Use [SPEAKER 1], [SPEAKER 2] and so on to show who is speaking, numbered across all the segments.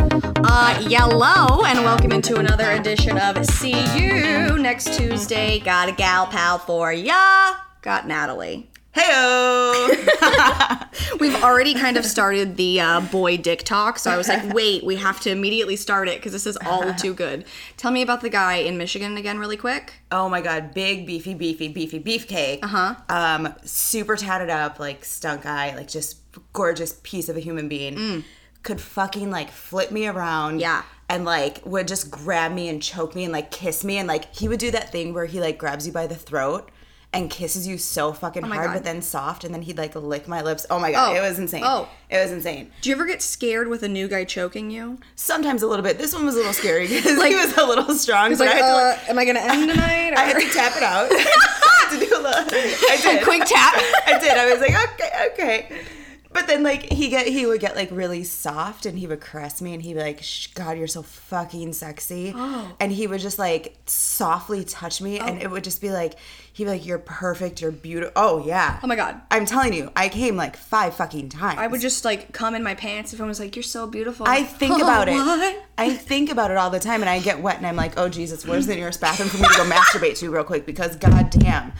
[SPEAKER 1] uh, yellow, and welcome into another edition of See You next Tuesday. Got a gal pal for ya. Got Natalie.
[SPEAKER 2] Heyo!
[SPEAKER 1] We've already kind of started the uh, boy dick talk, so I was like, wait, we have to immediately start it because this is all too good. Tell me about the guy in Michigan again, really quick.
[SPEAKER 2] oh my god, big beefy beefy beefy beefcake. Uh-huh. Um super tatted up, like stunk eye, like just gorgeous piece of a human being. Could fucking like flip me around.
[SPEAKER 1] Mm. Yeah.
[SPEAKER 2] And like would just grab me and choke me and like kiss me and like he would do that thing where he like grabs you by the throat and kisses you so fucking
[SPEAKER 1] Oh my
[SPEAKER 2] hard
[SPEAKER 1] God.
[SPEAKER 2] but then soft and then he'd like lick my lips. Oh my god,
[SPEAKER 1] Oh.
[SPEAKER 2] it was insane.
[SPEAKER 1] Oh.
[SPEAKER 2] It was insane.
[SPEAKER 1] Do you ever get scared with a new guy choking you?
[SPEAKER 2] Sometimes a little bit. This one was a little scary because
[SPEAKER 1] Like-
[SPEAKER 2] he was a little strong.
[SPEAKER 1] It's
[SPEAKER 2] but I
[SPEAKER 1] like,
[SPEAKER 2] had to,
[SPEAKER 1] uh, am I gonna end tonight?
[SPEAKER 2] I had to tap it out. I had to do a little. I did.
[SPEAKER 1] quick tap.
[SPEAKER 2] I did. I was like, okay, okay. But then, like, he get he would get like really soft, and he would caress me, and he'd be like, Shh, "God, you're so fucking sexy,"
[SPEAKER 1] Oh.
[SPEAKER 2] and he would just like softly touch me, and it would just be like, he'd be like, "You're perfect. You're beautiful." Oh yeah.
[SPEAKER 1] Oh my God.
[SPEAKER 2] I'm telling you, I came like five fucking times.
[SPEAKER 1] I would just like come in my pants if I was like, "You're so beautiful."
[SPEAKER 2] I think about it.
[SPEAKER 1] Oh, What?
[SPEAKER 2] I think about it all the time, and I get wet, and I'm like, "Oh Jesus, where's the nearest bathroom for me to go masturbate to real quick?" Because goddamn,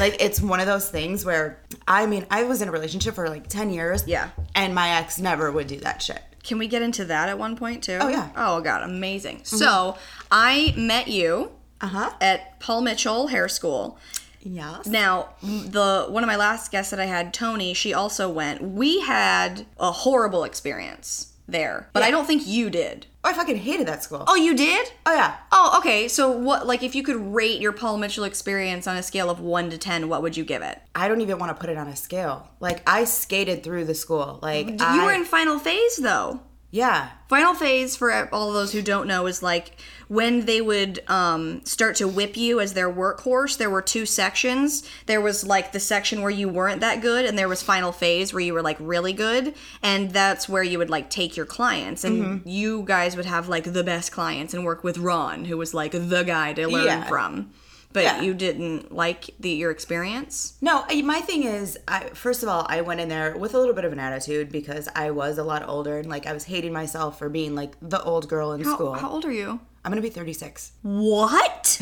[SPEAKER 2] like it's one of those things where I mean, I was in a relationship for like ten years,
[SPEAKER 1] Yeah.
[SPEAKER 2] and my ex never would do that shit.
[SPEAKER 1] Can we get into that at one point too? Oh
[SPEAKER 2] yeah.
[SPEAKER 1] Oh god, amazing. So I met you
[SPEAKER 2] Uh-huh.
[SPEAKER 1] at Paul Mitchell Hair School.
[SPEAKER 2] Yes.
[SPEAKER 1] Now, the one of my last guests that I had, Tony, she also went. We had a horrible experience there, but I don't think you did.
[SPEAKER 2] Oh, I fucking hated that school.
[SPEAKER 1] Oh, you did?
[SPEAKER 2] oh yeah.
[SPEAKER 1] Oh, okay. So what like if you could rate your Paul Mitchell experience on a scale of 1 to 10, what would you give it?
[SPEAKER 2] I don't even want to put it on a scale. Like I skated through the school. Like
[SPEAKER 1] you
[SPEAKER 2] I-
[SPEAKER 1] were in final phase though.
[SPEAKER 2] Yeah.
[SPEAKER 1] Final phase for all those who don't know is like when they would um, start to whip you as their workhorse. There were two sections. There was like the section where you weren't that good, and there was final phase where you were like really good, and that's where you would like take your clients. And
[SPEAKER 2] Mm-hmm.
[SPEAKER 1] you guys would have like the best clients and work with Ron, who was like the guy to learn
[SPEAKER 2] Yeah.
[SPEAKER 1] from. But
[SPEAKER 2] Yeah.
[SPEAKER 1] you didn't like the your experience.
[SPEAKER 2] No, I- my thing is, I, first of all, I went in there with a little bit of an attitude because I was a lot older and like I was hating myself for being like the old girl in
[SPEAKER 1] How,
[SPEAKER 2] school.
[SPEAKER 1] how old are you?
[SPEAKER 2] I'm gonna be 36
[SPEAKER 1] What?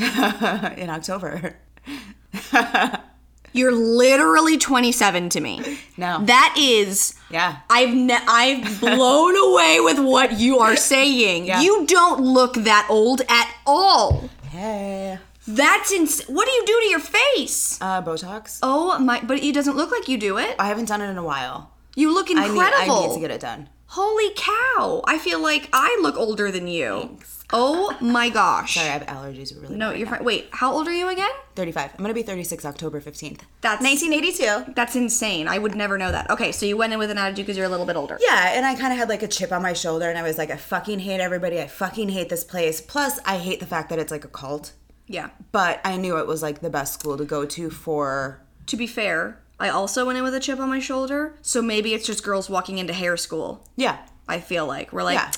[SPEAKER 2] in October.
[SPEAKER 1] You're literally 27 to me.
[SPEAKER 2] No.
[SPEAKER 1] That is
[SPEAKER 2] Yeah.
[SPEAKER 1] I've ne- I've blown away with what you are saying.
[SPEAKER 2] Yeah.
[SPEAKER 1] You don't look that old at all.
[SPEAKER 2] Hey.
[SPEAKER 1] That's ins- What do you do to your face?
[SPEAKER 2] Uh, Botox.
[SPEAKER 1] Oh my! But it doesn't look like you do it.
[SPEAKER 2] I haven't done it in a while.
[SPEAKER 1] You look
[SPEAKER 2] I need, I
[SPEAKER 1] incredible.
[SPEAKER 2] need to get it done.
[SPEAKER 1] Holy cow! I feel like I look older than you. Oh my gosh!
[SPEAKER 2] Sorry, I have allergies. We're Really
[SPEAKER 1] No, you're fine. Wait, how old are you again?
[SPEAKER 2] 35. I'm gonna be 36 October 15th.
[SPEAKER 1] That's
[SPEAKER 2] 1982.
[SPEAKER 1] that's insane. I would never know that. Okay, so you went in with an attitude because you're a little bit older.
[SPEAKER 2] Yeah, and I kind of had like a chip on my shoulder, and I was like, I fucking hate everybody. I fucking hate this place. Plus, I hate the fact that it's like a cult.
[SPEAKER 1] Yeah.
[SPEAKER 2] but I knew it was like the best school to go to for.
[SPEAKER 1] To be fair, I also went in with a chip on my shoulder, so maybe it's just girls walking into hair school.
[SPEAKER 2] Yeah,
[SPEAKER 1] I feel like we're like, yeah,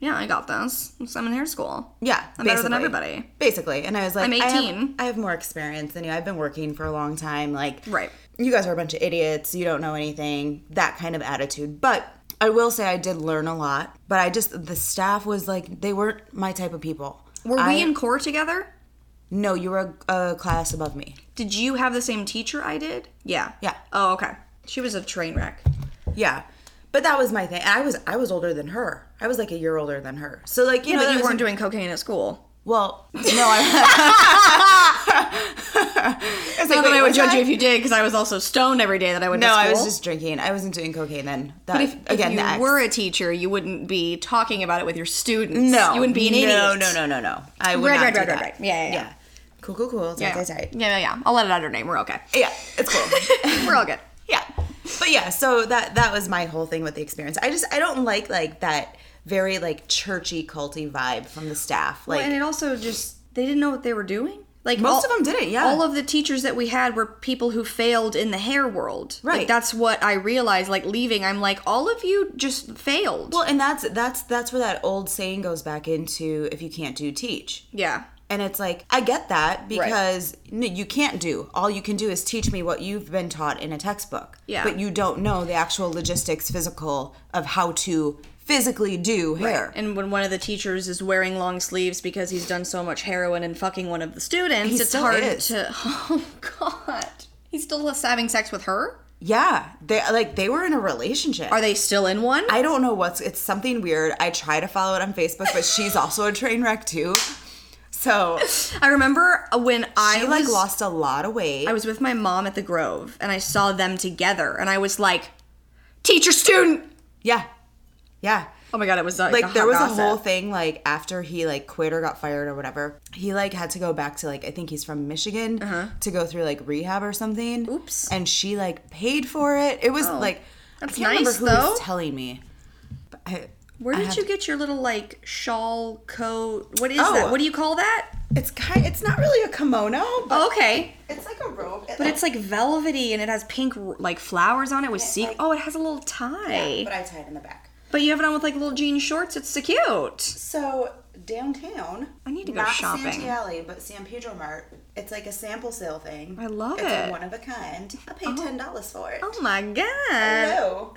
[SPEAKER 2] Yeah.
[SPEAKER 1] I got this. I'm in hair school.
[SPEAKER 2] yeah,
[SPEAKER 1] I'm better than everybody.
[SPEAKER 2] Basically, and I was like,
[SPEAKER 1] I'm
[SPEAKER 2] I have-
[SPEAKER 1] 18.
[SPEAKER 2] I have, more experience than you. I've been working for a long time. Like,
[SPEAKER 1] Right.
[SPEAKER 2] You guys are a bunch of idiots. You don't know anything. That kind of attitude, but. I will say I did learn a lot, but I just the staff was like they weren't my type of people.
[SPEAKER 1] Were
[SPEAKER 2] I-
[SPEAKER 1] we in core together?
[SPEAKER 2] No, you were a, a class above me.
[SPEAKER 1] Did you have the same teacher I did? Yeah.
[SPEAKER 2] Yeah.
[SPEAKER 1] Oh, okay. She was a train wreck.
[SPEAKER 2] Yeah, but that was my thing. I was I was older than her. I was like a year older than her. So like you know
[SPEAKER 1] but
[SPEAKER 2] that
[SPEAKER 1] you
[SPEAKER 2] was-
[SPEAKER 1] weren't doing cocaine at school.
[SPEAKER 2] Well, no, I. It's like,
[SPEAKER 1] Not that
[SPEAKER 2] wait,
[SPEAKER 1] I would
[SPEAKER 2] was
[SPEAKER 1] judge you if you did, because I was also stoned every day that I went
[SPEAKER 2] No,
[SPEAKER 1] to school.
[SPEAKER 2] I was just drinking. I wasn't doing cocaine then. That,
[SPEAKER 1] But if, if
[SPEAKER 2] again,
[SPEAKER 1] you
[SPEAKER 2] that
[SPEAKER 1] were a teacher, you wouldn't be talking about it with your students.
[SPEAKER 2] no,
[SPEAKER 1] You wouldn't be an
[SPEAKER 2] no,
[SPEAKER 1] idiot.
[SPEAKER 2] No, no, no, no. I would
[SPEAKER 1] Right,
[SPEAKER 2] not
[SPEAKER 1] right,
[SPEAKER 2] do
[SPEAKER 1] right, right,
[SPEAKER 2] that.
[SPEAKER 1] right. Yeah, yeah, yeah.
[SPEAKER 2] Cool, cool, cool. Tight,
[SPEAKER 1] Yeah.
[SPEAKER 2] tight, tight.
[SPEAKER 1] yeah, yeah, yeah. I'll let it out her name. We're okay.
[SPEAKER 2] Yeah, it's cool.
[SPEAKER 1] We're all good.
[SPEAKER 2] yeah, but yeah. So that that was my whole thing with the experience. I just I don't like like that very like churchy culty vibe from the staff. Like
[SPEAKER 1] and it also just they didn't know what they were doing. Like
[SPEAKER 2] Most of 'em didn't, yeah.
[SPEAKER 1] All of the teachers that we had were people who failed in the hair world. Like,
[SPEAKER 2] Right.
[SPEAKER 1] that's what I realized. Like leaving, I'm like, all of you just failed.
[SPEAKER 2] well, and that's that's that's where that old saying goes back into: if you can't do, teach.
[SPEAKER 1] yeah.
[SPEAKER 2] And it's like, I get that because n you can't do. All you can do is teach me what you've been taught in a textbook.
[SPEAKER 1] Yeah.
[SPEAKER 2] But you don't know the actual logistics, physical, of how to physically do hair.
[SPEAKER 1] And when one of the teachers is wearing long sleeves because he's done so much heroin and fucking one of the students,
[SPEAKER 2] He
[SPEAKER 1] it's
[SPEAKER 2] still
[SPEAKER 1] hard
[SPEAKER 2] is.
[SPEAKER 1] to. Oh God, he's still having sex with her.
[SPEAKER 2] yeah. They like they were in a relationship.
[SPEAKER 1] Are they still in one?
[SPEAKER 2] I don't know what's it's something weird. I try to follow it on Facebook, but she's also a train wreck too. So
[SPEAKER 1] I remember when I
[SPEAKER 2] I
[SPEAKER 1] was,
[SPEAKER 2] like lost a lot of weight.
[SPEAKER 1] I was with my mom at the Grove and I saw them together and I was like, teacher student.
[SPEAKER 2] yeah. Yeah.
[SPEAKER 1] Oh my god, it was uh,
[SPEAKER 2] Like
[SPEAKER 1] hot
[SPEAKER 2] there was
[SPEAKER 1] gossip.
[SPEAKER 2] a whole thing like after he like quit or got fired or whatever. He like had to go back to like I think he's from Michigan to go through like rehab or something.
[SPEAKER 1] Uh-huh. Oops. Oh.
[SPEAKER 2] And she like paid for it. It was like
[SPEAKER 1] that's
[SPEAKER 2] I can't
[SPEAKER 1] nice,
[SPEAKER 2] remember who
[SPEAKER 1] though.
[SPEAKER 2] was telling me. But I,
[SPEAKER 1] Where
[SPEAKER 2] I
[SPEAKER 1] did
[SPEAKER 2] have-
[SPEAKER 1] you get your little like shawl coat? What is
[SPEAKER 2] Oh.
[SPEAKER 1] that? What do you call that?
[SPEAKER 2] It's kind. It's not really a kimono, but
[SPEAKER 1] Oh, okay.
[SPEAKER 2] it's like a robe.
[SPEAKER 1] But it's like velvety and it has pink r- like flowers on it with sequ
[SPEAKER 2] like-
[SPEAKER 1] oh, it has a little tie.
[SPEAKER 2] but I tie it in the back.
[SPEAKER 1] But you have it on with like little jean shorts. It's so cute.
[SPEAKER 2] So downtown,
[SPEAKER 1] I need to go
[SPEAKER 2] not
[SPEAKER 1] shopping.
[SPEAKER 2] Santee Alley, but San Pedro Mart. It's like a sample sale thing.
[SPEAKER 1] I love
[SPEAKER 2] it's
[SPEAKER 1] it.
[SPEAKER 2] It's one of a kind. I paid ten dollars for it.
[SPEAKER 1] Oh Uh, my god.
[SPEAKER 2] Hello.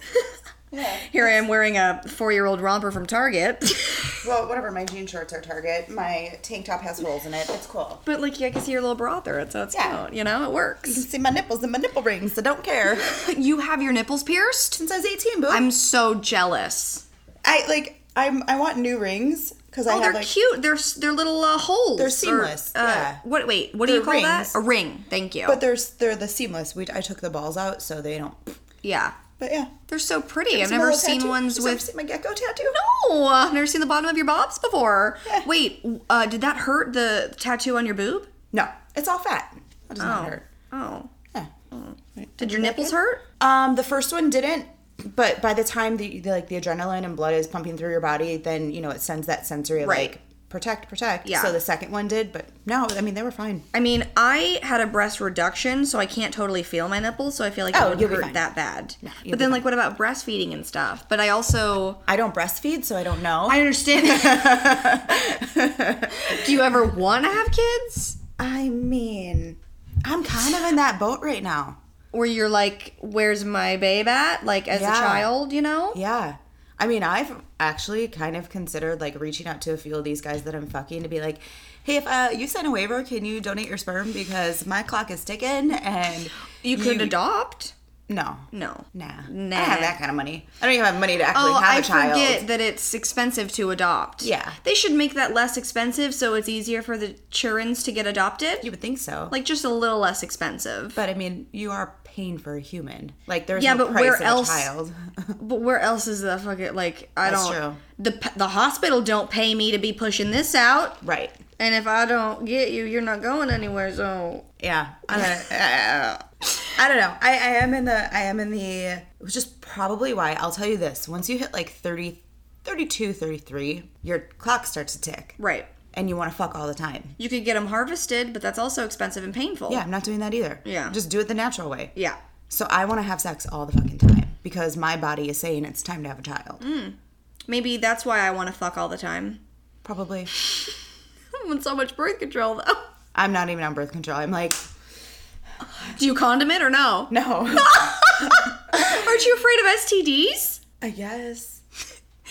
[SPEAKER 2] yeah.
[SPEAKER 1] Here I am wearing a four-year-old romper from Target.
[SPEAKER 2] Well, whatever. My jean shorts are Target. My tank top has holes in it. It's cool.
[SPEAKER 1] but like, yeah, I can see your little bra through it, so it's
[SPEAKER 2] Yeah.
[SPEAKER 1] cute. You know, it works.
[SPEAKER 2] See my nipples and my nipple rings. So don't care.
[SPEAKER 1] You have your nipples pierced?
[SPEAKER 2] Since I was eighteen, boo.
[SPEAKER 1] I'm so jealous.
[SPEAKER 2] I like. I'm. I want new rings because I
[SPEAKER 1] Oh,
[SPEAKER 2] have
[SPEAKER 1] they're
[SPEAKER 2] like.
[SPEAKER 1] cute. They're s- they're little uh, holes.
[SPEAKER 2] They're seamless,
[SPEAKER 1] Or, uh,
[SPEAKER 2] yeah.
[SPEAKER 1] What? Wait. What do
[SPEAKER 2] They're
[SPEAKER 1] you call that?
[SPEAKER 2] rings.
[SPEAKER 1] A ring. Thank you.
[SPEAKER 2] But they're they're the seamless. We I took the balls out so they don't.
[SPEAKER 1] yeah.
[SPEAKER 2] But yeah.
[SPEAKER 1] They're so pretty. I've
[SPEAKER 2] See my
[SPEAKER 1] never
[SPEAKER 2] little
[SPEAKER 1] seen
[SPEAKER 2] tattoo?
[SPEAKER 1] ones
[SPEAKER 2] She's
[SPEAKER 1] with
[SPEAKER 2] never seen my gecko tattoo.
[SPEAKER 1] No, I've never seen the bottom of your bobs before.
[SPEAKER 2] Yeah.
[SPEAKER 1] Wait, uh, did that hurt the tattoo on your boob?
[SPEAKER 2] No, it's all fat. That does
[SPEAKER 1] Oh.
[SPEAKER 2] not hurt.
[SPEAKER 1] Oh.
[SPEAKER 2] Yeah.
[SPEAKER 1] Did your nipples hurt?
[SPEAKER 2] Um, the first one didn't, but by the time the, the like the adrenaline and blood is pumping through your body, then you know it sends that sensory
[SPEAKER 1] Right.
[SPEAKER 2] like protect, protect.
[SPEAKER 1] Yeah.
[SPEAKER 2] So the second one did, but no, I mean they were fine.
[SPEAKER 1] I mean, I had a breast reduction, so I can't totally feel my nipples, so I feel like
[SPEAKER 2] Oh,
[SPEAKER 1] it
[SPEAKER 2] you'll
[SPEAKER 1] wouldn't
[SPEAKER 2] be
[SPEAKER 1] hurt
[SPEAKER 2] fine.
[SPEAKER 1] that bad.
[SPEAKER 2] you'll
[SPEAKER 1] but
[SPEAKER 2] be
[SPEAKER 1] then, like, what about breastfeeding and stuff? But I also.
[SPEAKER 2] I don't breastfeed, so I don't know.
[SPEAKER 1] I understand. Do you ever want to have kids?
[SPEAKER 2] I mean, I'm kind of in that boat right now.
[SPEAKER 1] Where you're like, where's my babe at? Like, as a
[SPEAKER 2] Yeah.
[SPEAKER 1] child, you know?
[SPEAKER 2] Yeah. I mean, I've actually kind of considered like reaching out to a few of these guys that I'm fucking to be like, hey, if uh, you send a waiver, can you donate your sperm because my clock is ticking and
[SPEAKER 1] You could adopt?
[SPEAKER 2] no,
[SPEAKER 1] No.
[SPEAKER 2] nah,
[SPEAKER 1] Nah.
[SPEAKER 2] I don't have that kind of money. I don't even have money to actually
[SPEAKER 1] Oh,
[SPEAKER 2] have a
[SPEAKER 1] I
[SPEAKER 2] child.
[SPEAKER 1] forget that it's expensive to adopt.
[SPEAKER 2] Yeah.
[SPEAKER 1] They should make that less expensive so it's easier for the childrens to get adopted.
[SPEAKER 2] You would think so,
[SPEAKER 1] like just a little less expensive.
[SPEAKER 2] but I mean, you are paying for a human. Like there's
[SPEAKER 1] Yeah,
[SPEAKER 2] no
[SPEAKER 1] but
[SPEAKER 2] price
[SPEAKER 1] where
[SPEAKER 2] in
[SPEAKER 1] else-
[SPEAKER 2] a child.
[SPEAKER 1] But where else is the fucking like I
[SPEAKER 2] That's
[SPEAKER 1] don't
[SPEAKER 2] true.
[SPEAKER 1] the p- the hospital don't pay me to be pushing this out.
[SPEAKER 2] right?
[SPEAKER 1] And if I don't get you, you're not going anywhere. So uh,
[SPEAKER 2] Yeah, I'm gonna. I- I- I don't know. I, I am in the. I am in the. Which is probably why I'll tell you this: once you hit like 30, 32, 33, your clock starts to tick,
[SPEAKER 1] right,
[SPEAKER 2] and you want to fuck all the time.
[SPEAKER 1] you could get them harvested, but that's also expensive and painful.
[SPEAKER 2] Yeah, I'm not doing that either.
[SPEAKER 1] Yeah.
[SPEAKER 2] just do it the natural way.
[SPEAKER 1] yeah.
[SPEAKER 2] So I want to have sex all the fucking time because my body is saying it's time to have a child.
[SPEAKER 1] Mm. Maybe that's why I want to fuck all the time.
[SPEAKER 2] Probably.
[SPEAKER 1] I'm on so much birth control though.
[SPEAKER 2] I'm not even on birth control. I'm like,
[SPEAKER 1] Do you condom it or no?
[SPEAKER 2] no.
[SPEAKER 1] Aren't you afraid of STDs?
[SPEAKER 2] I guess.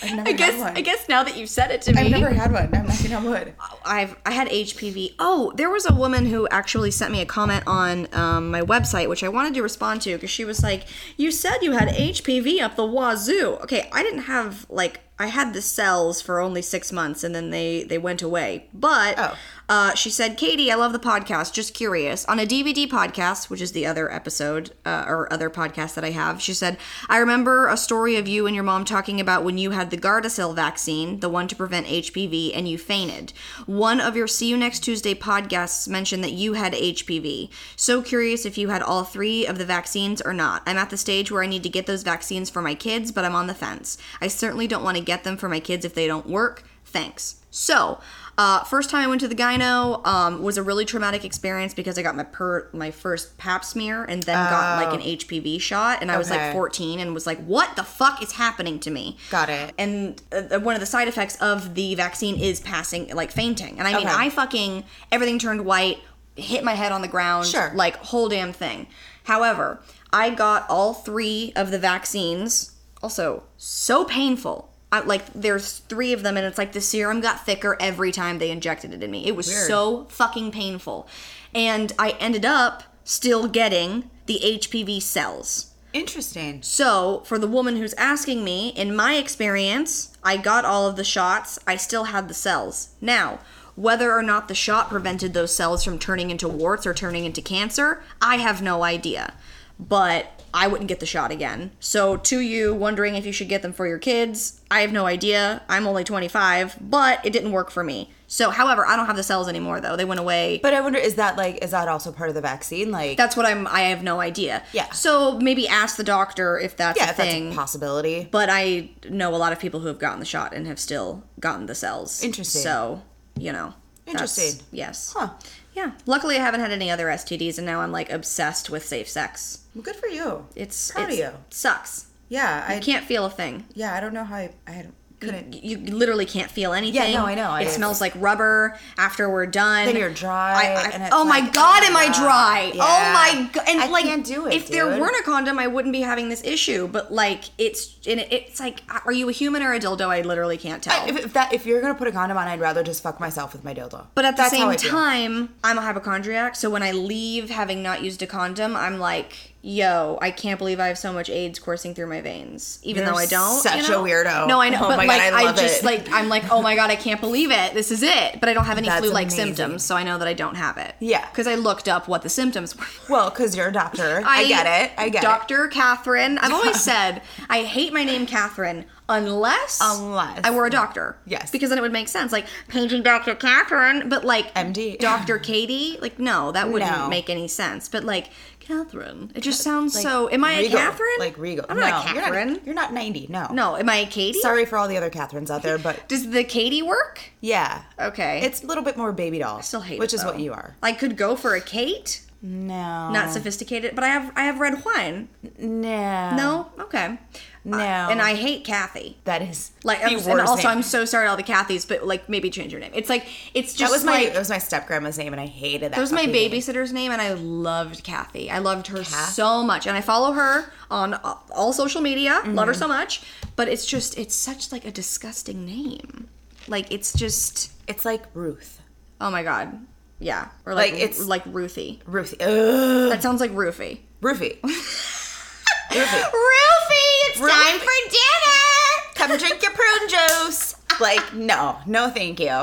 [SPEAKER 2] I've never
[SPEAKER 1] I guess
[SPEAKER 2] had one.
[SPEAKER 1] I guess now that you've said it to me,
[SPEAKER 2] I've never had one. I'm knocking on wood.
[SPEAKER 1] I've I had HPV. Oh, there was a woman who actually sent me a comment on um, my website, which I wanted to respond to because she was like, "You said you had HPV up the wazoo." Okay, I didn't have like I had the cells for only six months and then they they went away. But
[SPEAKER 2] Oh.
[SPEAKER 1] uh, she said, "Katie, I love the podcast. Just curious on a DVD podcast, which is the other episode uh, or other podcast that I have." She said, "I remember a story of you and your mom talking about when you had the Gardasil vaccine, the one to prevent HPV, and you fainted. One of your See You Next Tuesday podcasts mentioned that you had HPV. So curious if you had all three of the vaccines or not. I'm at the stage where I need to get those vaccines for my kids, but I'm on the fence. I certainly don't want to get them for my kids if they don't work. Thanks." So, Uh, first time I went to the gyno um, was a really traumatic experience because I got my per my first Pap smear and then got like an HPV shot, and I was like
[SPEAKER 2] Oh. Okay.
[SPEAKER 1] 14 and was like, "What the fuck is happening to me?"
[SPEAKER 2] Got it.
[SPEAKER 1] And uh, one of the side effects of the vaccine is passing, like fainting. And I mean,
[SPEAKER 2] Okay.
[SPEAKER 1] I fucking everything turned white, hit my head on the ground,
[SPEAKER 2] Sure.
[SPEAKER 1] like whole damn thing. However, I got all three of the vaccines. Also, so painful. I, like there's three of them, and it's like the serum got thicker every time they injected it in me. It was
[SPEAKER 2] Weird.
[SPEAKER 1] so fucking painful, and I ended up still getting the HPV cells.
[SPEAKER 2] Interesting.
[SPEAKER 1] So, for the woman who's asking me, in my experience, I got all of the shots, I still had the cells. Now, whether or not the shot prevented those cells from turning into warts or turning into cancer, I have no idea. But I wouldn't get the shot again. So, to you wondering if you should get them for your kids, I have no idea. I'm only 25, but it didn't work for me. So, however, I don't have the cells anymore though. They went away.
[SPEAKER 2] But I wonder, is that like, is that also part of the vaccine? Like,
[SPEAKER 1] that's what I'm I have no idea.
[SPEAKER 2] Yeah.
[SPEAKER 1] So, maybe ask the doctor if that's
[SPEAKER 2] yeah,
[SPEAKER 1] a
[SPEAKER 2] if that's
[SPEAKER 1] thing
[SPEAKER 2] a possibility.
[SPEAKER 1] but I know a lot of people who have gotten the shot and have still gotten the cells.
[SPEAKER 2] Interesting.
[SPEAKER 1] So, you know. that's-
[SPEAKER 2] Interesting.
[SPEAKER 1] Yes.
[SPEAKER 2] Huh.
[SPEAKER 1] Yeah. Luckily, I haven't had any other STDs, and now I'm like obsessed with safe sex.
[SPEAKER 2] Well, good for you.
[SPEAKER 1] It's
[SPEAKER 2] Proud of
[SPEAKER 1] it's-
[SPEAKER 2] you.
[SPEAKER 1] Sucks.
[SPEAKER 2] Yeah, I
[SPEAKER 1] I can't feel a thing.
[SPEAKER 2] yeah, I don't know how I, I couldn't.
[SPEAKER 1] You literally can't feel anything.
[SPEAKER 2] no, I know.
[SPEAKER 1] It
[SPEAKER 2] I-
[SPEAKER 1] smells like rubber after we're done.
[SPEAKER 2] Then you're dry,
[SPEAKER 1] I- I-
[SPEAKER 2] and it's
[SPEAKER 1] oh my
[SPEAKER 2] like,
[SPEAKER 1] god,
[SPEAKER 2] oh
[SPEAKER 1] am I
[SPEAKER 2] my
[SPEAKER 1] dry?
[SPEAKER 2] God.
[SPEAKER 1] Oh
[SPEAKER 2] Yeah.
[SPEAKER 1] my god! And
[SPEAKER 2] I
[SPEAKER 1] like,
[SPEAKER 2] can't do it,
[SPEAKER 1] if there
[SPEAKER 2] dude.
[SPEAKER 1] weren't a condom, I wouldn't be having this issue. But like, it's and it, it's like, are you a human or a dildo? I literally can't tell.
[SPEAKER 2] If, if that if you're gonna put a condom on, I'd rather just fuck myself with my dildo.
[SPEAKER 1] But at the
[SPEAKER 2] That's how
[SPEAKER 1] same
[SPEAKER 2] I feel.
[SPEAKER 1] time, I'm a hypochondriac, so when I leave having not used a condom, I'm like, yo, I can't believe I have so much AIDS coursing through my veins, even
[SPEAKER 2] You're
[SPEAKER 1] though I don't.
[SPEAKER 2] such a
[SPEAKER 1] you know?
[SPEAKER 2] weirdo.
[SPEAKER 1] No, I know,
[SPEAKER 2] Oh
[SPEAKER 1] but
[SPEAKER 2] my
[SPEAKER 1] like,
[SPEAKER 2] God, I
[SPEAKER 1] I,
[SPEAKER 2] love
[SPEAKER 1] just
[SPEAKER 2] it.
[SPEAKER 1] like, I'm like, oh my god, I can't believe it. This is it. But I don't have any
[SPEAKER 2] That's
[SPEAKER 1] flu-like
[SPEAKER 2] amazing.
[SPEAKER 1] symptoms, so I know that I don't have it.
[SPEAKER 2] Yeah.
[SPEAKER 1] because I looked up what the symptoms were.
[SPEAKER 2] well, because you're a doctor, I, get it. I get it.
[SPEAKER 1] Dr. Catherine. I've always said I hate my name Catherine unless
[SPEAKER 2] Unless.
[SPEAKER 1] I were a doctor.
[SPEAKER 2] Yes.
[SPEAKER 1] Because then it would make sense. Like painting Dr. Catherine, but like
[SPEAKER 2] MD.
[SPEAKER 1] Dr. Katie. Like no, that wouldn't
[SPEAKER 2] No.
[SPEAKER 1] make any sense. But like Catherine. It just sounds so am I
[SPEAKER 2] Regal,
[SPEAKER 1] a Catherine?
[SPEAKER 2] Like regal.
[SPEAKER 1] I'm
[SPEAKER 2] no,
[SPEAKER 1] not a Catherine.
[SPEAKER 2] You're not, you're not 90. No.
[SPEAKER 1] no, am I a Katie?
[SPEAKER 2] Sorry for all the other Catherines out there, but
[SPEAKER 1] Does the Katie work?
[SPEAKER 2] yeah,
[SPEAKER 1] Okay.
[SPEAKER 2] it's a little bit more baby doll.
[SPEAKER 1] still hate
[SPEAKER 2] which
[SPEAKER 1] it,
[SPEAKER 2] is what
[SPEAKER 1] though.
[SPEAKER 2] you are.
[SPEAKER 1] I could go for a Kate.
[SPEAKER 2] No.
[SPEAKER 1] Not sophisticated, but I have I have red wine.
[SPEAKER 2] No.
[SPEAKER 1] No? Okay.
[SPEAKER 2] No.
[SPEAKER 1] and I hate Kathy.
[SPEAKER 2] That is
[SPEAKER 1] Like,
[SPEAKER 2] the
[SPEAKER 1] I'm, and
[SPEAKER 2] worst
[SPEAKER 1] also,
[SPEAKER 2] name.
[SPEAKER 1] I'm so sorry to all the Cathys, but like, maybe change your name. It's like, it's just
[SPEAKER 2] that was my
[SPEAKER 1] like,
[SPEAKER 2] that was my step grandma's name, and I hated that.
[SPEAKER 1] that was my
[SPEAKER 2] fucking name.
[SPEAKER 1] babysitter's name, and I loved Kathy. I loved her so much, and I follow her on a- all social media.
[SPEAKER 2] Mm-hmm.
[SPEAKER 1] Love her so much, but it's just, it's such like a disgusting name. Like, it's just,
[SPEAKER 2] It's like Ruth.
[SPEAKER 1] oh my god, yeah, or like,
[SPEAKER 2] Like, it's-
[SPEAKER 1] like Ruthie.
[SPEAKER 2] Ruth. Ugh.
[SPEAKER 1] That sounds like roofie.
[SPEAKER 2] Roofie. Roofie.
[SPEAKER 1] Roofie, it's
[SPEAKER 2] Roofie.
[SPEAKER 1] time for dinner.
[SPEAKER 2] Come drink your prune juice. Like, no, no, thank you.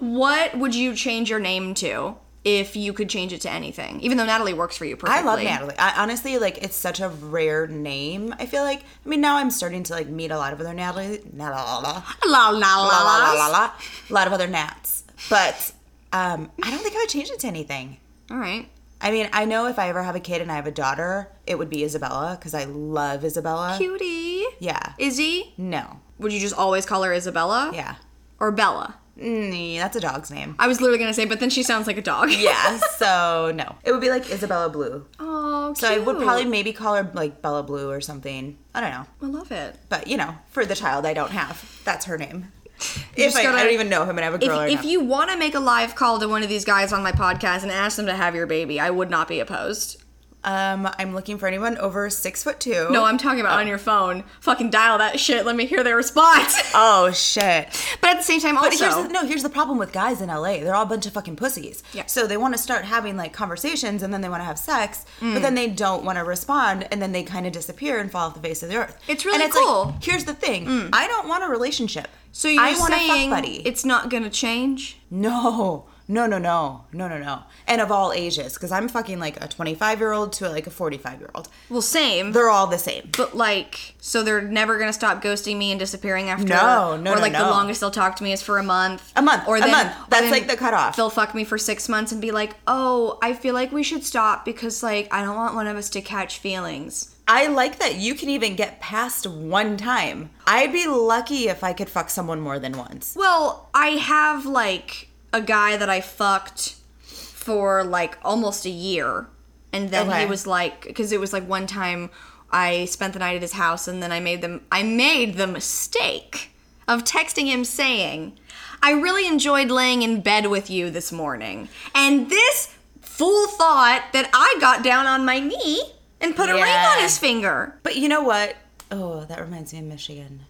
[SPEAKER 1] What would you change your name to if you could change it to anything? Even though Natalie works for you
[SPEAKER 2] I
[SPEAKER 1] perfectly.
[SPEAKER 2] love Natalie. I, honestly, like, it's such a rare name. I feel like, I mean, now I'm starting to like meet a lot of other Natalie, la la la
[SPEAKER 1] La la la
[SPEAKER 2] la la la la, a lot of other Nats. But um, I don't think I would change it to anything.
[SPEAKER 1] All right.
[SPEAKER 2] I mean, I know if I ever have a kid and I have a daughter, it would be Isabella because I love Isabella.
[SPEAKER 1] Cutie.
[SPEAKER 2] Yeah.
[SPEAKER 1] Izzy.
[SPEAKER 2] No.
[SPEAKER 1] Would you just always call her Isabella?
[SPEAKER 2] Yeah.
[SPEAKER 1] Or Bella?
[SPEAKER 2] Mm, that's a dog's name.
[SPEAKER 1] I was literally going to say, but then she sounds like a dog.
[SPEAKER 2] Yeah. So no, it would be like Isabella Blue.
[SPEAKER 1] Oh,
[SPEAKER 2] So
[SPEAKER 1] cute.
[SPEAKER 2] I would probably maybe call her like Bella Blue or something. I don't know.
[SPEAKER 1] I love it.
[SPEAKER 2] But you know, for the child I don't have, that's her name.
[SPEAKER 1] just
[SPEAKER 2] If I,
[SPEAKER 1] gotta-
[SPEAKER 2] I don't even know if I'm gonna have a
[SPEAKER 1] If,
[SPEAKER 2] girl or
[SPEAKER 1] if
[SPEAKER 2] not.
[SPEAKER 1] you want to make a live call to one of these guys on my podcast and ask them to have your baby, I would not be opposed.
[SPEAKER 2] um, I'm looking for anyone over six foot two.
[SPEAKER 1] No, I'm talking about on your phone. Fucking dial that shit. Let me hear their response.
[SPEAKER 2] Oh shit!
[SPEAKER 1] but at the same time, also.
[SPEAKER 2] But here's the, no. Here's the problem with guys in LA. They're all a bunch of fucking pussies.
[SPEAKER 1] Yeah.
[SPEAKER 2] So they want to start having like conversations, and then they want to have sex, but
[SPEAKER 1] Mm.
[SPEAKER 2] then they don't want to respond, and then they kind of disappear and fall off the face of the earth.
[SPEAKER 1] It's really
[SPEAKER 2] and it's
[SPEAKER 1] cool. Mm.
[SPEAKER 2] Like, here's the thing. I don't want a relationship.
[SPEAKER 1] So you're
[SPEAKER 2] I want a
[SPEAKER 1] saying
[SPEAKER 2] fuck buddy.
[SPEAKER 1] it's not gonna change?
[SPEAKER 2] No, No, no, no, no, no, no. And of all ages, because I'm fucking like a 25 year old to like a 45 year old.
[SPEAKER 1] Well, same.
[SPEAKER 2] They're all the same.
[SPEAKER 1] but like, so they're never gonna stop ghosting me and disappearing after.
[SPEAKER 2] No, no,
[SPEAKER 1] Or
[SPEAKER 2] no,
[SPEAKER 1] like the
[SPEAKER 2] no.
[SPEAKER 1] longest they'll talk to me is for a month.
[SPEAKER 2] A month,
[SPEAKER 1] Or
[SPEAKER 2] a
[SPEAKER 1] then,
[SPEAKER 2] month.
[SPEAKER 1] or
[SPEAKER 2] That's,
[SPEAKER 1] then
[SPEAKER 2] like, the cutoff.
[SPEAKER 1] They'll fuck me for six months and be like, "Oh, I feel like we should stop because like I don't want one of us to catch feelings."
[SPEAKER 2] I like that you can even get past one time. I'd be lucky if I could fuck someone more than once.
[SPEAKER 1] Well, I have like a guy that I fucked for like almost a year, and then
[SPEAKER 2] Okay.
[SPEAKER 1] he was like, because it was like one time I spent the night at his house, and then I made them, I made the mistake of texting him saying, "I really enjoyed laying in bed with you this morning," and this fool thought that I got down on my knee and put a ring
[SPEAKER 2] Yeah.
[SPEAKER 1] on his finger,
[SPEAKER 2] But you know what? Oh, that reminds me of Michigan.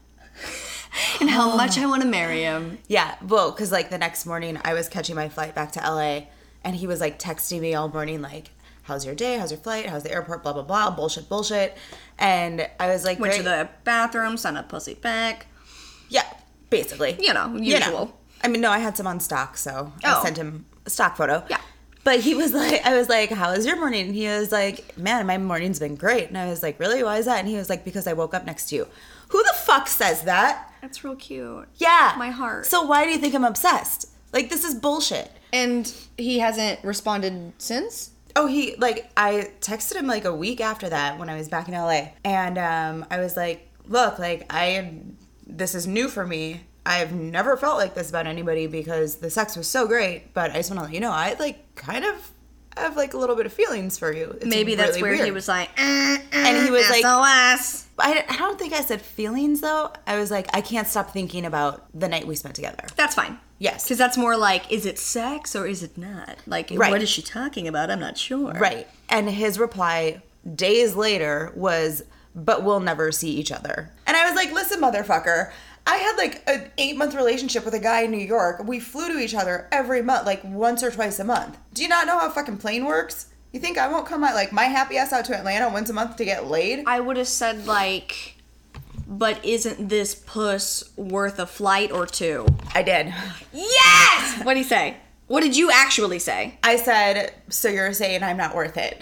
[SPEAKER 1] and
[SPEAKER 2] Oh.
[SPEAKER 1] how much I want to marry him.
[SPEAKER 2] Yeah, well, because like the next morning I was catching my flight back to LA and he was like texting me all morning, like, how's your day? How's your flight? How's the airport? Blah, blah, blah. Bullshit, bullshit. And I was like,
[SPEAKER 1] Went to
[SPEAKER 2] "Great."
[SPEAKER 1] the bathroom, sent a pussy back.
[SPEAKER 2] Yeah, basically.
[SPEAKER 1] You know, usual.
[SPEAKER 2] I mean, no, I had some on stock, so
[SPEAKER 1] Oh.
[SPEAKER 2] I sent him a stock photo.
[SPEAKER 1] Yeah.
[SPEAKER 2] But he was like, I was like, how is your morning? And he was like, man, my morning's been great. And I was like, really? Why is that? And he was like, because I woke up next to you. Who the fuck says that?
[SPEAKER 1] That's real cute.
[SPEAKER 2] Yeah.
[SPEAKER 1] My heart.
[SPEAKER 2] So why do you think I'm obsessed? Like, this is bullshit.
[SPEAKER 1] And he hasn't responded since?
[SPEAKER 2] Oh, he like I texted him like a week after that when I was back in LA, and um, I was like, "Look, like I am. This is new for me. I've never felt like this about anybody because the sex was so great. But I just want to let you know, I like kind of have like a little bit of feelings for you. It's
[SPEAKER 1] Maybe that's
[SPEAKER 2] really
[SPEAKER 1] where he
[SPEAKER 2] weird.
[SPEAKER 1] was like, "Uh, and
[SPEAKER 2] he was like-
[SPEAKER 1] SOS.
[SPEAKER 2] I, I don't think I said feelings though. I was like, I can't stop thinking about the night we spent together.
[SPEAKER 1] That's fine.
[SPEAKER 2] Yes.
[SPEAKER 1] Because that's more like, is it sex or is it not? Like,
[SPEAKER 2] Right.
[SPEAKER 1] what is she talking about? I'm not sure.
[SPEAKER 2] Right. And his reply days later was, but we'll never see each other. And I was like, listen, motherfucker, I had like an eight month relationship with a guy in New York. We flew to each other every month, like once or twice a month. Do you not know how a fucking plane works? You think I won't come out like my happy ass out to Atlanta once a month to get laid?
[SPEAKER 1] I would have said, like, but isn't this puss worth a flight or two?
[SPEAKER 2] I did.
[SPEAKER 1] Yes! What'd he say? What did you actually say?
[SPEAKER 2] I said, so you're saying I'm not worth it.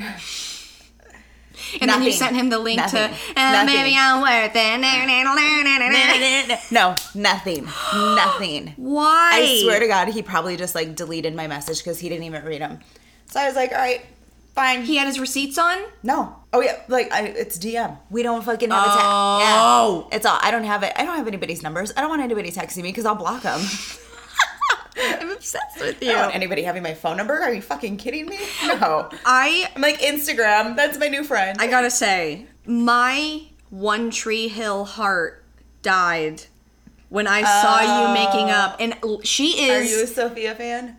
[SPEAKER 1] And then you
[SPEAKER 2] Nothing.
[SPEAKER 1] sent him the link to,
[SPEAKER 2] Nothing.
[SPEAKER 1] and
[SPEAKER 2] Nothing.
[SPEAKER 1] maybe I'm worth it.
[SPEAKER 2] no, nothing. Nothing.
[SPEAKER 1] Why?
[SPEAKER 2] I swear to God, he probably just like deleted my message because he didn't even read them. So I was like, all right, fine.
[SPEAKER 1] He had his receipts on?
[SPEAKER 2] no. Oh yeah, like I, it's DM. We don't fucking have a text.
[SPEAKER 1] Oh.
[SPEAKER 2] Yeah. It's all. I don't have it. I don't have anybody's numbers. I don't want anybody texting me because I'll block them.
[SPEAKER 1] I'm obsessed with
[SPEAKER 2] I don't want anybody having my phone number. Are you fucking kidding me? No.
[SPEAKER 1] I
[SPEAKER 2] I'm like Instagram. That's my new friend.
[SPEAKER 1] I gotta say, my One Tree Hill heart died when I saw you making up, and l- she
[SPEAKER 2] Oh. Are
[SPEAKER 1] is.
[SPEAKER 2] you a Sophia fan?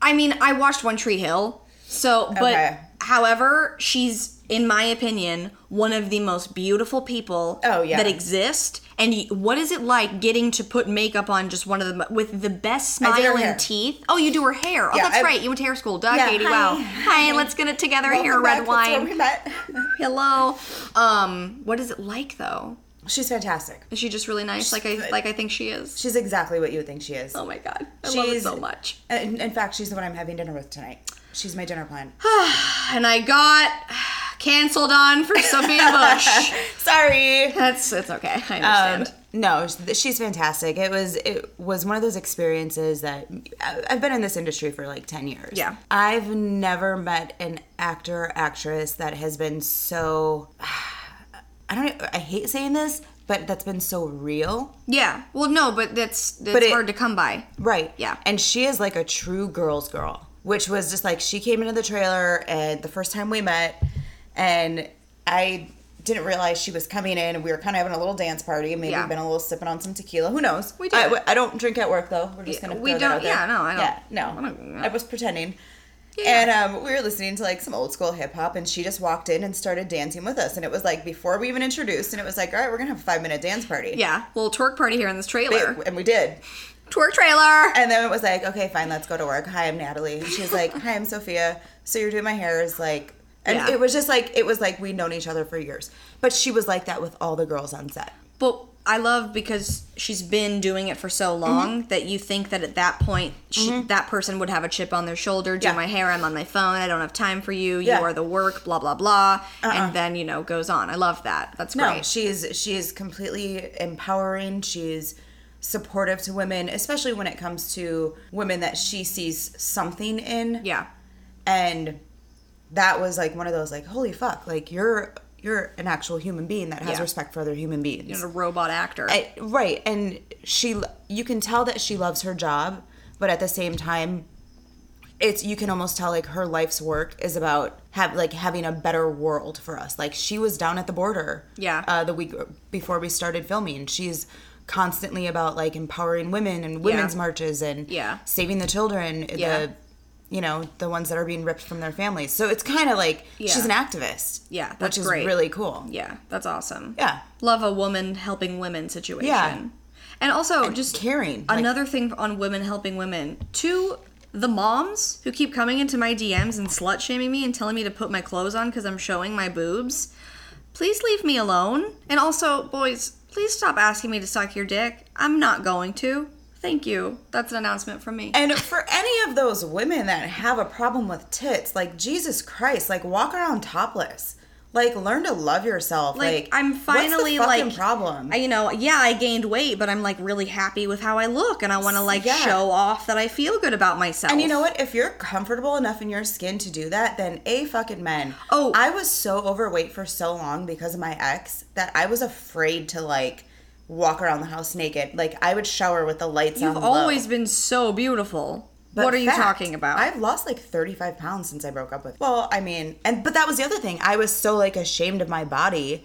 [SPEAKER 1] I mean, I watched One Tree Hill, so but
[SPEAKER 2] Okay.
[SPEAKER 1] however, she's in my opinion one of the most beautiful people
[SPEAKER 2] Oh, yeah.
[SPEAKER 1] that exist. And y- what is it like getting to put makeup on just one of the mo- with the best
[SPEAKER 2] I did her
[SPEAKER 1] smile
[SPEAKER 2] hair.
[SPEAKER 1] and teeth? Oh, you do her hair. Oh,
[SPEAKER 2] Yeah,
[SPEAKER 1] that's
[SPEAKER 2] I-
[SPEAKER 1] right. You went to hair school, duh,
[SPEAKER 2] Yeah,
[SPEAKER 1] Katie.
[SPEAKER 2] hi.
[SPEAKER 1] Wow. Hi, let's get it together. hair, red
[SPEAKER 2] Welcome back. Oh, That's where
[SPEAKER 1] wine.
[SPEAKER 2] we met.
[SPEAKER 1] Hello. Um, what is it like though?
[SPEAKER 2] She's fantastic.
[SPEAKER 1] Is she just really nice? Like I like I think she is.
[SPEAKER 2] She's exactly what you would think she is.
[SPEAKER 1] Oh my god, I love it
[SPEAKER 2] She's-
[SPEAKER 1] so much.
[SPEAKER 2] In, in fact, she's the one I'm having dinner with tonight. She's my dinner plan.
[SPEAKER 1] And I got canceled on for Sophia Bush.
[SPEAKER 2] Sorry.
[SPEAKER 1] That's it's okay. I
[SPEAKER 2] Um,
[SPEAKER 1] understand.
[SPEAKER 2] no, sh- she's fantastic. It was it was one of those experiences that I- I've been in this industry for like ten years.
[SPEAKER 1] Yeah.
[SPEAKER 2] I've never met an actor or actress that has been so. I don't. e, I hate saying this, but that's been so real.
[SPEAKER 1] yeah. Well, no, but that's that's
[SPEAKER 2] it-
[SPEAKER 1] hard to come by.
[SPEAKER 2] Right.
[SPEAKER 1] Yeah.
[SPEAKER 2] And she is like a true girl's girl, which was just like she came into the trailer and the first time we met, and I didn't realize she was coming in and we were kind of having a little dance party. Maybe
[SPEAKER 1] Yeah.
[SPEAKER 2] we've been a little sipping on some tequila. Who knows?
[SPEAKER 1] We do.
[SPEAKER 2] I, I don't drink at work though. We're just
[SPEAKER 1] Yeah,
[SPEAKER 2] gonna. Throw
[SPEAKER 1] we
[SPEAKER 2] that
[SPEAKER 1] don't-
[SPEAKER 2] out there.
[SPEAKER 1] yeah, no, I don't-
[SPEAKER 2] Yeah.
[SPEAKER 1] I
[SPEAKER 2] No. I,
[SPEAKER 1] don't-
[SPEAKER 2] was pretending.
[SPEAKER 1] Yeah.
[SPEAKER 2] And um, we were listening to like some old school hip hop, and she just walked in and started dancing with us. And it was like before we even introduced, and it was like, all right, we're gonna have a five minute dance party.
[SPEAKER 1] Yeah. Little twerk party here in this trailer.
[SPEAKER 2] And we did.
[SPEAKER 1] twerk trailer.
[SPEAKER 2] And then it was like, okay, fine, let's go to work. Hi, I'm Natalie. And she's like, hi, I'm Sophia. So you're doing my hair is like, and
[SPEAKER 1] Yeah.
[SPEAKER 2] it was just like, it was like we'd known each other for years. But she was like that with all the girls on set.
[SPEAKER 1] But I love because she's been doing it for so
[SPEAKER 2] Mm-hmm.
[SPEAKER 1] long that you think that at that point she, that person would have a chip on their shoulder. Do
[SPEAKER 2] Yeah.
[SPEAKER 1] my hair? I'm on my phone. I don't have time for you.
[SPEAKER 2] Yeah. Uh-uh.
[SPEAKER 1] You are the work. Blah blah blah. And then you know goes on. I love that. That's
[SPEAKER 2] No,
[SPEAKER 1] great.
[SPEAKER 2] she is she is completely empowering. She's supportive to women, especially when it comes to women that she sees something in.
[SPEAKER 1] Yeah.
[SPEAKER 2] And that was like one of those like, holy fuck, like you're you're an actual human being that has
[SPEAKER 1] Yeah.
[SPEAKER 2] respect for other human beings.
[SPEAKER 1] She's a robot actor.
[SPEAKER 2] I- right and she you can tell that she loves her job but at the same time it's you can almost tell like her life's work is about have like having a better world for us like she was down at the border
[SPEAKER 1] Yeah.
[SPEAKER 2] uh, the week before we started filming she's constantly about like empowering women and women's marches and
[SPEAKER 1] Yeah.
[SPEAKER 2] saving the children
[SPEAKER 1] Yeah.
[SPEAKER 2] the you know the ones that are being ripped from their families so it's kind of like she's
[SPEAKER 1] Yeah.
[SPEAKER 2] an activist
[SPEAKER 1] Yeah, that's
[SPEAKER 2] which is
[SPEAKER 1] great.
[SPEAKER 2] really cool
[SPEAKER 1] yeah, that's awesome.
[SPEAKER 2] yeah
[SPEAKER 1] Love a woman helping women situation.
[SPEAKER 2] Yeah.
[SPEAKER 1] And also just
[SPEAKER 2] caring like-
[SPEAKER 1] Another thing on women helping women to the moms who keep coming into my DMs and slut shaming me and telling me to put my clothes on because I'm showing my boobs. Please leave me alone. And also, boys, please stop asking me to suck your dick. I'm not going to. Thank you. That's an announcement from me.
[SPEAKER 2] And for any of those women that have a problem with tits, like Jesus Christ, like walk around topless. Like learn to love yourself. Like,
[SPEAKER 1] like, I'm finally
[SPEAKER 2] what's the fucking
[SPEAKER 1] like
[SPEAKER 2] problem.
[SPEAKER 1] I, you know, yeah, I gained weight, but I'm like really happy with how I look, and I want to like
[SPEAKER 2] Yeah.
[SPEAKER 1] show off that I feel good about myself.
[SPEAKER 2] and you know what? If you're comfortable enough in your skin to do that, then a fucking men.
[SPEAKER 1] Oh.
[SPEAKER 2] I was so overweight for so long because of my ex that I was afraid to like walk around the house naked. Like I would shower with the lights on.
[SPEAKER 1] you've
[SPEAKER 2] low.
[SPEAKER 1] always been so beautiful.
[SPEAKER 2] But
[SPEAKER 1] what are you
[SPEAKER 2] fact,
[SPEAKER 1] talking about?
[SPEAKER 2] I've lost like 35 pounds since I broke up with. Well, I mean, and but that was the other thing. I was so like ashamed of my body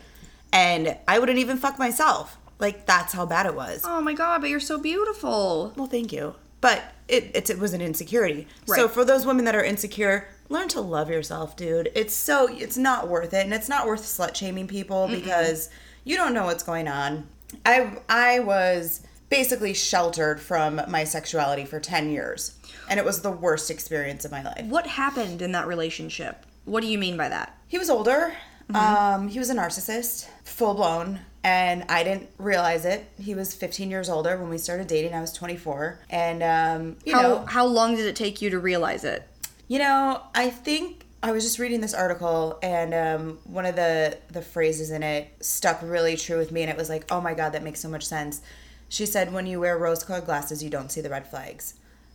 [SPEAKER 2] and I wouldn't even fuck myself. Like that's how bad it was.
[SPEAKER 1] Oh my god, but you're so beautiful.
[SPEAKER 2] Well, thank you. But it it, it was an insecurity. So
[SPEAKER 1] Right.
[SPEAKER 2] for those women that are insecure, learn to love yourself, dude. It's so it's not worth it and it's not worth slut shaming people because you don't know what's going on. I I was basically sheltered from my sexuality for 10 years and it was the worst experience of my life.
[SPEAKER 1] What happened in that relationship? What do you mean by that?
[SPEAKER 2] He was older.
[SPEAKER 1] Mm-hmm.
[SPEAKER 2] Um, he was a narcissist, full blown, and I didn't realize it. He was 15 years older when we started dating. I was 24, and um, you
[SPEAKER 1] How
[SPEAKER 2] know,
[SPEAKER 1] how long did it take you to realize it?
[SPEAKER 2] you know, I think I was just reading this article, and um, one of the the phrases in it stuck really true with me, and it was like, oh my god, that makes so much sense. She said, when you wear rose colored glasses, you don't see the red flags.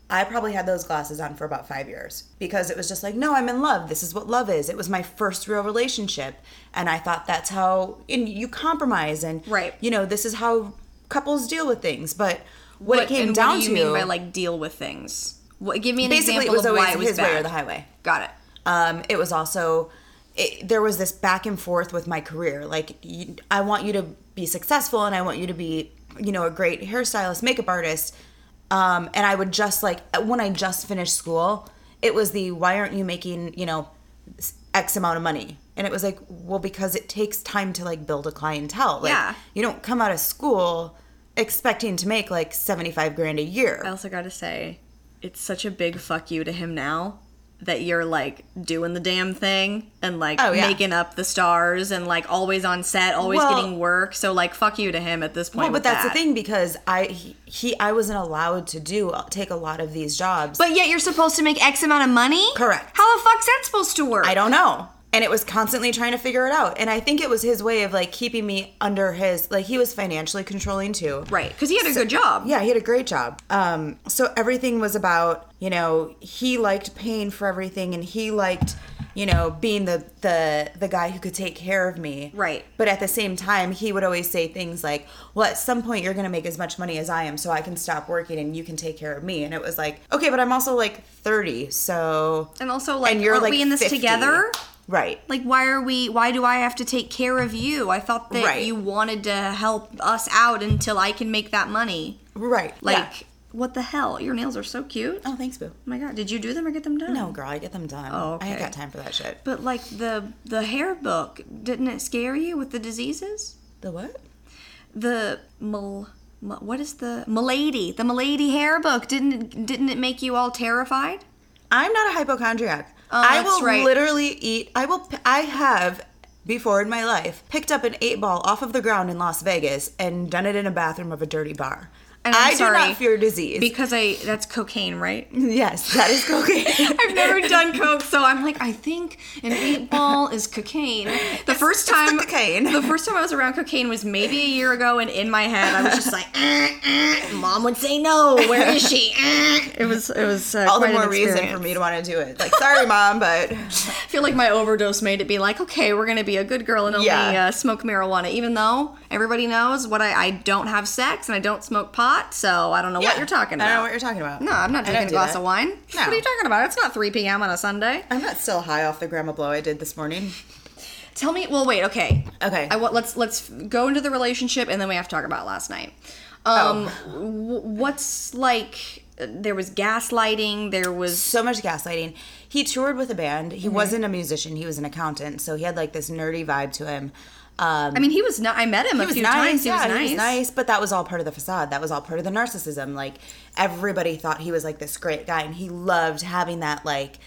[SPEAKER 2] I probably had those glasses on for about five years because it was just like, no, I'm in love. This is what love is. It was my first real relationship. And I thought that's how and you compromise and
[SPEAKER 1] Right.
[SPEAKER 2] you know, this is how couples deal with things. But what, it
[SPEAKER 1] What-
[SPEAKER 2] came
[SPEAKER 1] and
[SPEAKER 2] down
[SPEAKER 1] what do you
[SPEAKER 2] to
[SPEAKER 1] mean by like deal with things? What, give me an
[SPEAKER 2] basically it
[SPEAKER 1] example
[SPEAKER 2] was
[SPEAKER 1] of
[SPEAKER 2] always
[SPEAKER 1] why it was
[SPEAKER 2] his
[SPEAKER 1] bad.
[SPEAKER 2] way or the highway.
[SPEAKER 1] Got it.
[SPEAKER 2] Um, it was also it, there was this back and forth with my career. Like you, I want you to be successful, and I want you to be, you know, a great hairstylist, makeup artist. Um, and I would just like when I just finished school, it was the why aren't you making you know x amount of money? And it was like well because it takes time to like build a clientele. Like,
[SPEAKER 1] Yeah.
[SPEAKER 2] you don't come out of school expecting to make like seventy five grand a year.
[SPEAKER 1] I also got to say, it's such a big fuck you to him now that you're like doing the damn thing and like
[SPEAKER 2] Oh, yeah.
[SPEAKER 1] making up the stars and like always on set, always
[SPEAKER 2] Well-
[SPEAKER 1] getting work. So like fuck you to him at this point.
[SPEAKER 2] Well,
[SPEAKER 1] with
[SPEAKER 2] Oh, but that's
[SPEAKER 1] that.
[SPEAKER 2] the thing because I he, he I wasn't allowed to do uh, take a lot of these jobs.
[SPEAKER 1] But yet you're supposed to make X amount of money?
[SPEAKER 2] Correct.
[SPEAKER 1] How the fuck's that supposed to work?
[SPEAKER 2] I don't know. And it was constantly trying to figure it out. And I think it was his way of like keeping me under his like he was financially controlling too.
[SPEAKER 1] Right, because he had a good job.
[SPEAKER 2] Yeah, he had a great job. Um, so everything was about you know he liked paying for everything, and he liked you know being the the the guy who could take care of me.
[SPEAKER 1] Right.
[SPEAKER 2] But at the same time, he would always say things like, "Well, at some point you're going to make as much money as I am, so I can stop working and you can take care of me." And it was like, "Okay, but I'm also like 30, so
[SPEAKER 1] And also, like,
[SPEAKER 2] and you're
[SPEAKER 1] aren't
[SPEAKER 2] like
[SPEAKER 1] we in this
[SPEAKER 2] 50."
[SPEAKER 1] together?
[SPEAKER 2] Right.
[SPEAKER 1] Like, why are we? Why do I have to take care of you? I thought that
[SPEAKER 2] Right.
[SPEAKER 1] you wanted to help us out until I can make that money.
[SPEAKER 2] Right.
[SPEAKER 1] Like,
[SPEAKER 2] Yeah.
[SPEAKER 1] what the hell? Your nails are so cute. Oh
[SPEAKER 2] oh, thanks, boo.
[SPEAKER 1] my god, did you do them or get them done?
[SPEAKER 2] No, girl, I get them done.
[SPEAKER 1] Oh,
[SPEAKER 2] I ain't
[SPEAKER 1] okay.
[SPEAKER 2] got time for that shit.
[SPEAKER 1] But like the the hair book, didn't it scare you with the diseases?
[SPEAKER 2] The what?
[SPEAKER 1] The mal, ma- what is the milady? The milady hair book didn't didn't it make you all terrified?
[SPEAKER 2] I'm not a hypochondriac. I
[SPEAKER 1] Oh, that's
[SPEAKER 2] will
[SPEAKER 1] right.
[SPEAKER 2] literally eat. I will. p- I have before in my life picked up an eight ball off of the ground in Las Vegas and done it in a bathroom of a dirty bar.
[SPEAKER 1] And I'm
[SPEAKER 2] I do
[SPEAKER 1] sorry,
[SPEAKER 2] not fear disease.
[SPEAKER 1] Because I that's cocaine, right?
[SPEAKER 2] yes, that is cocaine.
[SPEAKER 1] I've never done coke, so I'm like, I think an eight ball is cocaine. The first
[SPEAKER 2] it's
[SPEAKER 1] time,
[SPEAKER 2] the cocaine.
[SPEAKER 1] the first time I was around cocaine was maybe a year ago, and in my head, I was just like, "Eh, eh." Mom would say no. Where is she? Eh." It was, it was uh,
[SPEAKER 2] All the
[SPEAKER 1] quite an
[SPEAKER 2] more reason for
[SPEAKER 1] experience.
[SPEAKER 2] me to want to do it. Like, sorry, mom, but
[SPEAKER 1] I feel like my overdose made it be like, okay, we're gonna be a good girl and only
[SPEAKER 2] Yeah.
[SPEAKER 1] uh, smoke marijuana, even though everybody knows what I, I don't have sex and I don't smoke pot, so I don't know what
[SPEAKER 2] Yeah,
[SPEAKER 1] you're talking about.
[SPEAKER 2] I don't know what you're talking about.
[SPEAKER 1] no, I'm not
[SPEAKER 2] I
[SPEAKER 1] drinking
[SPEAKER 2] don't
[SPEAKER 1] a
[SPEAKER 2] do
[SPEAKER 1] glass
[SPEAKER 2] that.
[SPEAKER 1] of wine.
[SPEAKER 2] No.
[SPEAKER 1] What are you talking about? It's not 3 p.m. on a Sunday.
[SPEAKER 2] I'm not still high off the grandma blow I did this morning.
[SPEAKER 1] Tell me. Well, wait. Okay.
[SPEAKER 2] Okay.
[SPEAKER 1] I want. Let's let's go into the relationship, and then we have to talk about last night.
[SPEAKER 2] Oh.
[SPEAKER 1] Um, w- what's like? uh, There was gaslighting. There was.
[SPEAKER 2] so much gaslighting. He toured with a band.
[SPEAKER 1] Mm-hmm.
[SPEAKER 2] He wasn't a musician. He was an accountant. So he had like this nerdy vibe to him. Um,
[SPEAKER 1] I mean, he was. not. I met him a
[SPEAKER 2] he was
[SPEAKER 1] few
[SPEAKER 2] nice.
[SPEAKER 1] times.
[SPEAKER 2] yeah,
[SPEAKER 1] he was nice.
[SPEAKER 2] But that was all part of the facade. That was all part of the narcissism. Like everybody thought he was like this great guy, and he loved having that like.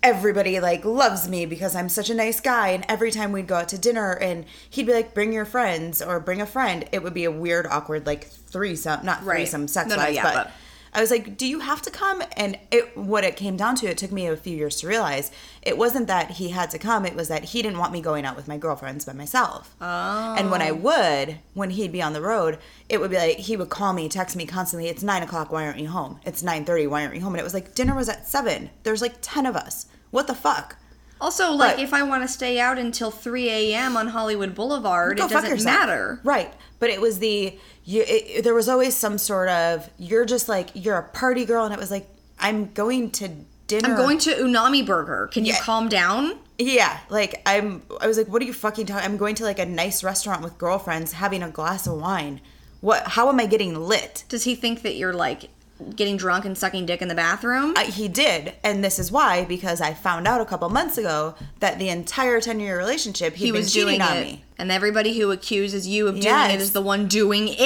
[SPEAKER 2] Everybody like loves me because I'm such a nice guy, and every time we'd go out to dinner, and he'd be like, "Bring your friends" or "Bring a friend." It would be a weird, awkward like threesome, not
[SPEAKER 1] Right.
[SPEAKER 2] threesome sex
[SPEAKER 1] No, no,
[SPEAKER 2] wise,
[SPEAKER 1] yeah,
[SPEAKER 2] but,
[SPEAKER 1] but-
[SPEAKER 2] I was like, "Do you have to come?" And it what it came down to, it took me a few years to realize it wasn't that he had to come; it was that he didn't want me going out with my girlfriends by myself. Oh. And when I would, when he'd be on the road, it would be like he would call me, text me constantly. It's nine o'clock. Why aren't you home? It's nine thirty. Why aren't you home? And it was like dinner was at seven. There's like ten of us. What the fuck?
[SPEAKER 1] Also, like,
[SPEAKER 2] But-
[SPEAKER 1] if I want to stay out until 3 a.m. on Hollywood Boulevard,
[SPEAKER 2] Go
[SPEAKER 1] it
[SPEAKER 2] fuck
[SPEAKER 1] doesn't
[SPEAKER 2] yourself.
[SPEAKER 1] matter.
[SPEAKER 2] Right. But it was the you it, there was always some sort of you're just like you're a party girl and it was like I'm going to dinner.
[SPEAKER 1] I'm going to Unami Burger. Can you
[SPEAKER 2] Yeah.
[SPEAKER 1] calm down?
[SPEAKER 2] Yeah, like I'm I was like what are you fucking talking I'm going to like a nice restaurant with girlfriends having a glass of wine. What how am I getting lit?
[SPEAKER 1] Does he think that you're like getting drunk and sucking dick in the bathroom?
[SPEAKER 2] I, he did, and this is why because I found out a couple months ago that the entire ten year relationship he'd
[SPEAKER 1] he
[SPEAKER 2] been
[SPEAKER 1] was
[SPEAKER 2] cheating
[SPEAKER 1] doing
[SPEAKER 2] on
[SPEAKER 1] it,
[SPEAKER 2] me.
[SPEAKER 1] and everybody who accuses you of doing it
[SPEAKER 2] Yes.
[SPEAKER 1] is the one doing it.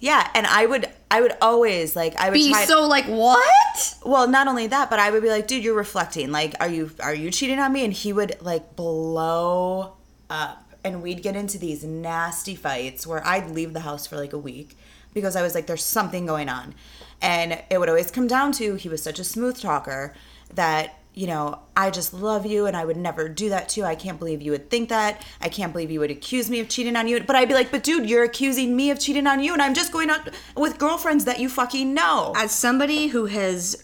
[SPEAKER 2] Yeah, and I would I would always like I would
[SPEAKER 1] Be
[SPEAKER 2] try
[SPEAKER 1] so like what?
[SPEAKER 2] well not only that but i would be like dude you're reflecting like are you are you cheating on me and he would like blow up and we'd get into these nasty fights where i'd leave the house for like a week because i was like there's something going on and it would always come down to he was such a smooth talker that you know i just love you and i would never do that to you i can't believe you would think that i can't believe you would accuse me of cheating on you but i'd be like but dude you're accusing me of cheating on you and i'm just going out with girlfriends that you fucking know
[SPEAKER 1] As somebody who has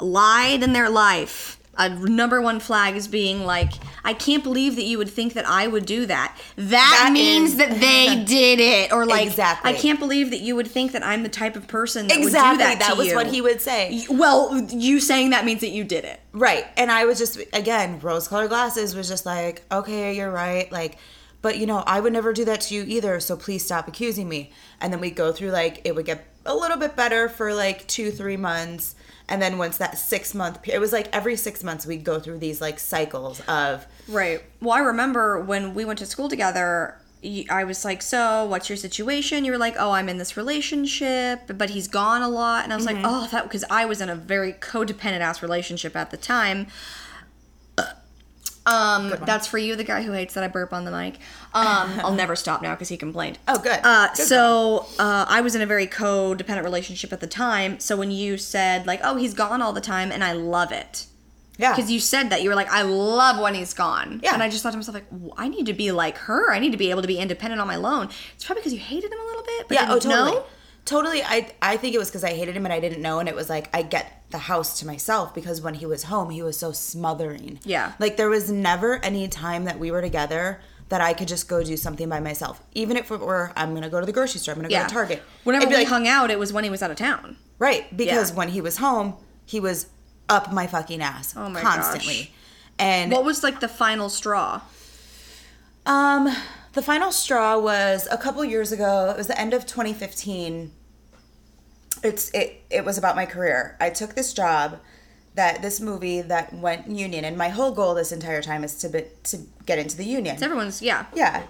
[SPEAKER 1] lied in their life, a number one flag is being like, I can't believe that you would think that I would do that. That,
[SPEAKER 2] That
[SPEAKER 1] means
[SPEAKER 2] is-
[SPEAKER 1] that they did it, or like,
[SPEAKER 2] Exactly.
[SPEAKER 1] I can't believe that you would think that I'm the type of person that
[SPEAKER 2] exactly
[SPEAKER 1] would do that.
[SPEAKER 2] that
[SPEAKER 1] to
[SPEAKER 2] was
[SPEAKER 1] you.
[SPEAKER 2] what he would say
[SPEAKER 1] Well, you saying that means that you did it.
[SPEAKER 2] right and i was just again rose colored glasses was just like okay you're right like but you know i would never do that to you either so please stop accusing me and then we go through like it would get a little bit better for like two three months and then once that six month pe- it was like every six months we'd go through these like cycles of
[SPEAKER 1] Right. Well, I remember when we went to school together, y- I was like, So, what's your situation? You were like, Oh, I'm in this relationship, but he's gone a lot. And I was
[SPEAKER 2] Mm-hmm.
[SPEAKER 1] like, Oh, that because I was in a very codependent ass relationship at the time. Uh, Um, that's for you, the guy who hates that I burp on the mic. Um, I'll never stop now because he complained.
[SPEAKER 2] oh good
[SPEAKER 1] Uh,
[SPEAKER 2] Good
[SPEAKER 1] so uh, I was in a very codependent relationship at the time. So when you said like, "Oh, he's gone all the time," and I love it,
[SPEAKER 2] yeah
[SPEAKER 1] because you said that you were like, I love when he's gone.
[SPEAKER 2] Yeah.
[SPEAKER 1] And I just thought to myself, like, w- I need to be like her. I need to be able to be independent on my own. It's probably because you hated him a little bit. But
[SPEAKER 2] yeah oh
[SPEAKER 1] didn't know.
[SPEAKER 2] totally totally i i think it was because i hated him and i didn't know and it was like i get the house to myself because when he was home he was so smothering
[SPEAKER 1] Yeah.
[SPEAKER 2] like there was never any time that we were together that i could just go do something by myself even if it were i'm gonna go to the grocery store i'm gonna
[SPEAKER 1] Yeah.
[SPEAKER 2] go to target
[SPEAKER 1] Whenever
[SPEAKER 2] I'd
[SPEAKER 1] we
[SPEAKER 2] be like,
[SPEAKER 1] hung out, it was when he was out of town.
[SPEAKER 2] right because
[SPEAKER 1] Yeah.
[SPEAKER 2] when he was home he was up my fucking ass
[SPEAKER 1] Oh my
[SPEAKER 2] constantly
[SPEAKER 1] gosh.
[SPEAKER 2] and
[SPEAKER 1] What was like the final straw?
[SPEAKER 2] Um, the final straw was a couple years ago. It was the end of 2015. It's it it was about my career. I took this job that this movie that went union, and my whole goal this entire time is to be, to get into the union.
[SPEAKER 1] Everyone's, yeah.
[SPEAKER 2] Yeah.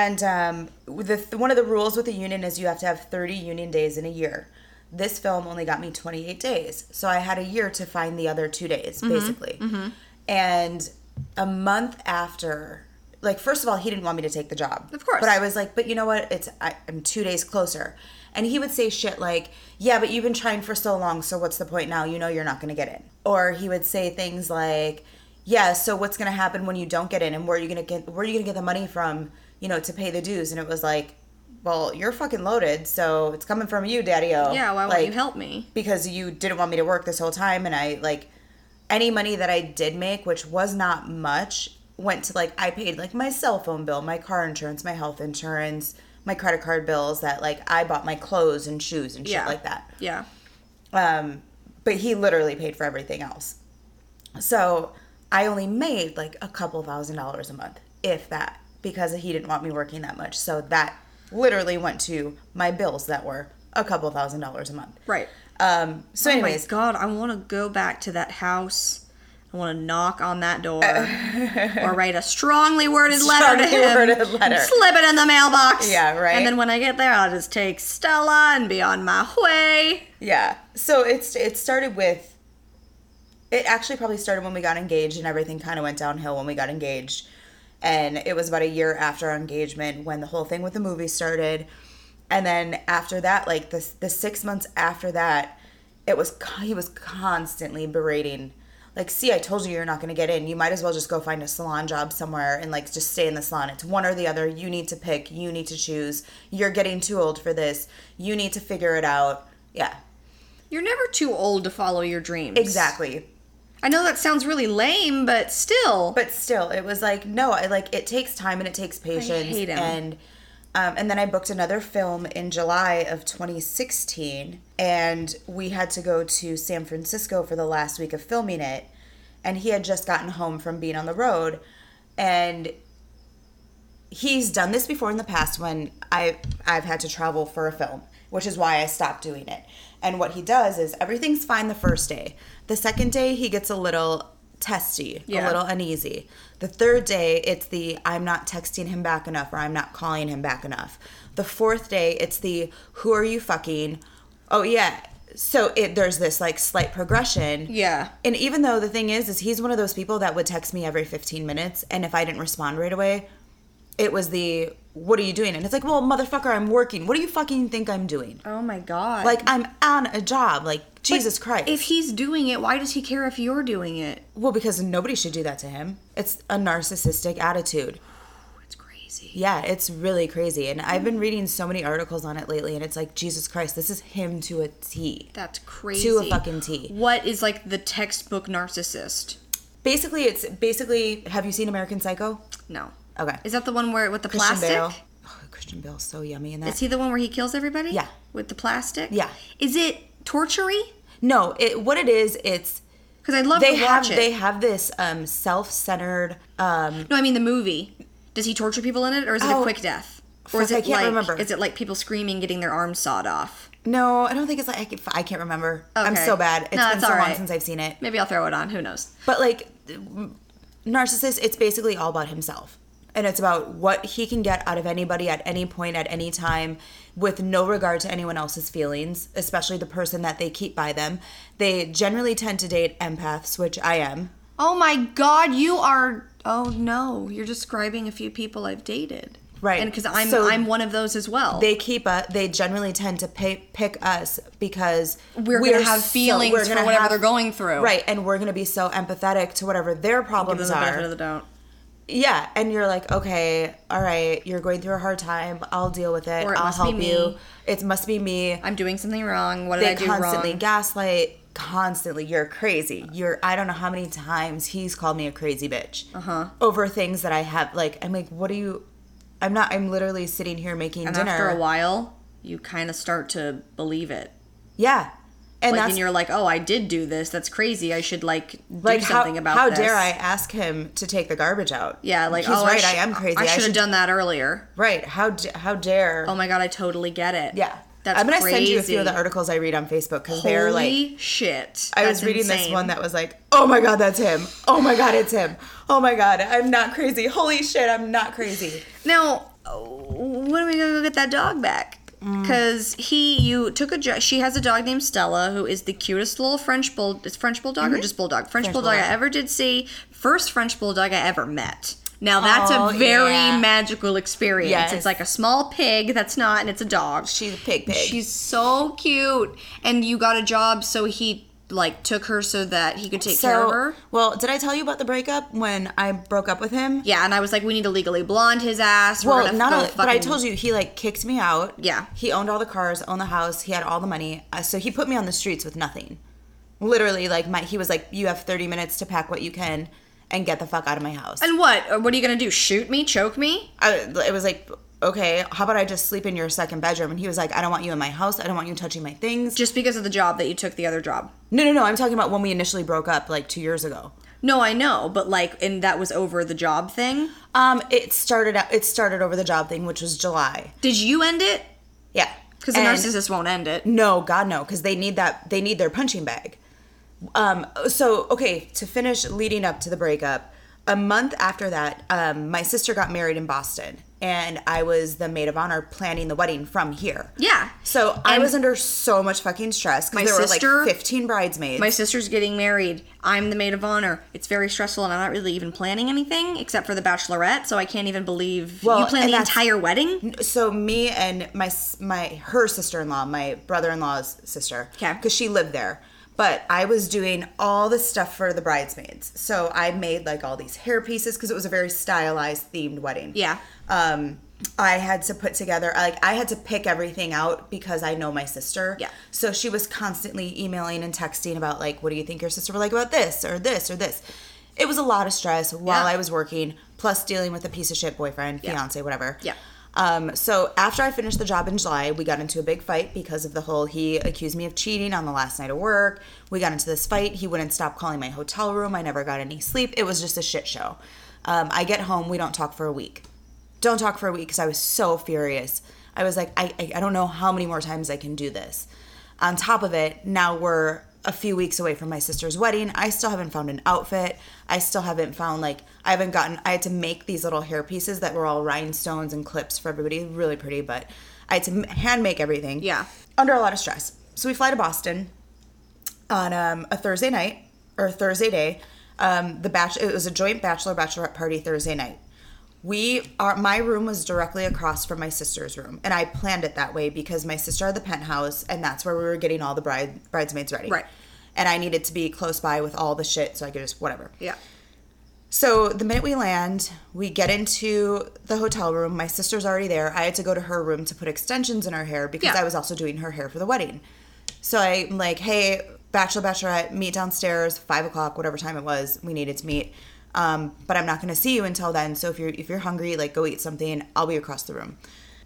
[SPEAKER 2] And um, the, one of the rules with the union is you have to have 30 union days in a year. This film only got me 28 days. So I had a year to
[SPEAKER 1] Mm-hmm.
[SPEAKER 2] find the other two days, basically. And a month after, like first of all he didn't want me to take the job
[SPEAKER 1] Of course.
[SPEAKER 2] but i was like but you know what it's I, i'm two days closer and he would say shit like yeah but you've been trying for so long so what's the point now you know you're not going to get in or he would say things like yeah so what's going to happen when you don't get in and where are you going to get where are you going to get the money from you know to pay the dues and it was like well you're fucking loaded so it's coming from you daddy-o
[SPEAKER 1] Yeah, why won't
[SPEAKER 2] Like,
[SPEAKER 1] you help me?
[SPEAKER 2] because you didn't want me to work this whole time and I like any money that I did make, which was not much, went to like I paid like my cell phone bill, my car insurance, my health insurance, my credit card bills that like I bought my clothes and shoes and shit
[SPEAKER 1] Yeah.
[SPEAKER 2] like that.
[SPEAKER 1] Yeah.
[SPEAKER 2] Um, but he literally paid for everything else. So I only made like a couple thousand dollars a month, if that, because he didn't want me working that much. So that literally went to my bills that were a couple thousand dollars a month.
[SPEAKER 1] Right.
[SPEAKER 2] Um, so,
[SPEAKER 1] Oh my
[SPEAKER 2] anyways,
[SPEAKER 1] god, I want to go back to that house. I want to knock on that door or write a strongly worded letter to
[SPEAKER 2] Strongly
[SPEAKER 1] him.
[SPEAKER 2] worded letter.
[SPEAKER 1] Slip it in the mailbox.
[SPEAKER 2] Yeah, right.
[SPEAKER 1] And then when I get there, I'll just take Stella and be on my way.
[SPEAKER 2] Yeah. So it's it started with it actually probably started when we got engaged and everything kind of went downhill when we got engaged. And it was about a year after our engagement when the whole thing with the movie started. And then after that, like the the 6 months after that, it was co- he was constantly berating like, see, I told you you're not going to get in. You might as well just go find a salon job somewhere and like just stay in the salon. It's one or the other. You need to pick. You need to choose. You're getting too old for this. You need to figure it out. Yeah.
[SPEAKER 1] You're never too old to follow your dreams.
[SPEAKER 2] Exactly.
[SPEAKER 1] I know that sounds really lame, but still.
[SPEAKER 2] But still, it was like no, I like it takes time and it takes patience.
[SPEAKER 1] hate him.
[SPEAKER 2] And um, and then I booked another film in July of 2016, and we had to go to San Francisco for the last week of filming it. And he had just gotten home from being on the road, and he's done this before in the past when I I've had to travel for a film, which is why I stopped doing it. And what he does is everything's fine the first day. The second day he gets a little testy,
[SPEAKER 1] Yeah.
[SPEAKER 2] a little uneasy. The third day it's the I'm not texting him back enough or I'm not calling him back enough. The fourth day it's the who are you fucking? Oh yeah. So it there's this like slight progression.
[SPEAKER 1] yeah.
[SPEAKER 2] And even though the thing is, is he's one of those people that would text me every 15 minutes, and if I didn't respond right away, it was the "What are you doing?" And it's like, "Well, motherfucker, I'm working. What do you fucking think I'm doing?
[SPEAKER 1] Oh my god.
[SPEAKER 2] Like I'm on a job. Like Jesus Christ."
[SPEAKER 1] if he's doing it, why does he care if you're doing it?
[SPEAKER 2] well, because nobody should do that to him. It's a narcissistic attitude.
[SPEAKER 1] It's crazy.
[SPEAKER 2] Yeah, it's really crazy. And
[SPEAKER 1] Mm-hmm.
[SPEAKER 2] I've been reading so many articles on it lately, and it's like Jesus Christ, this is him to a T.
[SPEAKER 1] That's crazy.
[SPEAKER 2] To a fucking T.
[SPEAKER 1] What is like the textbook narcissist?
[SPEAKER 2] Basically, it's basically. Have you seen American Psycho?
[SPEAKER 1] No.
[SPEAKER 2] Okay.
[SPEAKER 1] Is that the one where with the
[SPEAKER 2] Christian
[SPEAKER 1] plastic?
[SPEAKER 2] Bale. Oh, Christian Bale's so yummy in that.
[SPEAKER 1] Is he the one where he kills everybody?
[SPEAKER 2] Yeah.
[SPEAKER 1] With the plastic?
[SPEAKER 2] Yeah.
[SPEAKER 1] Is it tortury?
[SPEAKER 2] No, it what it is, it's
[SPEAKER 1] Because I'd love
[SPEAKER 2] they
[SPEAKER 1] to
[SPEAKER 2] have
[SPEAKER 1] watch it.
[SPEAKER 2] they have this um self-centered um
[SPEAKER 1] no, I mean the movie. Does he torture people in it, or is it a
[SPEAKER 2] Oh.
[SPEAKER 1] quick death? Or is
[SPEAKER 2] Fuck, I
[SPEAKER 1] it
[SPEAKER 2] can't
[SPEAKER 1] like
[SPEAKER 2] remember.
[SPEAKER 1] is it like people screaming, getting their arms sawed off?
[SPEAKER 2] no, I don't think it's like I can I can't remember. I'm
[SPEAKER 1] Okay.
[SPEAKER 2] so bad. It's
[SPEAKER 1] No,
[SPEAKER 2] been
[SPEAKER 1] it's
[SPEAKER 2] so
[SPEAKER 1] all
[SPEAKER 2] long
[SPEAKER 1] right.
[SPEAKER 2] since I've seen it.
[SPEAKER 1] Maybe I'll throw it on. Who knows?
[SPEAKER 2] But like m- narcissist, it's basically all about himself. And it's about what he can get out of anybody at any point at any time with no regard to anyone else's feelings, especially the person that they keep by them. They generally tend to date empaths, which I am.
[SPEAKER 1] Oh my god, you are. Oh no, you're describing a few people I've dated.
[SPEAKER 2] Right.
[SPEAKER 1] And because I'm
[SPEAKER 2] So-
[SPEAKER 1] I'm one of those as well.
[SPEAKER 2] they keep us they generally tend to pay, pick us because
[SPEAKER 1] we're gonna have
[SPEAKER 2] so-
[SPEAKER 1] feelings
[SPEAKER 2] we're
[SPEAKER 1] for
[SPEAKER 2] gonna
[SPEAKER 1] whatever
[SPEAKER 2] have-
[SPEAKER 1] they're going through.
[SPEAKER 2] right and we're gonna be so empathetic to whatever their
[SPEAKER 1] Give them
[SPEAKER 2] problems
[SPEAKER 1] the benefit of
[SPEAKER 2] are
[SPEAKER 1] the doubt.
[SPEAKER 2] yeah and you're like okay all right you're going through a hard time i'll deal with it,
[SPEAKER 1] Or it
[SPEAKER 2] i'll
[SPEAKER 1] must be
[SPEAKER 2] help you
[SPEAKER 1] me.
[SPEAKER 2] it must be me
[SPEAKER 1] I'm doing something wrong. What did
[SPEAKER 2] they
[SPEAKER 1] I do
[SPEAKER 2] constantly
[SPEAKER 1] wrong?
[SPEAKER 2] gaslight constantly you're crazy you're i don't know how many times he's called me a crazy bitch uh-huh. over things that i have like i'm like what do you i'm not i'm literally sitting here making
[SPEAKER 1] and
[SPEAKER 2] dinner
[SPEAKER 1] after a while, you kind of start to believe it.
[SPEAKER 2] yeah and
[SPEAKER 1] Like,
[SPEAKER 2] that's
[SPEAKER 1] and you're like, oh, I did do this. That's crazy. I should like do
[SPEAKER 2] like
[SPEAKER 1] something
[SPEAKER 2] how,
[SPEAKER 1] about
[SPEAKER 2] how
[SPEAKER 1] this.
[SPEAKER 2] dare I ask him to take the garbage out?
[SPEAKER 1] Yeah, like
[SPEAKER 2] he's
[SPEAKER 1] oh,
[SPEAKER 2] right.
[SPEAKER 1] sh-
[SPEAKER 2] I, am crazy.
[SPEAKER 1] I should have done that earlier.
[SPEAKER 2] right. How d- how dare?
[SPEAKER 1] Oh my god, I totally get it.
[SPEAKER 2] yeah,
[SPEAKER 1] that's
[SPEAKER 2] I'm gonna
[SPEAKER 1] crazy.
[SPEAKER 2] send you a few of the articles I read on Facebook because they're like.
[SPEAKER 1] Holy shit!
[SPEAKER 2] I was
[SPEAKER 1] That's
[SPEAKER 2] reading this
[SPEAKER 1] insane.
[SPEAKER 2] one that was like, "Oh my god, that's him! Oh my god, it's him! Oh my god, I'm not crazy! Holy shit, I'm not crazy!"
[SPEAKER 1] Now, when are we gonna go get that dog back?
[SPEAKER 2] Mm.
[SPEAKER 1] Because he, you took a. jo- She has a dog named Stella, who is the cutest little French
[SPEAKER 2] Mm-hmm.
[SPEAKER 1] bull. It's French bulldog or just bulldog? French, bulldog, I ever did see. First French bulldog I ever met. Now that's
[SPEAKER 2] Oh,
[SPEAKER 1] a very
[SPEAKER 2] yeah.
[SPEAKER 1] magical experience.
[SPEAKER 2] Yes.
[SPEAKER 1] It's like a small pig that's not, and it's a dog.
[SPEAKER 2] She's a pig pig.
[SPEAKER 1] She's so cute. And you got a job, so he like took her so that he could take care of her.
[SPEAKER 2] well, did I tell you about the breakup when I broke up with him?
[SPEAKER 1] Yeah, and I was like, we need to legally blonde his ass. We're
[SPEAKER 2] Well,
[SPEAKER 1] gonna
[SPEAKER 2] not
[SPEAKER 1] go
[SPEAKER 2] only, but I
[SPEAKER 1] fucking-
[SPEAKER 2] told you he like kicked me out.
[SPEAKER 1] Yeah.
[SPEAKER 2] He owned all the cars, owned the house, he had all the money. Uh, so he put me on the streets with nothing. Literally, like my he was like, you have 30 minutes to pack what you can and get the fuck out of my house.
[SPEAKER 1] And what? What are you gonna do? Shoot me? Choke me?
[SPEAKER 2] I, it was like, okay, how about I just sleep in your second bedroom? And he was like, I don't want you in my house. I don't want you touching my things.
[SPEAKER 1] Just because of the job that you took the other job?
[SPEAKER 2] No, no, no. I'm talking about when we initially broke up like two years ago.
[SPEAKER 1] No, I know, but like, and that was over the job thing.
[SPEAKER 2] Um, it started out. It started over the job thing, which was July.
[SPEAKER 1] Did you end it?
[SPEAKER 2] Yeah,
[SPEAKER 1] Because the
[SPEAKER 2] And-
[SPEAKER 1] narcissist won't end it.
[SPEAKER 2] No, God, no, because they need that. They need their punching bag. Um. So okay, to finish leading up to the breakup, a month after that, um, my sister got married in Boston, and I was the maid of honor planning the wedding from here.
[SPEAKER 1] Yeah.
[SPEAKER 2] So I
[SPEAKER 1] And-
[SPEAKER 2] was under so much fucking stress
[SPEAKER 1] My
[SPEAKER 2] because there were
[SPEAKER 1] sister-
[SPEAKER 2] like 15 bridesmaids.
[SPEAKER 1] My sister's getting married. I'm the maid of honor. It's very stressful, and I'm not really even planning anything except for the bachelorette. So I can't even believe you
[SPEAKER 2] Well,
[SPEAKER 1] planned
[SPEAKER 2] and
[SPEAKER 1] the
[SPEAKER 2] that's-
[SPEAKER 1] entire wedding.
[SPEAKER 2] so me and my s- my her sister-in-law, my brother-in-law's sister,
[SPEAKER 1] 'Kay.
[SPEAKER 2] because she lived there. But I was doing all the stuff for the bridesmaids, so I made like all these hair pieces because it was a very stylized, themed wedding.
[SPEAKER 1] Yeah.
[SPEAKER 2] Um, I had to put together like I had to pick everything out because I know my sister.
[SPEAKER 1] Yeah.
[SPEAKER 2] So she was constantly emailing and texting about like, what do you think your sister would like about this or this or this. It was a lot of stress while
[SPEAKER 1] Yeah.
[SPEAKER 2] I was working, plus dealing with a piece of shit boyfriend, fiance, whatever.
[SPEAKER 1] Yeah.
[SPEAKER 2] Um, so after I finished the job in July, we got into a big fight because of the whole he accused me of cheating on the last night of work. We got into this fight. He wouldn't stop calling my hotel room. I never got any sleep. It was just a shit show. Um, I get home. We don't talk for a week. Don't talk for a week because I was so furious. I was like, I, I, I don't know how many more times I can do this. On top of it, now we're a few weeks away from my sister's wedding. I still haven't found an outfit. I still haven't found like I haven't gotten I had to make these little hair pieces that were all rhinestones and clips for everybody. Really pretty, but I had to m- hand make everything.
[SPEAKER 1] Yeah.
[SPEAKER 2] Under a lot of stress. So we fly to Boston on um, a Thursday night or Thursday day. Um, the batch it was a joint bachelor bachelorette party Thursday night. We are my room was directly across from my sister's room, and I planned it that way because my sister had the penthouse, and that's where we were getting all the bride bridesmaids ready.
[SPEAKER 1] Right.
[SPEAKER 2] And I needed to be close by with all the shit, so I could just whatever.
[SPEAKER 1] Yeah.
[SPEAKER 2] So the minute we land, we get into the hotel room. My sister's already there. I had to go to her room to put extensions in her hair because
[SPEAKER 1] Yeah.
[SPEAKER 2] I was also doing her hair for the wedding. So I'm like, hey, bachelor, bachelorette, meet downstairs, five o'clock, whatever time it was we needed to meet. Um, but I'm not gonna see you until then. So if you're if you're hungry, like go eat something. I'll be across the room.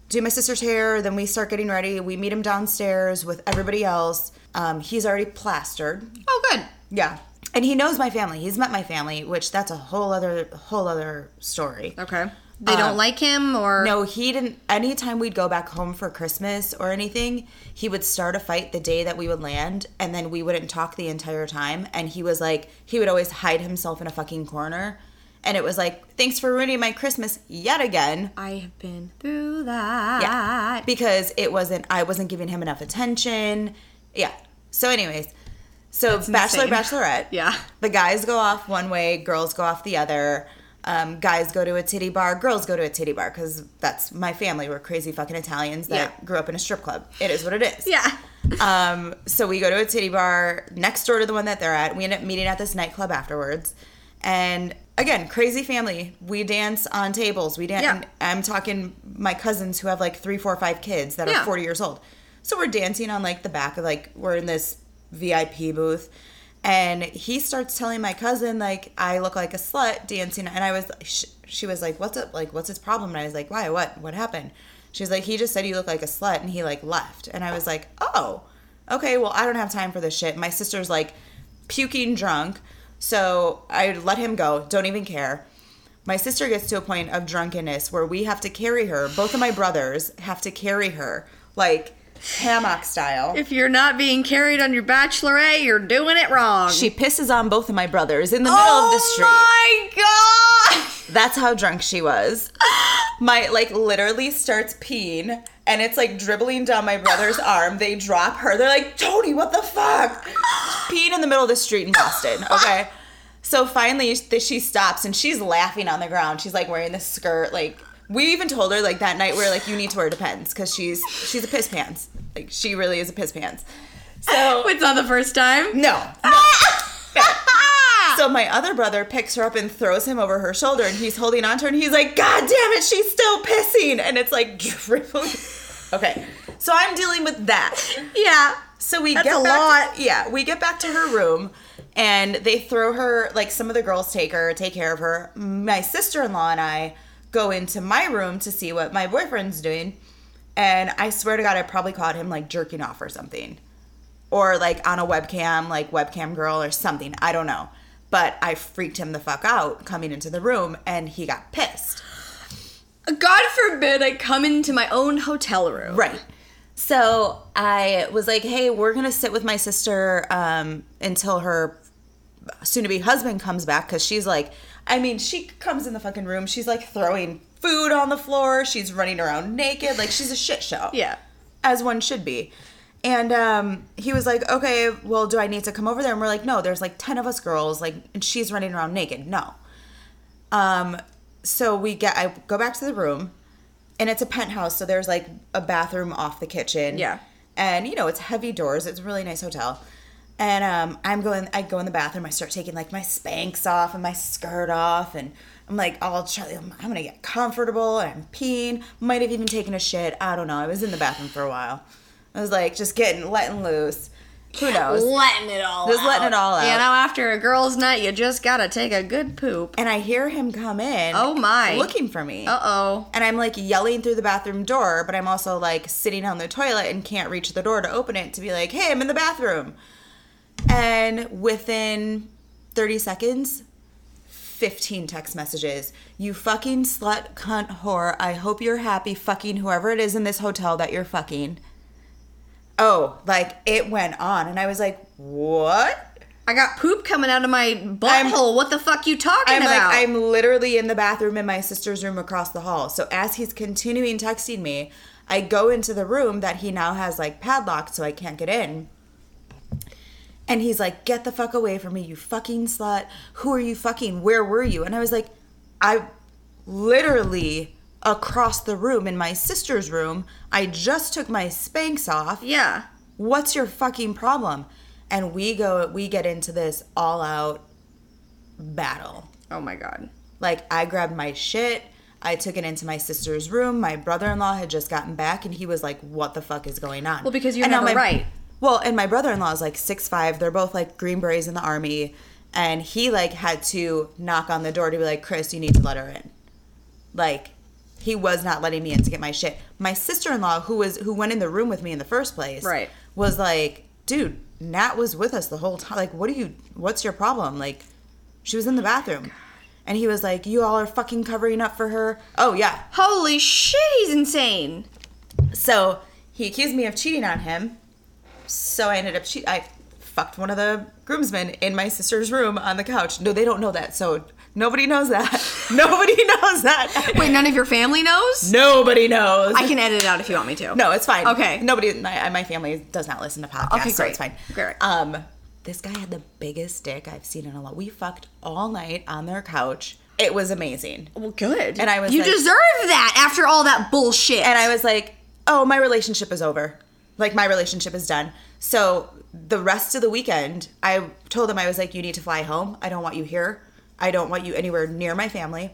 [SPEAKER 2] Do my sister's hair. Then we start getting ready. We meet him downstairs with everybody else. Um, he's already plastered.
[SPEAKER 1] Oh, good.
[SPEAKER 2] Yeah. And he knows my family. He's met my family, which that's a whole other whole other story.
[SPEAKER 1] Okay. They don't like him, or
[SPEAKER 2] Uh, No, he didn't anytime we'd go back home for Christmas or anything, he would start a fight the day that we would land and then we wouldn't talk the entire time and he was like he would always hide himself in a fucking corner. And it was like, "Thanks for ruining my Christmas yet again."
[SPEAKER 1] I have been through that.
[SPEAKER 2] Yeah. Because it wasn't I wasn't giving him enough attention. Yeah. So anyways, so bachelor
[SPEAKER 1] insane.
[SPEAKER 2] bachelorette.
[SPEAKER 1] Yeah.
[SPEAKER 2] The guys go off one way, girls go off the other. Um, guys go to a titty bar, girls go to a titty bar cuz that's my family. We're crazy fucking Italians that
[SPEAKER 1] Yeah.
[SPEAKER 2] grew up in a strip club. It is what it is.
[SPEAKER 1] Yeah.
[SPEAKER 2] Um, so we go to a titty bar next door to the one that they're at. We end up meeting at this nightclub afterwards. And again, crazy family. We dance on tables. We dance.
[SPEAKER 1] Yeah.
[SPEAKER 2] and I'm talking my cousins who have like three, four, five kids that
[SPEAKER 1] Yeah.
[SPEAKER 2] are 40 years old. So we're dancing on like the back of like, we're in this VIP booth. And he starts telling my cousin, like, I look like a slut dancing. And I was, she, she was like, what's up? Like, what's his problem? And I was like, why? What? What happened? She's like, he just said you look like a slut. And he like left. And I was like, oh okay, well, I don't have time for this shit. My sister's like puking drunk. So I let him go. Don't even care. My sister gets to a point of drunkenness where we have to carry her. Both of my brothers have to carry her, like hammock style.
[SPEAKER 1] If you're not being carried on your bachelorette, you're doing it wrong.
[SPEAKER 2] She pisses on both of my brothers in the middle
[SPEAKER 1] oh
[SPEAKER 2] of the street.
[SPEAKER 1] my god.
[SPEAKER 2] That's how drunk she was. My like literally starts peeing and it's like dribbling down my brother's arm. They drop her. They're like, Tony, what the fuck? Peeing in the middle of the street in Boston. Okay. So finally, th- she stops and she's laughing on the ground. She's like wearing this skirt. Like we even told her like that night we are like you need to wear depends because she's she's a piss pants. Like she really is a piss pants. So
[SPEAKER 1] It's not the first time.
[SPEAKER 2] no. no. so my other brother picks her up and throws him over her shoulder, and he's holding onto her, and he's like, "God damn it, she's still pissing," and it's like dribbling. Okay, so I'm dealing with that.
[SPEAKER 1] Yeah.
[SPEAKER 2] So we
[SPEAKER 1] That's
[SPEAKER 2] get
[SPEAKER 1] a
[SPEAKER 2] back To, yeah, we get back to her room and they throw her like some of the girls take her, take care of her. My sister-in-law and I go into my room to see what my boyfriend's doing. And I swear to god I probably caught him like jerking off or something. Or like on a webcam, like webcam girl or something. I don't know. But I freaked him the fuck out coming into the room and he got pissed.
[SPEAKER 1] God forbid I come into my own hotel room.
[SPEAKER 2] Right. So I was like, hey, we're going to sit with my sister um, until her soon to be husband comes back because she's like, I mean, she comes in the fucking room. She's like throwing food on the floor. She's running around naked. Like, she's a shit show.
[SPEAKER 1] Yeah.
[SPEAKER 2] As one should be. And um, he was like, okay, well, do I need to come over there? And we're like, no, there's like 10 of us girls. Like, and she's running around naked. No. Um, so we get, I go back to the room and it's a penthouse. So there's like a bathroom off the kitchen.
[SPEAKER 1] Yeah.
[SPEAKER 2] And you know, it's heavy doors. It's a really nice hotel. And um, I'm going, I go in the bathroom. I start taking like my Spanx off and my skirt off. And I'm like, I'll try, I'm, I'm going to get comfortable. And I'm peeing. Might have even taken a shit. I don't know. I was in the bathroom for a while. I was like, just getting, letting loose. Who knows?
[SPEAKER 1] Letting it all
[SPEAKER 2] Just letting it all out.
[SPEAKER 1] You know, after a girl's night, you just gotta take a good poop.
[SPEAKER 2] And I hear him come in.
[SPEAKER 1] Oh, my.
[SPEAKER 2] Looking for me.
[SPEAKER 1] Uh oh.
[SPEAKER 2] And I'm like yelling through the bathroom door, but I'm also like sitting on the toilet and can't reach the door to open it to be like, hey, I'm in the bathroom. And within 30 seconds, 15 text messages. You fucking slut, cunt, whore. I hope you're happy fucking whoever it is in this hotel that you're fucking. Oh, like it went on. And I was like, what?
[SPEAKER 1] I got poop coming out of my butthole. What the fuck you talking
[SPEAKER 2] I'm
[SPEAKER 1] about?
[SPEAKER 2] like, I'm literally in the bathroom in my sister's room across the hall. So as he's continuing texting me, I go into the room that he now has like padlocked, so I can't get in. And he's like, "Get the fuck away from me, you fucking slut! Who are you fucking? Where were you?" And I was like, "I literally." Across the room in my sister's room, I just took my Spanx off
[SPEAKER 1] yeah.
[SPEAKER 2] what's your fucking problem and we go we get into this all out battle
[SPEAKER 1] Oh my god.
[SPEAKER 2] like i grabbed my shit i took it into my sister's room my brother-in-law had just gotten back and he was like what the fuck is going on
[SPEAKER 1] Well, because you
[SPEAKER 2] And now
[SPEAKER 1] have a
[SPEAKER 2] my-
[SPEAKER 1] right.
[SPEAKER 2] well and my brother-in-law is like six five they're both like green berets in the army and he like had to knock on the door to be like chris you need to let her in like he was not letting me in to get my shit my sister-in-law who was who went in the room with me in the first place
[SPEAKER 1] Right.
[SPEAKER 2] was like dude nat was with us the whole time like what do you what's your problem like she was in the bathroom and he was like you all are fucking covering up for her oh yeah
[SPEAKER 1] Holy shit, he's insane.
[SPEAKER 2] so he accused me of cheating on him so i ended up cheat i fucked one of the groomsmen in my sister's room on the couch no they don't know that so nobody knows that nobody knows that
[SPEAKER 1] Wait, none of your family knows?
[SPEAKER 2] nobody knows
[SPEAKER 1] I can edit it out if you want me to.
[SPEAKER 2] No, it's fine.
[SPEAKER 1] Okay.
[SPEAKER 2] Nobody, my, my family does not listen to podcasts,
[SPEAKER 1] Okay,
[SPEAKER 2] so it's
[SPEAKER 1] great.
[SPEAKER 2] fine.
[SPEAKER 1] Great.
[SPEAKER 2] Um, this guy had the biggest dick I've seen in a lot. We fucked all night on their couch. It was amazing.
[SPEAKER 1] Well, good.
[SPEAKER 2] And I was
[SPEAKER 1] You
[SPEAKER 2] like-
[SPEAKER 1] deserve that after all that bullshit.
[SPEAKER 2] And I was like, oh, my relationship is over. Like, my relationship is done. So the rest of the weekend, I told him, I was like, you need to fly home. I don't want you here. I don't want you anywhere near my family.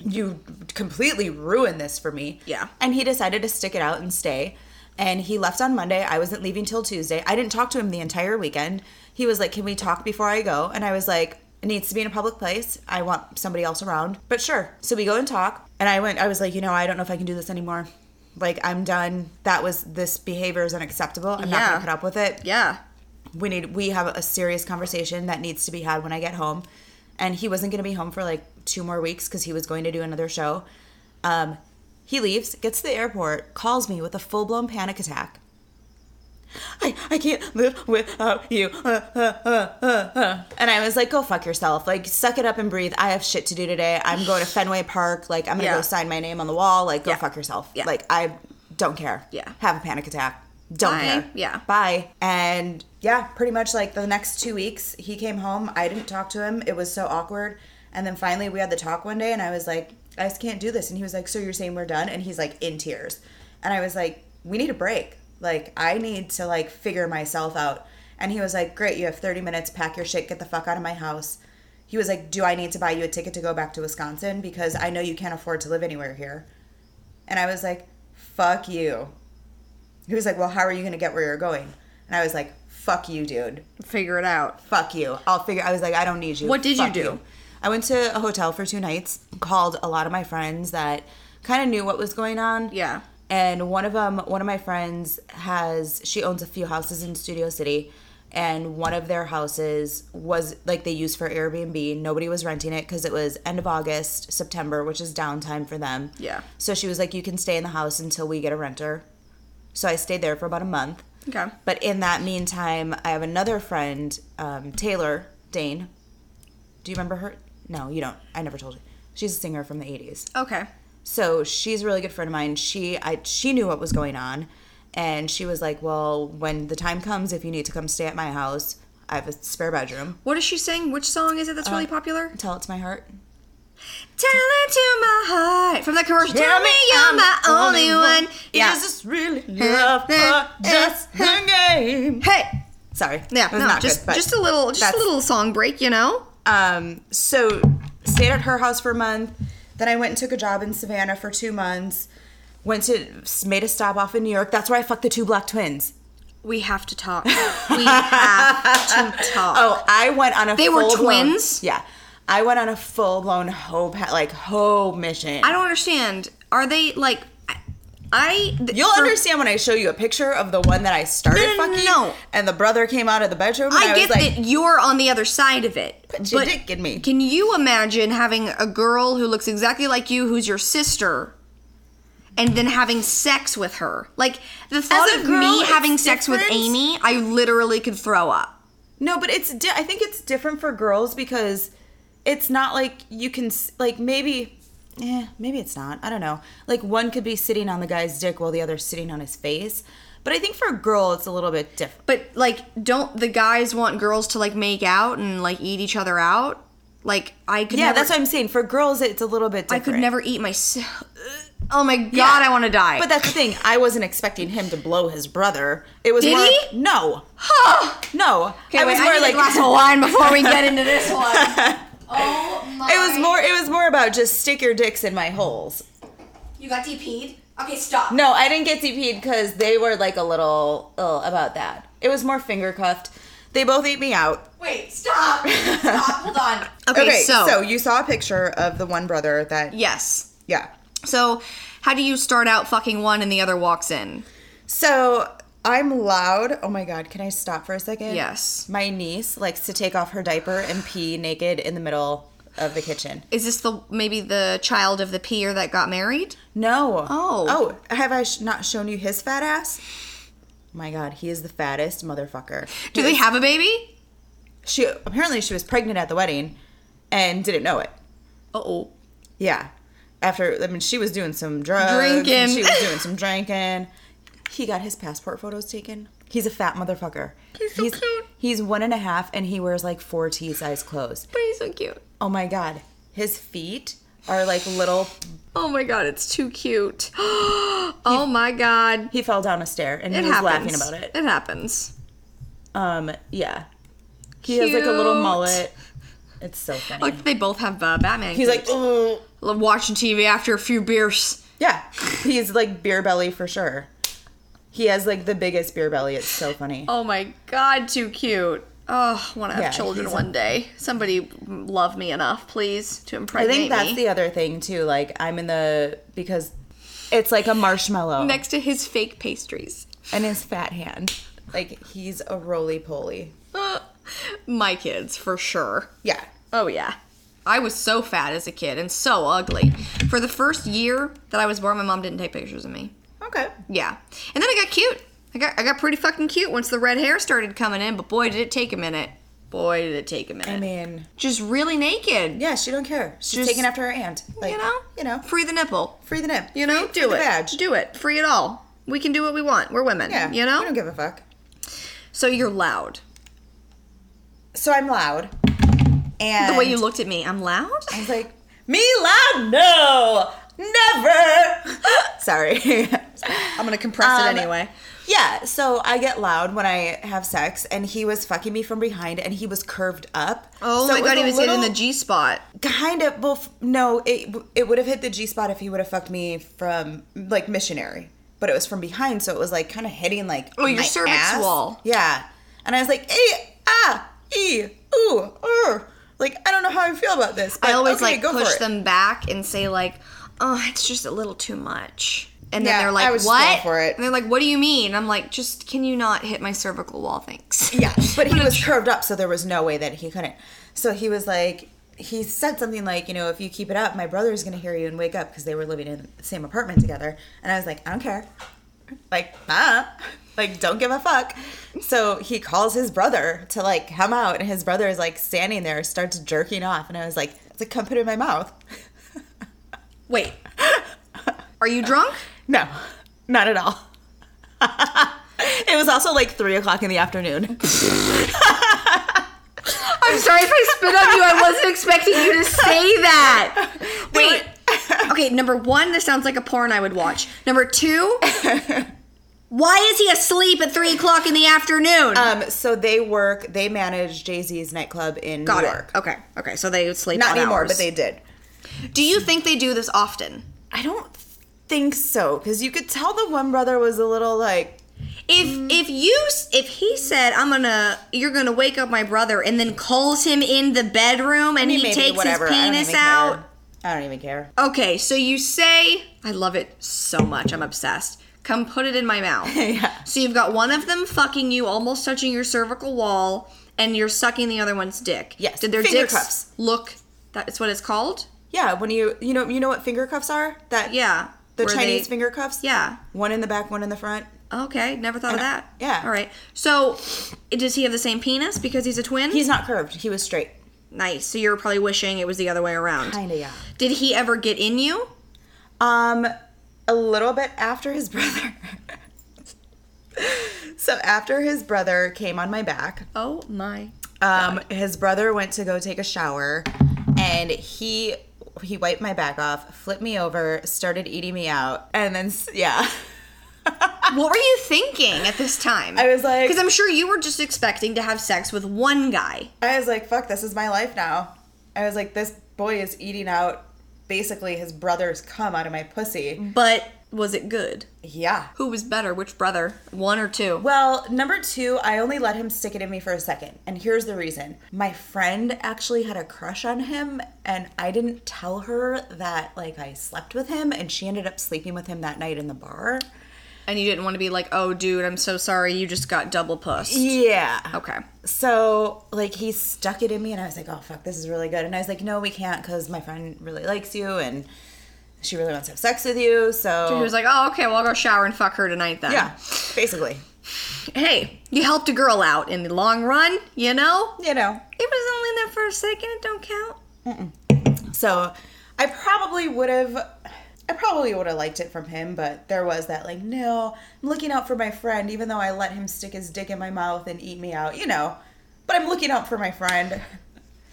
[SPEAKER 2] You completely ruined this for me.
[SPEAKER 1] Yeah.
[SPEAKER 2] And he decided to stick it out and stay. And he left on Monday. I wasn't leaving till Tuesday. I didn't talk to him the entire weekend. He was like, Can we talk before I go? And I was like, It needs to be in a public place. I want somebody else around. But sure. So we go and talk. And I went, I was like, You know, I don't know if I can do this anymore. Like, I'm done. That was, this behavior is unacceptable. I'm not
[SPEAKER 1] Yeah.
[SPEAKER 2] going to put up with it
[SPEAKER 1] yeah.
[SPEAKER 2] we need we have a serious conversation that needs to be had when I get home. And he wasn't going to be home for like two more weeks because he was going to do another show. Um, he leaves, gets to the airport, calls me with a full blown panic attack. I, I can't live without you. Uh, uh, uh, uh, uh. And I was like, go fuck yourself. Like, suck it up and breathe. I have shit to do today. I'm going to Fenway Park. Like, I'm going to
[SPEAKER 1] Yeah.
[SPEAKER 2] go sign my name on the wall. Like, go
[SPEAKER 1] Yeah.
[SPEAKER 2] fuck yourself.
[SPEAKER 1] Yeah.
[SPEAKER 2] Like, I don't care.
[SPEAKER 1] Yeah.
[SPEAKER 2] Have a panic attack. Don't
[SPEAKER 1] Bye.
[SPEAKER 2] care.
[SPEAKER 1] Yeah.
[SPEAKER 2] Bye. And yeah, pretty much like the next two weeks, he came home. I didn't talk to him. It was so awkward. And then finally, we had the talk one day, and I was like, I just can't do this. And he was like, So you're saying we're done? And he's like, in tears. And I was like, We need a break. Like, I need to like figure myself out. And he was like, Great, you have 30 minutes. Pack your shit. Get the fuck out of my house. He was like, Do I need to buy you a ticket to go back to Wisconsin? Because I know you can't afford to live anywhere here. And I was like, Fuck you. He was like, Well, how are you going to get where you're going? And I was like, Fuck you, dude.
[SPEAKER 1] Figure it out.
[SPEAKER 2] Fuck you. I'll figure. I was like, I don't need you.
[SPEAKER 1] What did you
[SPEAKER 2] Fuck
[SPEAKER 1] do?
[SPEAKER 2] I went to a hotel for two nights, called a lot of my friends that kind of knew what was going on.
[SPEAKER 1] Yeah.
[SPEAKER 2] And one of them, one of my friends has, she owns a few houses in Studio City. And one of their houses was like they used for Airbnb. Nobody was renting it because it was end of August, September, which is downtime for them.
[SPEAKER 1] Yeah.
[SPEAKER 2] So she was like, You can stay in the house until we get a renter. So I stayed there for about a month.
[SPEAKER 1] Okay.
[SPEAKER 2] But in that meantime, I have another friend, um, Taylor Dane. Do you remember her? No, you don't. I never told you. She's a singer from the 80s.
[SPEAKER 1] Okay.
[SPEAKER 2] So she's a really good friend of mine. She I she knew what was going on and she was like, "Well, when the time comes if you need to come stay at my house, I have a spare bedroom.
[SPEAKER 1] What is she saying? Which song is it that's really popular?
[SPEAKER 2] Tell it to my heart."
[SPEAKER 1] Uh, Tell it to my heart. From the commercial. Tell me you're
[SPEAKER 2] I'm
[SPEAKER 1] my
[SPEAKER 2] the
[SPEAKER 1] only one.
[SPEAKER 2] Yeah.
[SPEAKER 1] Yeah.
[SPEAKER 2] Is this really love or just a game?
[SPEAKER 1] Hey.
[SPEAKER 2] Sorry.
[SPEAKER 1] Yeah.
[SPEAKER 2] It was
[SPEAKER 1] No,
[SPEAKER 2] not
[SPEAKER 1] just
[SPEAKER 2] good, but-
[SPEAKER 1] just a little just a
[SPEAKER 2] that's-
[SPEAKER 1] little song break, you know?
[SPEAKER 2] Um, so stayed at her house for a month. Then I went and took a job in Savannah for two months. Went to made a stop off in New York. That's where I fucked the two black twins.
[SPEAKER 1] We have to talk. We have to talk.
[SPEAKER 2] Oh, I went on a
[SPEAKER 1] They were
[SPEAKER 2] full-blown-
[SPEAKER 1] twins?
[SPEAKER 2] Yeah, I went on a full blown hoe pa- like hoe mission.
[SPEAKER 1] I don't understand. Are they like I- I th-
[SPEAKER 2] You'll
[SPEAKER 1] for-
[SPEAKER 2] understand when I show you a picture of the one that I started
[SPEAKER 1] No, no, no,
[SPEAKER 2] fucking.
[SPEAKER 1] no.
[SPEAKER 2] And the brother came out of the bedroom. And
[SPEAKER 1] I,
[SPEAKER 2] I,
[SPEAKER 1] get
[SPEAKER 2] was like,
[SPEAKER 1] that you're on the other side of it.
[SPEAKER 2] Put your dick in me.
[SPEAKER 1] Can you imagine having a girl who looks exactly like you, who's your sister, and then having sex with her? Like the thought
[SPEAKER 2] a
[SPEAKER 1] of
[SPEAKER 2] girl,
[SPEAKER 1] me
[SPEAKER 2] it's
[SPEAKER 1] having sex with
[SPEAKER 2] different.
[SPEAKER 1] Amy, I literally could throw up.
[SPEAKER 2] No, but it's di- I think it's different for girls because it's not like you can s- like maybe eh, maybe it's not. I don't know. Like one could be sitting on the guy's dick while the other's sitting on his face. But I think for a girl it's a little bit different.
[SPEAKER 1] But like, don't the guys want girls to like make out and like eat each other out? Like I could
[SPEAKER 2] Yeah,
[SPEAKER 1] never,
[SPEAKER 2] that's what I'm saying. For girls it's a little bit
[SPEAKER 1] I
[SPEAKER 2] different.
[SPEAKER 1] could never eat myself. Oh my god,
[SPEAKER 2] Yeah.
[SPEAKER 1] I want to die.
[SPEAKER 2] But that's the thing. I wasn't expecting him to blow his brother. It was
[SPEAKER 1] Did
[SPEAKER 2] more
[SPEAKER 1] he?
[SPEAKER 2] like- no. No.
[SPEAKER 1] Okay,
[SPEAKER 2] I was
[SPEAKER 1] wait,
[SPEAKER 2] more
[SPEAKER 1] I need
[SPEAKER 2] like
[SPEAKER 1] a glass of wine before we get into this one. Oh my!
[SPEAKER 2] it was more it was more about just stick your dicks in my holes.
[SPEAKER 1] You got DP'd? Okay, stop.
[SPEAKER 2] No, I didn't get DP'd because they were like a little ill about that. It was more finger cuffed. They both ate me out.
[SPEAKER 1] Wait, stop. Stop. Hold on. Okay, so,
[SPEAKER 2] you saw a picture of the one brother that
[SPEAKER 1] yes.
[SPEAKER 2] yeah.
[SPEAKER 1] So, how do you start out fucking one and the other walks in?
[SPEAKER 2] So I'm loud. Oh my god, can I stop for a second?
[SPEAKER 1] Yes.
[SPEAKER 2] My niece likes to take off her diaper and pee naked in the middle of the kitchen.
[SPEAKER 1] Is this the maybe the child of the peer that got married?
[SPEAKER 2] No.
[SPEAKER 1] Oh.
[SPEAKER 2] Oh, have I sh- not shown you his fat ass? My god, he is the fattest motherfucker.
[SPEAKER 1] Do they have a baby?
[SPEAKER 2] She apparently she was pregnant at the wedding and didn't know it.
[SPEAKER 1] Uh oh.
[SPEAKER 2] Yeah. After I mean she was doing some drugs.
[SPEAKER 1] Drinking.
[SPEAKER 2] and She was doing some drinking. He got his passport photos taken. He's a fat motherfucker.
[SPEAKER 1] He's so cute.
[SPEAKER 2] He's one and a half and he wears like four T size clothes.
[SPEAKER 1] But he's so cute.
[SPEAKER 2] Oh my god. His feet are like little
[SPEAKER 1] Oh my god, it's too cute. oh my god.
[SPEAKER 2] he fell down a stair and he
[SPEAKER 1] It
[SPEAKER 2] was
[SPEAKER 1] happens.
[SPEAKER 2] laughing about it.
[SPEAKER 1] It happens.
[SPEAKER 2] Um yeah. He has like a little
[SPEAKER 1] Cute.
[SPEAKER 2] mullet. It's so funny.
[SPEAKER 1] Look, they both have uh, Batman.
[SPEAKER 2] He's like,
[SPEAKER 1] capes.
[SPEAKER 2] "Ugh."
[SPEAKER 1] Love watching TV after a few beers.
[SPEAKER 2] yeah, he's like beer belly for sure. He has like the biggest beer belly. It's so funny.
[SPEAKER 1] Oh my god, too cute. Oh, want to have
[SPEAKER 2] Yeah,
[SPEAKER 1] children
[SPEAKER 2] he's a-
[SPEAKER 1] one day. Somebody love me enough, please, to
[SPEAKER 2] I
[SPEAKER 1] impregnate
[SPEAKER 2] think that's
[SPEAKER 1] me.
[SPEAKER 2] the other thing too. Like I'm in the because it's like a marshmallow
[SPEAKER 1] Next to his fake pastries.
[SPEAKER 2] and his fat hand. Like he's a roly poly.
[SPEAKER 1] Uh, my kids, for sure.
[SPEAKER 2] Yeah.
[SPEAKER 1] Oh yeah. I was so fat as a kid and so ugly. For the first year that I was born, my mom didn't take pictures of me.
[SPEAKER 2] Okay.
[SPEAKER 1] Yeah. And then I got cute. I got I got pretty fucking cute once the red hair started coming in, but boy did it take a minute. Boy did it take a minute.
[SPEAKER 2] I mean,
[SPEAKER 1] Just really naked.
[SPEAKER 2] yeah, she don't care. She's
[SPEAKER 1] Just-
[SPEAKER 2] taking after her aunt. Like
[SPEAKER 1] You know?
[SPEAKER 2] you know,
[SPEAKER 1] Free the nipple.
[SPEAKER 2] free the nip.
[SPEAKER 1] You know, do
[SPEAKER 2] free, free
[SPEAKER 1] it.
[SPEAKER 2] The badge.
[SPEAKER 1] Do it. Free it all. We can do what we want. We're women.
[SPEAKER 2] yeah.
[SPEAKER 1] You
[SPEAKER 2] we don't
[SPEAKER 1] know?
[SPEAKER 2] give a fuck.
[SPEAKER 1] So you're loud.
[SPEAKER 2] So I'm loud. And
[SPEAKER 1] The way you looked at me, I'm loud?
[SPEAKER 2] I was like, me loud? No, never. Sorry.
[SPEAKER 1] I'm gonna compress
[SPEAKER 2] Um,
[SPEAKER 1] it anyway.
[SPEAKER 2] Yeah, so I get loud when I have sex, and he was fucking me from behind, and he was curved up.
[SPEAKER 1] Oh
[SPEAKER 2] So
[SPEAKER 1] my
[SPEAKER 2] it was
[SPEAKER 1] god,
[SPEAKER 2] a
[SPEAKER 1] he was
[SPEAKER 2] little-
[SPEAKER 1] hitting the G spot.
[SPEAKER 2] kind of. Well, f- no, it it would have hit the G spot if he would have fucked me from like missionary, but it was from behind, so it was like kind of hitting like
[SPEAKER 1] Oh, your
[SPEAKER 2] my
[SPEAKER 1] cervix
[SPEAKER 2] ass.
[SPEAKER 1] wall.
[SPEAKER 2] Yeah, and I was like, eh, ah, e, ooh, er. Like I don't know how I feel about this. But
[SPEAKER 1] I always
[SPEAKER 2] okay,
[SPEAKER 1] like
[SPEAKER 2] go for
[SPEAKER 1] push
[SPEAKER 2] it.
[SPEAKER 1] them back and say like, "Oh, it's just a little too much." And then
[SPEAKER 2] Yeah,
[SPEAKER 1] they're like,
[SPEAKER 2] I would just go
[SPEAKER 1] "What?"
[SPEAKER 2] for it.
[SPEAKER 1] And they're like, "What do you mean?" I'm like, "Just can you not hit my cervical wall, thanks."
[SPEAKER 2] Yeah, but he was curved up, so there was no way that he couldn't. So he was like, he said something like, you know, if you keep it up, my brother's gonna hear you and wake up because they were living in the same apartment together. And I was like, I don't care, like, ah, like don't give a fuck. So he calls his brother to like come out, and his brother is like standing there, starts jerking off, and I was like, it's like come put it in my mouth.
[SPEAKER 1] Wait, are you drunk?
[SPEAKER 2] No, not at all. it was also like three o'clock in the afternoon.
[SPEAKER 1] I'm sorry if I spit on you. I wasn't expecting you to say that. Wait. Okay, number one, this sounds like a porn I would watch. Number two, why is he asleep at three o'clock in the afternoon?
[SPEAKER 2] Um, so they work. They manage Jay Z's nightclub in
[SPEAKER 1] Got
[SPEAKER 2] New
[SPEAKER 1] it.
[SPEAKER 2] York.
[SPEAKER 1] Okay, okay. So they sleep
[SPEAKER 2] Not
[SPEAKER 1] on
[SPEAKER 2] anymore,
[SPEAKER 1] hours.
[SPEAKER 2] but they did.
[SPEAKER 1] Do you think they do this often?
[SPEAKER 2] I don't think so because you could tell the one brother was a little like
[SPEAKER 1] If if you s- if he said I'm gonna you're gonna wake up my brother and then calls him in the bedroom and he
[SPEAKER 2] maybe
[SPEAKER 1] takes
[SPEAKER 2] whatever. I
[SPEAKER 1] his
[SPEAKER 2] don't
[SPEAKER 1] penis
[SPEAKER 2] even care.
[SPEAKER 1] out.
[SPEAKER 2] I don't even care.
[SPEAKER 1] Okay, so you say I love it so much. I'm obsessed. Come put it in my mouth.
[SPEAKER 2] Yeah.
[SPEAKER 1] So you've got one of them fucking you, almost touching your cervical wall, and you're sucking the other one's dick.
[SPEAKER 2] Yes,
[SPEAKER 1] Did their
[SPEAKER 2] finger
[SPEAKER 1] dicks
[SPEAKER 2] cuffs.
[SPEAKER 1] look? That's what it's called.
[SPEAKER 2] Yeah, when you you know you know what finger cuffs are? That
[SPEAKER 1] Yeah.
[SPEAKER 2] the
[SPEAKER 1] Where
[SPEAKER 2] Chinese
[SPEAKER 1] they-
[SPEAKER 2] finger cuffs.
[SPEAKER 1] Yeah.
[SPEAKER 2] one in the back, one in the front.
[SPEAKER 1] Okay, never thought of that.
[SPEAKER 2] yeah.
[SPEAKER 1] All right. So, does he have the same penis because he's a twin?
[SPEAKER 2] He's not curved. He was straight.
[SPEAKER 1] nice. So you're probably wishing it was the other way around.
[SPEAKER 2] Kinda, yeah.
[SPEAKER 1] Did he ever get in you?
[SPEAKER 2] Um, a little bit after his brother. so after his brother came on my back,
[SPEAKER 1] Oh my.
[SPEAKER 2] Um, his brother went to go take a shower, and he he wiped my back off, flipped me over, started eating me out, and then s- yeah,
[SPEAKER 1] What were you thinking at this time?
[SPEAKER 2] I was like-
[SPEAKER 1] because I'm sure you were just expecting to have sex with one guy.
[SPEAKER 2] I was like, "Fuck, this is my life now." I was like, "This boy is eating out." Basically, his brother's cum out of my pussy.
[SPEAKER 1] But was it good?
[SPEAKER 2] Yeah.
[SPEAKER 1] Who was better? Which brother? One or two?
[SPEAKER 2] Well, number two, I only let him stick it in me for a second. And here's the reason my friend actually had a crush on him, and I didn't tell her that, like, I slept with him, and she ended up sleeping with him that night in the bar.
[SPEAKER 1] And you didn't want to be like, oh, dude, I'm so sorry. You just got double puss.
[SPEAKER 2] Yeah.
[SPEAKER 1] Okay.
[SPEAKER 2] So, like, he stuck it in me, and I was like, oh, fuck, this is really good. And I was like, no, we can't because my friend really likes you, and she really wants to have sex with you. So,
[SPEAKER 1] He was like, oh, okay, well, I'll go shower and fuck her tonight then.
[SPEAKER 2] yeah, basically.
[SPEAKER 1] Hey, you helped a girl out in the long run, you know?
[SPEAKER 2] You know.
[SPEAKER 1] It was only there for a second. It don't count.
[SPEAKER 2] So, I probably would have. I probably would have liked it from him, but there was that like, no, I'm looking out for my friend, even though I let him stick his dick in my mouth and eat me out, you know. But I'm looking out for my friend.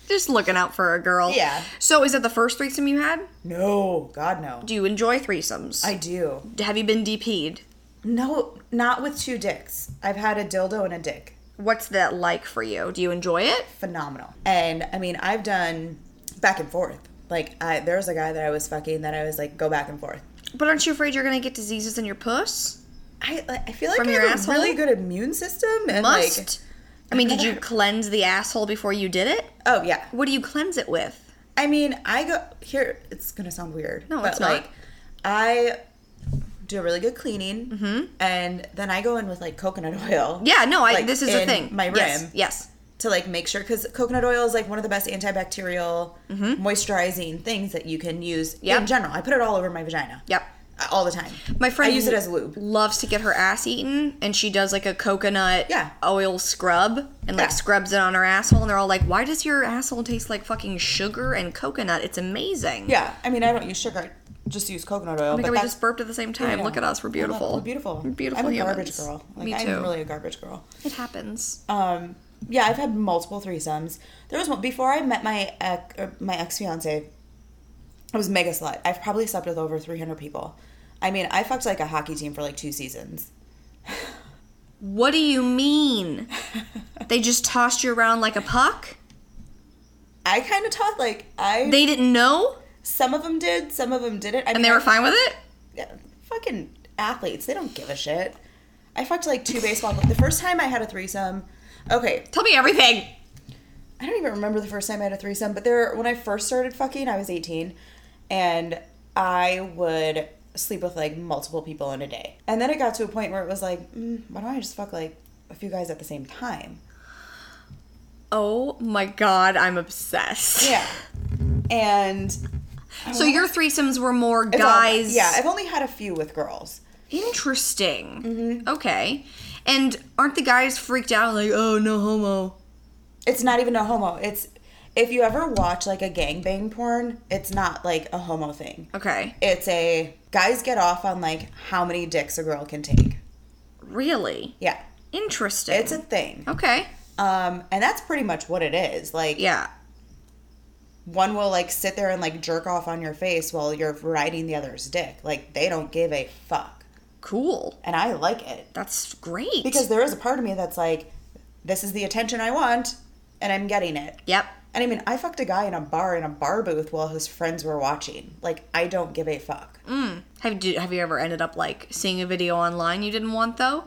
[SPEAKER 1] Just looking out for a girl.
[SPEAKER 2] Yeah.
[SPEAKER 1] So is that the first threesome you had?
[SPEAKER 2] No, God no.
[SPEAKER 1] Do you enjoy threesomes?
[SPEAKER 2] I do.
[SPEAKER 1] Have you been DP'd?
[SPEAKER 2] No, not with two dicks. I've had a dildo and a dick.
[SPEAKER 1] What's that like for you? Do you enjoy it?
[SPEAKER 2] phenomenal. And I mean, I've done back and forth. Like, I, there was a guy that I was fucking that I was like, go back and forth.
[SPEAKER 1] But aren't you afraid you're gonna get diseases in your puss?
[SPEAKER 2] I I feel like
[SPEAKER 1] From
[SPEAKER 2] I
[SPEAKER 1] your
[SPEAKER 2] have
[SPEAKER 1] asshole?
[SPEAKER 2] a really good immune system and
[SPEAKER 1] Must.
[SPEAKER 2] like,
[SPEAKER 1] I mean, did you cleanse the asshole before you did it?
[SPEAKER 2] oh yeah.
[SPEAKER 1] What do you cleanse it with?
[SPEAKER 2] I mean, I go here. It's gonna sound weird.
[SPEAKER 1] No,
[SPEAKER 2] but
[SPEAKER 1] it's not.
[SPEAKER 2] like, I do a really good cleaning, and then I go in with like coconut oil.
[SPEAKER 1] Mm-hmm. Yeah, no, I.
[SPEAKER 2] like,
[SPEAKER 1] this is the
[SPEAKER 2] in
[SPEAKER 1] thing.
[SPEAKER 2] My rim.
[SPEAKER 1] Yes, yes.
[SPEAKER 2] to like make sure because coconut oil is like one of the best antibacterial moisturizing things that you can use
[SPEAKER 1] Yep.
[SPEAKER 2] in general i put it all over my vagina uh,
[SPEAKER 1] Yep.
[SPEAKER 2] all the time
[SPEAKER 1] My friend
[SPEAKER 2] i use it as lube
[SPEAKER 1] Loves to get her ass eaten, and she does like a coconut
[SPEAKER 2] Yeah.
[SPEAKER 1] oil scrub, and like
[SPEAKER 2] Yeah.
[SPEAKER 1] scrubs it on her asshole. And they're all like, "Why does your asshole taste like fucking sugar and coconut? It's amazing."
[SPEAKER 2] yeah i mean i don't use sugar just use coconut oil.
[SPEAKER 1] Oh my
[SPEAKER 2] but
[SPEAKER 1] God, we
[SPEAKER 2] that's-
[SPEAKER 1] just burped at the same time.
[SPEAKER 2] Yeah.
[SPEAKER 1] Look at us. We're
[SPEAKER 2] Well, look,
[SPEAKER 1] beautiful.
[SPEAKER 2] We're beautiful.
[SPEAKER 1] We're beautiful
[SPEAKER 2] I'm a
[SPEAKER 1] humans.
[SPEAKER 2] garbage girl. Like,
[SPEAKER 1] Me too.
[SPEAKER 2] I'm really a garbage girl.
[SPEAKER 1] It happens.
[SPEAKER 2] Um, yeah, I've had multiple threesomes. There was one before I met my ex, or my ex fiance. I was mega slut. I've probably slept with over 300 people. I mean, I fucked like a hockey team for like two seasons.
[SPEAKER 1] What do you mean? they just tossed you around like a puck?
[SPEAKER 2] I kind of taught like I.
[SPEAKER 1] They didn't know?
[SPEAKER 2] some of them did, some of them didn't. I mean,
[SPEAKER 1] And they were fine with it?
[SPEAKER 2] yeah, fucking athletes. They don't give a shit. I fucked like two baseball. The first time I had a threesome. Okay,
[SPEAKER 1] Tell me everything.
[SPEAKER 2] I don't even remember the first time I had a threesome, but there when I first started fucking, I was 18 and I would sleep with like multiple people in a day. And then it got to a point where it was like, mm, why don't I just fuck like a few guys at the same time?
[SPEAKER 1] Oh my god, I'm obsessed.
[SPEAKER 2] Yeah. And
[SPEAKER 1] So your threesomes were more
[SPEAKER 2] it's all-
[SPEAKER 1] guys.
[SPEAKER 2] yeah, I've only had a few with girls.
[SPEAKER 1] Interesting.
[SPEAKER 2] Mm-hmm.
[SPEAKER 1] Okay. And aren't the guys freaked out like, oh no homo?
[SPEAKER 2] It's not even a homo. It's if you ever watch like a gangbang porn, it's not like a homo thing.
[SPEAKER 1] Okay.
[SPEAKER 2] It's a guys get off on like how many dicks a girl can take.
[SPEAKER 1] Really?
[SPEAKER 2] Yeah.
[SPEAKER 1] Interesting.
[SPEAKER 2] It's a thing.
[SPEAKER 1] okay.
[SPEAKER 2] Um, and that's pretty much what it is. Like,
[SPEAKER 1] Yeah.
[SPEAKER 2] one will like sit there and like jerk off on your face while you're riding the other's dick. Like, they don't give a fuck.
[SPEAKER 1] Cool.
[SPEAKER 2] And I like it
[SPEAKER 1] That's great.
[SPEAKER 2] because there is a part of me that's like, this is the attention I want and I'm getting it.
[SPEAKER 1] Yep.
[SPEAKER 2] And I mean, I fucked a guy in a bar in a bar booth while his friends were watching. Like, I don't give a fuck.
[SPEAKER 1] Mm. Have you have you ever ended up like seeing a video online you didn't want though?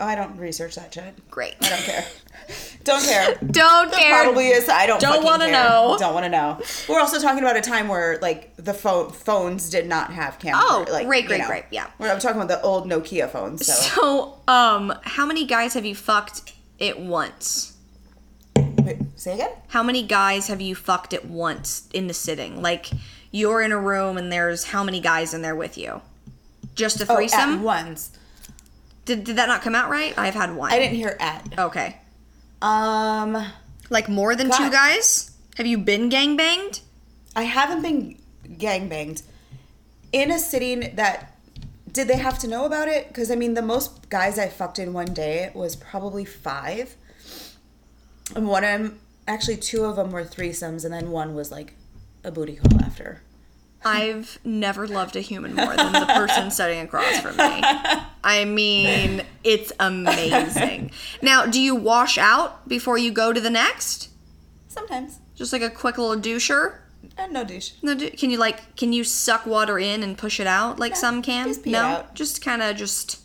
[SPEAKER 2] Oh, I don't research that shit.
[SPEAKER 1] Great.
[SPEAKER 2] I don't care. don't care.
[SPEAKER 1] Don't care.
[SPEAKER 2] Probably is. I don't.
[SPEAKER 1] Don't
[SPEAKER 2] fucking
[SPEAKER 1] wanna
[SPEAKER 2] care.
[SPEAKER 1] know.
[SPEAKER 2] Don't want to know. We're also talking about a time where like the phone phones did not have camera.
[SPEAKER 1] Oh,
[SPEAKER 2] like,
[SPEAKER 1] great,
[SPEAKER 2] you
[SPEAKER 1] great,
[SPEAKER 2] know.
[SPEAKER 1] great, yeah.
[SPEAKER 2] We're I'm talking about the old Nokia phones. So
[SPEAKER 1] So, um, how many guys have you fucked at once?
[SPEAKER 2] Wait, say again.
[SPEAKER 1] How many guys have you fucked at once in the sitting? Like, you're in a room and there's how many guys in there with you? Just a
[SPEAKER 2] Oh, at
[SPEAKER 1] threesome?
[SPEAKER 2] once.
[SPEAKER 1] did, did that not come out right? I've had one.
[SPEAKER 2] I didn't hear at.
[SPEAKER 1] Okay.
[SPEAKER 2] Um,
[SPEAKER 1] Like more than two
[SPEAKER 2] God.
[SPEAKER 1] guys? Have you been gangbanged?
[SPEAKER 2] I haven't been gangbanged in a sitting that. Did they have to know about it? Because I mean, the most guys I fucked in one day was probably five, and one of them, actually two of them were threesomes, and then one was like a booty call after.
[SPEAKER 1] I've never loved a human more than the person sitting across from me. I mean, it's amazing. Now, do you wash out before you go to the next?
[SPEAKER 2] Sometimes.
[SPEAKER 1] Just like a quick little doucher?
[SPEAKER 2] And no douche.
[SPEAKER 1] No, do, can you like can you suck water in and push it out like
[SPEAKER 2] No,
[SPEAKER 1] some can?
[SPEAKER 2] just pee it
[SPEAKER 1] no,
[SPEAKER 2] out.
[SPEAKER 1] just kind of just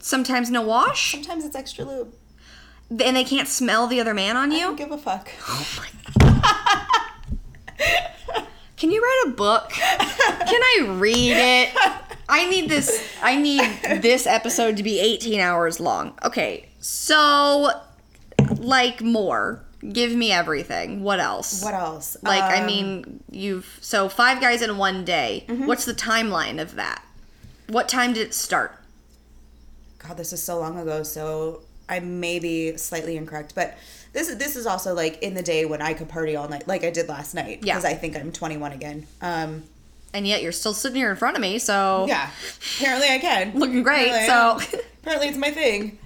[SPEAKER 1] sometimes no wash,
[SPEAKER 2] Sometimes it's extra lube.
[SPEAKER 1] and they can't smell the other man on
[SPEAKER 2] I don't
[SPEAKER 1] you.
[SPEAKER 2] give a fuck.
[SPEAKER 1] Can you write a book? can I read it? I need this. I need this episode to be 18 hours long. Okay, so like more. Give me everything. What else?
[SPEAKER 2] What else?
[SPEAKER 1] Like, I
[SPEAKER 2] Um, Mm-hmm.
[SPEAKER 1] mean, you've so five guys in one day. What's the timeline of that? What time did it start?
[SPEAKER 2] God, this is so long ago, so I may be slightly incorrect, but this is this is also like in the day when I could party all night, like I did last night.
[SPEAKER 1] Yeah.
[SPEAKER 2] Because I think I'm 21 again. Um.
[SPEAKER 1] And yet you're still sitting here in front of me, so
[SPEAKER 2] Yeah. Apparently I can.
[SPEAKER 1] looking great.
[SPEAKER 2] Apparently I
[SPEAKER 1] so
[SPEAKER 2] am. apparently it's my thing.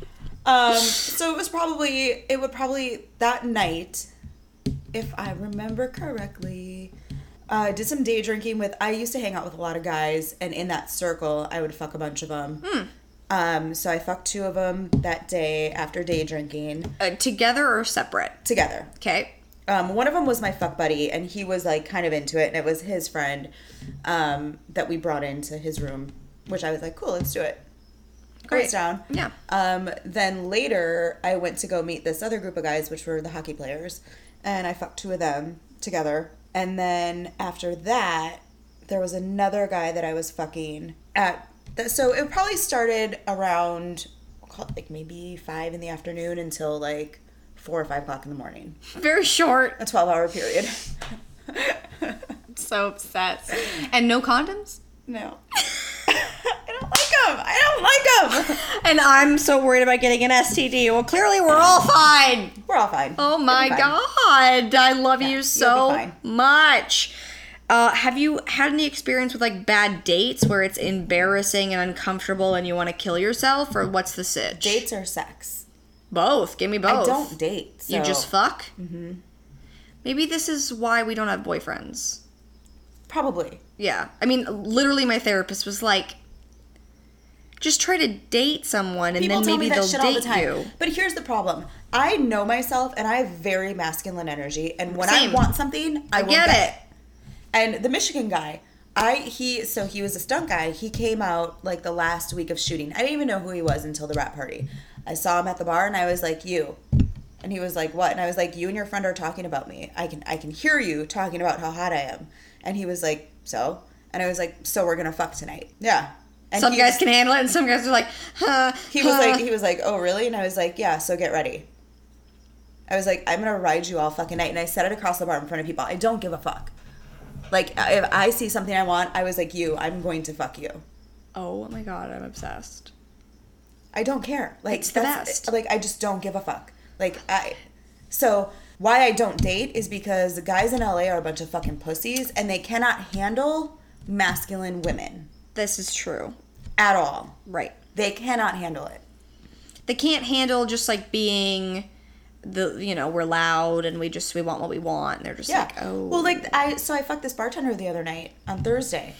[SPEAKER 2] Um. So it was probably it would probably that night, if I remember correctly. Uh, did some day drinking with. I used to hang out with a lot of guys, and in that circle, I would fuck a bunch of them. Um, so I fucked two of them that day after day drinking
[SPEAKER 1] uh, together or separate?
[SPEAKER 2] together.
[SPEAKER 1] Okay.
[SPEAKER 2] Um, one of them was my fuck buddy, and he was like kind of into it, and it was his friend um, that we brought into his room, which I was like, cool, let's do it. I
[SPEAKER 1] Great.
[SPEAKER 2] was down.
[SPEAKER 1] Yeah.
[SPEAKER 2] Um, then later, I went to go meet this other group of guys, which were the hockey players, and I fucked two of them together. And then after that, there was another guy that I was fucking at. The, so it probably started around, I'll call it like maybe five in the afternoon until like four or five o'clock in the morning.
[SPEAKER 1] Very short.
[SPEAKER 2] A 12 hour period.
[SPEAKER 1] So obsessed. And no condoms?
[SPEAKER 2] No. I don't like them. I don't like them.
[SPEAKER 1] And I'm so worried about getting an STD. Well, clearly we're all fine.
[SPEAKER 2] We're all fine.
[SPEAKER 1] Oh
[SPEAKER 2] We'll be
[SPEAKER 1] my
[SPEAKER 2] fine.
[SPEAKER 1] god, I love you
[SPEAKER 2] be
[SPEAKER 1] so
[SPEAKER 2] fine.
[SPEAKER 1] much. Uh, have you had any experience with like bad dates where it's embarrassing and uncomfortable and you want to kill yourself, or what's the sitch?
[SPEAKER 2] Dates or sex?
[SPEAKER 1] Both. Give me both.
[SPEAKER 2] I don't date. So.
[SPEAKER 1] You just fuck. Mm-hmm. Maybe this is why we don't have boyfriends.
[SPEAKER 2] probably.
[SPEAKER 1] Yeah. I mean, literally, my therapist was like, just try to date someone and
[SPEAKER 2] People
[SPEAKER 1] then
[SPEAKER 2] tell
[SPEAKER 1] maybe
[SPEAKER 2] me that
[SPEAKER 1] they'll
[SPEAKER 2] shit
[SPEAKER 1] date
[SPEAKER 2] all the time.
[SPEAKER 1] you.
[SPEAKER 2] But here's the problem. I know myself and I have very masculine energy and when
[SPEAKER 1] Same.
[SPEAKER 2] I want something, I, will
[SPEAKER 1] Get
[SPEAKER 2] get
[SPEAKER 1] it.
[SPEAKER 2] it. And the Michigan guy, I he so he was a stunt guy. He came out like the last week of shooting. I didn't even know who he was until the rap party. I saw him at the bar and I was like, "You." And he was like, "What?" And I was like, "You and your friend are talking about me. I can I can hear you talking about how hot I am." And he was like, "So?" And I was like, "So we're going to fuck tonight." Yeah. And
[SPEAKER 1] Some
[SPEAKER 2] he-
[SPEAKER 1] guys can handle it, and some guys are like, huh.
[SPEAKER 2] he was
[SPEAKER 1] huh.
[SPEAKER 2] like he was like oh really and i was like yeah so get ready i was like i'm gonna ride you all fucking night and i said it across the bar in front of people i don't give a fuck like if i see something i want i was like you i'm going to fuck you
[SPEAKER 1] oh my god, I'm obsessed.
[SPEAKER 2] i don't care like
[SPEAKER 1] It's the
[SPEAKER 2] that's-
[SPEAKER 1] best.
[SPEAKER 2] like i just don't give a fuck like i so why i don't date is because the guys in la are a bunch of fucking pussies and they cannot handle masculine women
[SPEAKER 1] This is true.
[SPEAKER 2] at all
[SPEAKER 1] Right.
[SPEAKER 2] they cannot handle it
[SPEAKER 1] They can't handle just like being the, you know, we're loud and we just, we want what we want. And they're just
[SPEAKER 2] Yeah.
[SPEAKER 1] like, oh.
[SPEAKER 2] Well, like I so I fucked this bartender the other night on Thursday.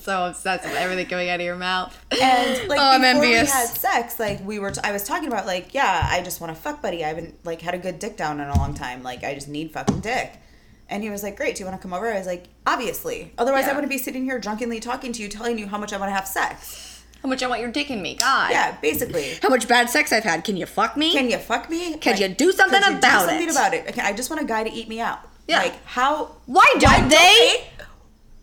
[SPEAKER 1] so obsessed with everything coming out of your mouth.
[SPEAKER 2] And like
[SPEAKER 1] oh, I'm
[SPEAKER 2] before
[SPEAKER 1] envious.
[SPEAKER 2] we had sex, like we were t- I was talking about like, yeah, I just want to fuck buddy. I haven't like had a good dick down in a long time. Like I just need fucking dick. And he was like, "Great, do you want to come over?" I was like, "Obviously. Otherwise,
[SPEAKER 1] Yeah.
[SPEAKER 2] I wouldn't be sitting here drunkenly talking to you telling you how much I want to have sex."
[SPEAKER 1] How much I want your dick in me. God.
[SPEAKER 2] Yeah, basically.
[SPEAKER 1] How much bad sex I've had. Can you fuck me?
[SPEAKER 2] Can you fuck me?
[SPEAKER 1] Could you do something
[SPEAKER 2] could you
[SPEAKER 1] about
[SPEAKER 2] do something
[SPEAKER 1] it?
[SPEAKER 2] about it? Okay, I just want a guy to eat me out.
[SPEAKER 1] Yeah.
[SPEAKER 2] Like how
[SPEAKER 1] Why don't they?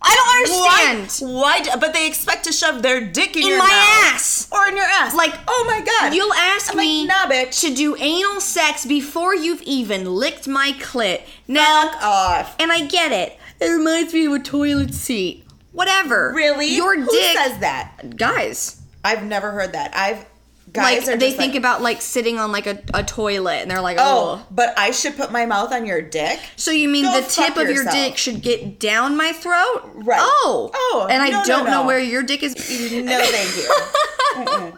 [SPEAKER 2] I
[SPEAKER 1] Why-
[SPEAKER 2] don't understand. Why? do- but they expect to shove their dick in,
[SPEAKER 1] In
[SPEAKER 2] your
[SPEAKER 1] my
[SPEAKER 2] mouth.
[SPEAKER 1] ass.
[SPEAKER 2] or in your ass.
[SPEAKER 1] Like,
[SPEAKER 2] oh my god,
[SPEAKER 1] You'll ask
[SPEAKER 2] I'm like,
[SPEAKER 1] me
[SPEAKER 2] nah, bitch.
[SPEAKER 1] to do anal sex before you've even licked my clit. Now,
[SPEAKER 2] off.
[SPEAKER 1] and I get it. It reminds me of a toilet seat. Whatever.
[SPEAKER 2] Really?
[SPEAKER 1] Your
[SPEAKER 2] Who
[SPEAKER 1] dick.
[SPEAKER 2] says that?
[SPEAKER 1] guys.
[SPEAKER 2] I've never heard that. I've guys
[SPEAKER 1] like
[SPEAKER 2] are
[SPEAKER 1] they
[SPEAKER 2] just
[SPEAKER 1] think
[SPEAKER 2] like,
[SPEAKER 1] about like sitting on like a, a toilet and they're like,
[SPEAKER 2] oh,
[SPEAKER 1] oh.
[SPEAKER 2] but I should put my mouth on your dick.
[SPEAKER 1] So you mean
[SPEAKER 2] Go
[SPEAKER 1] the
[SPEAKER 2] fuck
[SPEAKER 1] tip of your
[SPEAKER 2] yourself.
[SPEAKER 1] dick should get down my throat?
[SPEAKER 2] Right.
[SPEAKER 1] Oh.
[SPEAKER 2] Oh,
[SPEAKER 1] And I
[SPEAKER 2] no, no,
[SPEAKER 1] don't know
[SPEAKER 2] no.
[SPEAKER 1] where your dick is.
[SPEAKER 2] No, thank you.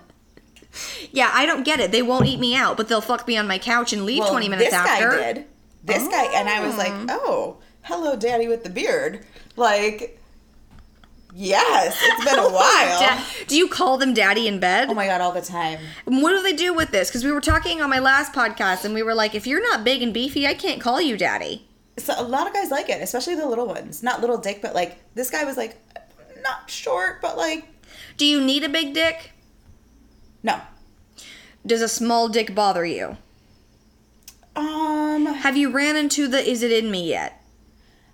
[SPEAKER 1] yeah, I don't get it. They won't eat me out, but they'll fuck me on my couch and leave
[SPEAKER 2] Well,
[SPEAKER 1] 20 minutes
[SPEAKER 2] this
[SPEAKER 1] after.
[SPEAKER 2] guy did. This guy and I was like, oh, hello, daddy with the beard. Like, yes, it's been a while.
[SPEAKER 1] Da- do you call them daddy in bed?
[SPEAKER 2] Oh my god, all the time.
[SPEAKER 1] what do they do with this? Because we were talking on my last podcast and we were like, if you're not big and beefy, I can't call you daddy.
[SPEAKER 2] So a lot of guys like it, especially the little ones. Not little dick, but like this guy was like not short, but like
[SPEAKER 1] Do you need a big dick?
[SPEAKER 2] no.
[SPEAKER 1] Does a small dick bother you?
[SPEAKER 2] Um
[SPEAKER 1] Have you ran into the is it in me yet?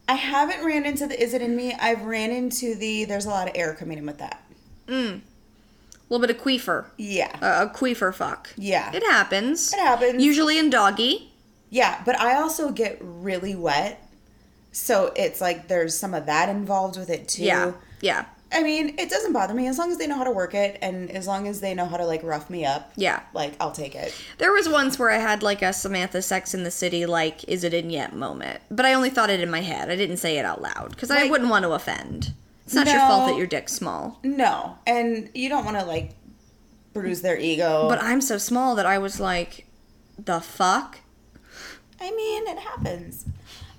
[SPEAKER 2] I haven't ran into the is it in me. I've ran into the there's a lot of air coming in with that.
[SPEAKER 1] A little bit of queefer.
[SPEAKER 2] Yeah.
[SPEAKER 1] Uh, a queefer fuck.
[SPEAKER 2] Yeah.
[SPEAKER 1] It happens.
[SPEAKER 2] It happens.
[SPEAKER 1] Usually in doggy.
[SPEAKER 2] Yeah, but I also get really wet. So it's like there's some of that involved with it too.
[SPEAKER 1] Yeah. Yeah.
[SPEAKER 2] I mean, it doesn't bother me as long as they know how to work it and as long as they know how to like rough me up.
[SPEAKER 1] Yeah.
[SPEAKER 2] Like I'll take it.
[SPEAKER 1] There was once where I had like a Samantha Sex in the City, like, is it in yet moment. But I only thought it in my head. I didn't say it out loud because I
[SPEAKER 2] Like-
[SPEAKER 1] wouldn't want to offend. It's not your fault
[SPEAKER 2] No.
[SPEAKER 1] that your dick's small.
[SPEAKER 2] No. And you don't want to like bruise their ego.
[SPEAKER 1] But I'm so small that I was like, the fuck?
[SPEAKER 2] I mean, it happens.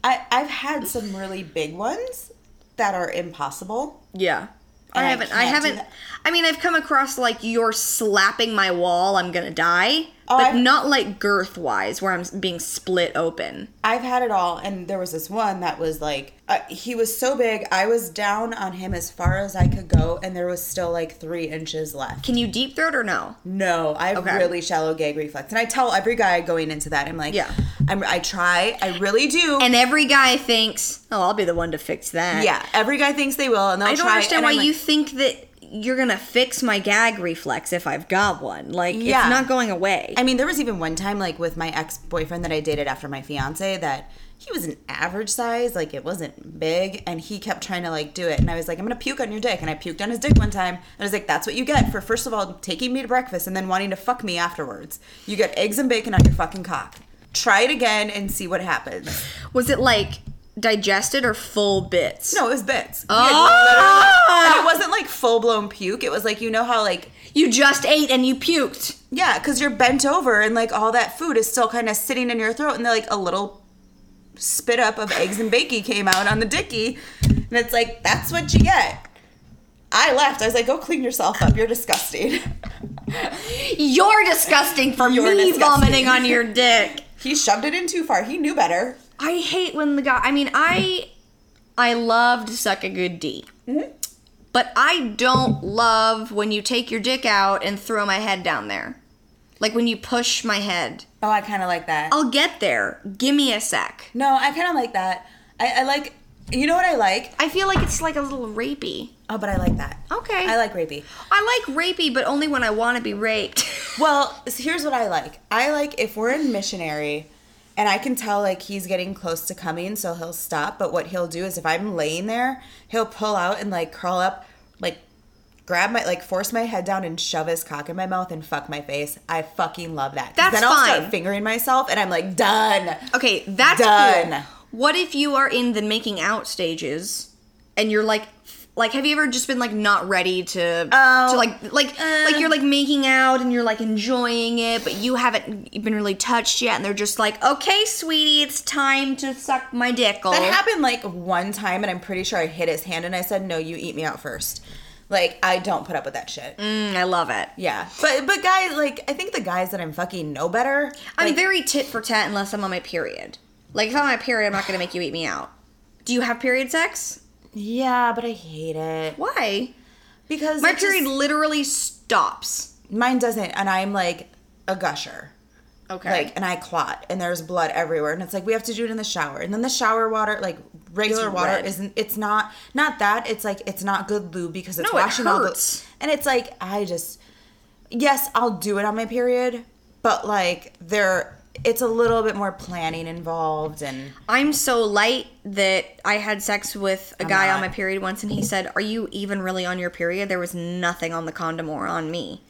[SPEAKER 2] I I've had some really big ones that are impossible.
[SPEAKER 1] Yeah. I
[SPEAKER 2] And I
[SPEAKER 1] haven't. I,
[SPEAKER 2] can't do
[SPEAKER 1] haven't.
[SPEAKER 2] that.
[SPEAKER 1] I mean, I've come across like you're slapping my wall. I'm gonna die,
[SPEAKER 2] Oh,
[SPEAKER 1] but
[SPEAKER 2] I've-
[SPEAKER 1] not like girth wise, where I'm being split open.
[SPEAKER 2] I've had it all, and there was this one that was like uh, he was so big. I was down on him as far as I could go, and there was still like three inches left.
[SPEAKER 1] Can you deep throat or no?
[SPEAKER 2] No, I have
[SPEAKER 1] Okay.
[SPEAKER 2] really shallow gag reflex, and I tell every guy going into that, I'm like,
[SPEAKER 1] Yeah.
[SPEAKER 2] I'm, I try, I really do.
[SPEAKER 1] And every guy thinks, oh, I'll be the one to fix that.
[SPEAKER 2] yeah, every guy thinks they will, and they'll
[SPEAKER 1] I don't
[SPEAKER 2] try.
[SPEAKER 1] understand
[SPEAKER 2] and
[SPEAKER 1] why
[SPEAKER 2] I'm like,
[SPEAKER 1] you think that you're gonna fix my gag reflex if I've got one. Like it's
[SPEAKER 2] Yeah.
[SPEAKER 1] not going away.
[SPEAKER 2] I mean, there was even one time, like with my ex boyfriend that I dated after my fiance, that he was an average size, like it wasn't big, and he kept trying to like do it, and I was like, I'm gonna puke on your dick, and I puked on his dick one time, and I was like, that's what you get for first of all taking me to breakfast and then wanting to fuck me afterwards. You get eggs and bacon on your fucking cock. try it again and see what happens.
[SPEAKER 1] Was it like digested or full bits?
[SPEAKER 2] No, it was bits. Oh!
[SPEAKER 1] Ah!
[SPEAKER 2] and it wasn't like full blown puke. It was like you know how like
[SPEAKER 1] You just ate and you puked.
[SPEAKER 2] yeah, because you're bent over and like all that food is still kind of sitting in your throat, and then like a little spit up of eggs and bacon came out on the dicky, and it's like that's what you get. I left. I was like, go clean yourself up. You're disgusting.
[SPEAKER 1] You're disgusting for
[SPEAKER 2] You're
[SPEAKER 1] me
[SPEAKER 2] disgusting.
[SPEAKER 1] vomiting on your dick.
[SPEAKER 2] he shoved it in too far. He knew better.
[SPEAKER 1] I hate when the guy. I mean, I I love to suck a good D,
[SPEAKER 2] Mm-hmm.
[SPEAKER 1] but I don't love when you take your dick out and throw my head down there, like when you push my head.
[SPEAKER 2] Oh, I kind of like that.
[SPEAKER 1] I'll get there. Give me a sec.
[SPEAKER 2] No, I kind of like that. I, I like. You know what I like?
[SPEAKER 1] I feel like it's like a little rapey.
[SPEAKER 2] Oh, but I like that.
[SPEAKER 1] Okay.
[SPEAKER 2] I like rapey.
[SPEAKER 1] I like rapey, but only when I want to be raped.
[SPEAKER 2] Well, s- here's what I like. I like if we're in missionary and I can tell like he's getting close to coming, so he'll stop. But what he'll do is if I'm laying there, he'll pull out and like curl up, like grab my like force my head down and shove his cock in my mouth and fuck my face. I fucking love that. 'Cause
[SPEAKER 1] That's
[SPEAKER 2] then I'll
[SPEAKER 1] fine.
[SPEAKER 2] start fingering myself and I'm like, done.
[SPEAKER 1] Okay, that's
[SPEAKER 2] Done.
[SPEAKER 1] cool. What if you are in the making out stages and you're like like have you ever just been like not ready to
[SPEAKER 2] Oh, um,
[SPEAKER 1] to like like like you're like making out and you're like enjoying it but you haven't been really touched yet and they're just like okay sweetie it's time to suck my dick
[SPEAKER 2] That happened like one time, and I'm pretty sure I hit his hand and I said, "No, you eat me out first. Like I don't put up with that shit.
[SPEAKER 1] Mm, I love it
[SPEAKER 2] Yeah, but but guys, like I think the guys that I'm fucking know better.
[SPEAKER 1] I'm
[SPEAKER 2] Like,
[SPEAKER 1] very tit for tat unless I'm on my period like if I'm on my period I'm not gonna make you eat me out do you have period sex
[SPEAKER 2] yeah, but I hate it
[SPEAKER 1] why
[SPEAKER 2] because
[SPEAKER 1] my
[SPEAKER 2] it just-
[SPEAKER 1] period literally stops
[SPEAKER 2] mine doesn't, and I'm like a gusher.
[SPEAKER 1] okay
[SPEAKER 2] Like, and I clot, and there's blood everywhere, and it's like we have to do it in the shower, and then the shower water, like regular
[SPEAKER 1] It's
[SPEAKER 2] water,
[SPEAKER 1] red.
[SPEAKER 2] isn't. It's not not that. It's like it's not good lube because it's
[SPEAKER 1] No, it
[SPEAKER 2] washing
[SPEAKER 1] hurts.
[SPEAKER 2] all the. And it's like I just, yes, I'll do it on my period, but like there, it's a little bit more planning involved, and
[SPEAKER 1] I'm so light that I had sex with a guy on my
[SPEAKER 2] not.
[SPEAKER 1] period once and he said, Are you even really on your period? There was nothing on the condom or on me.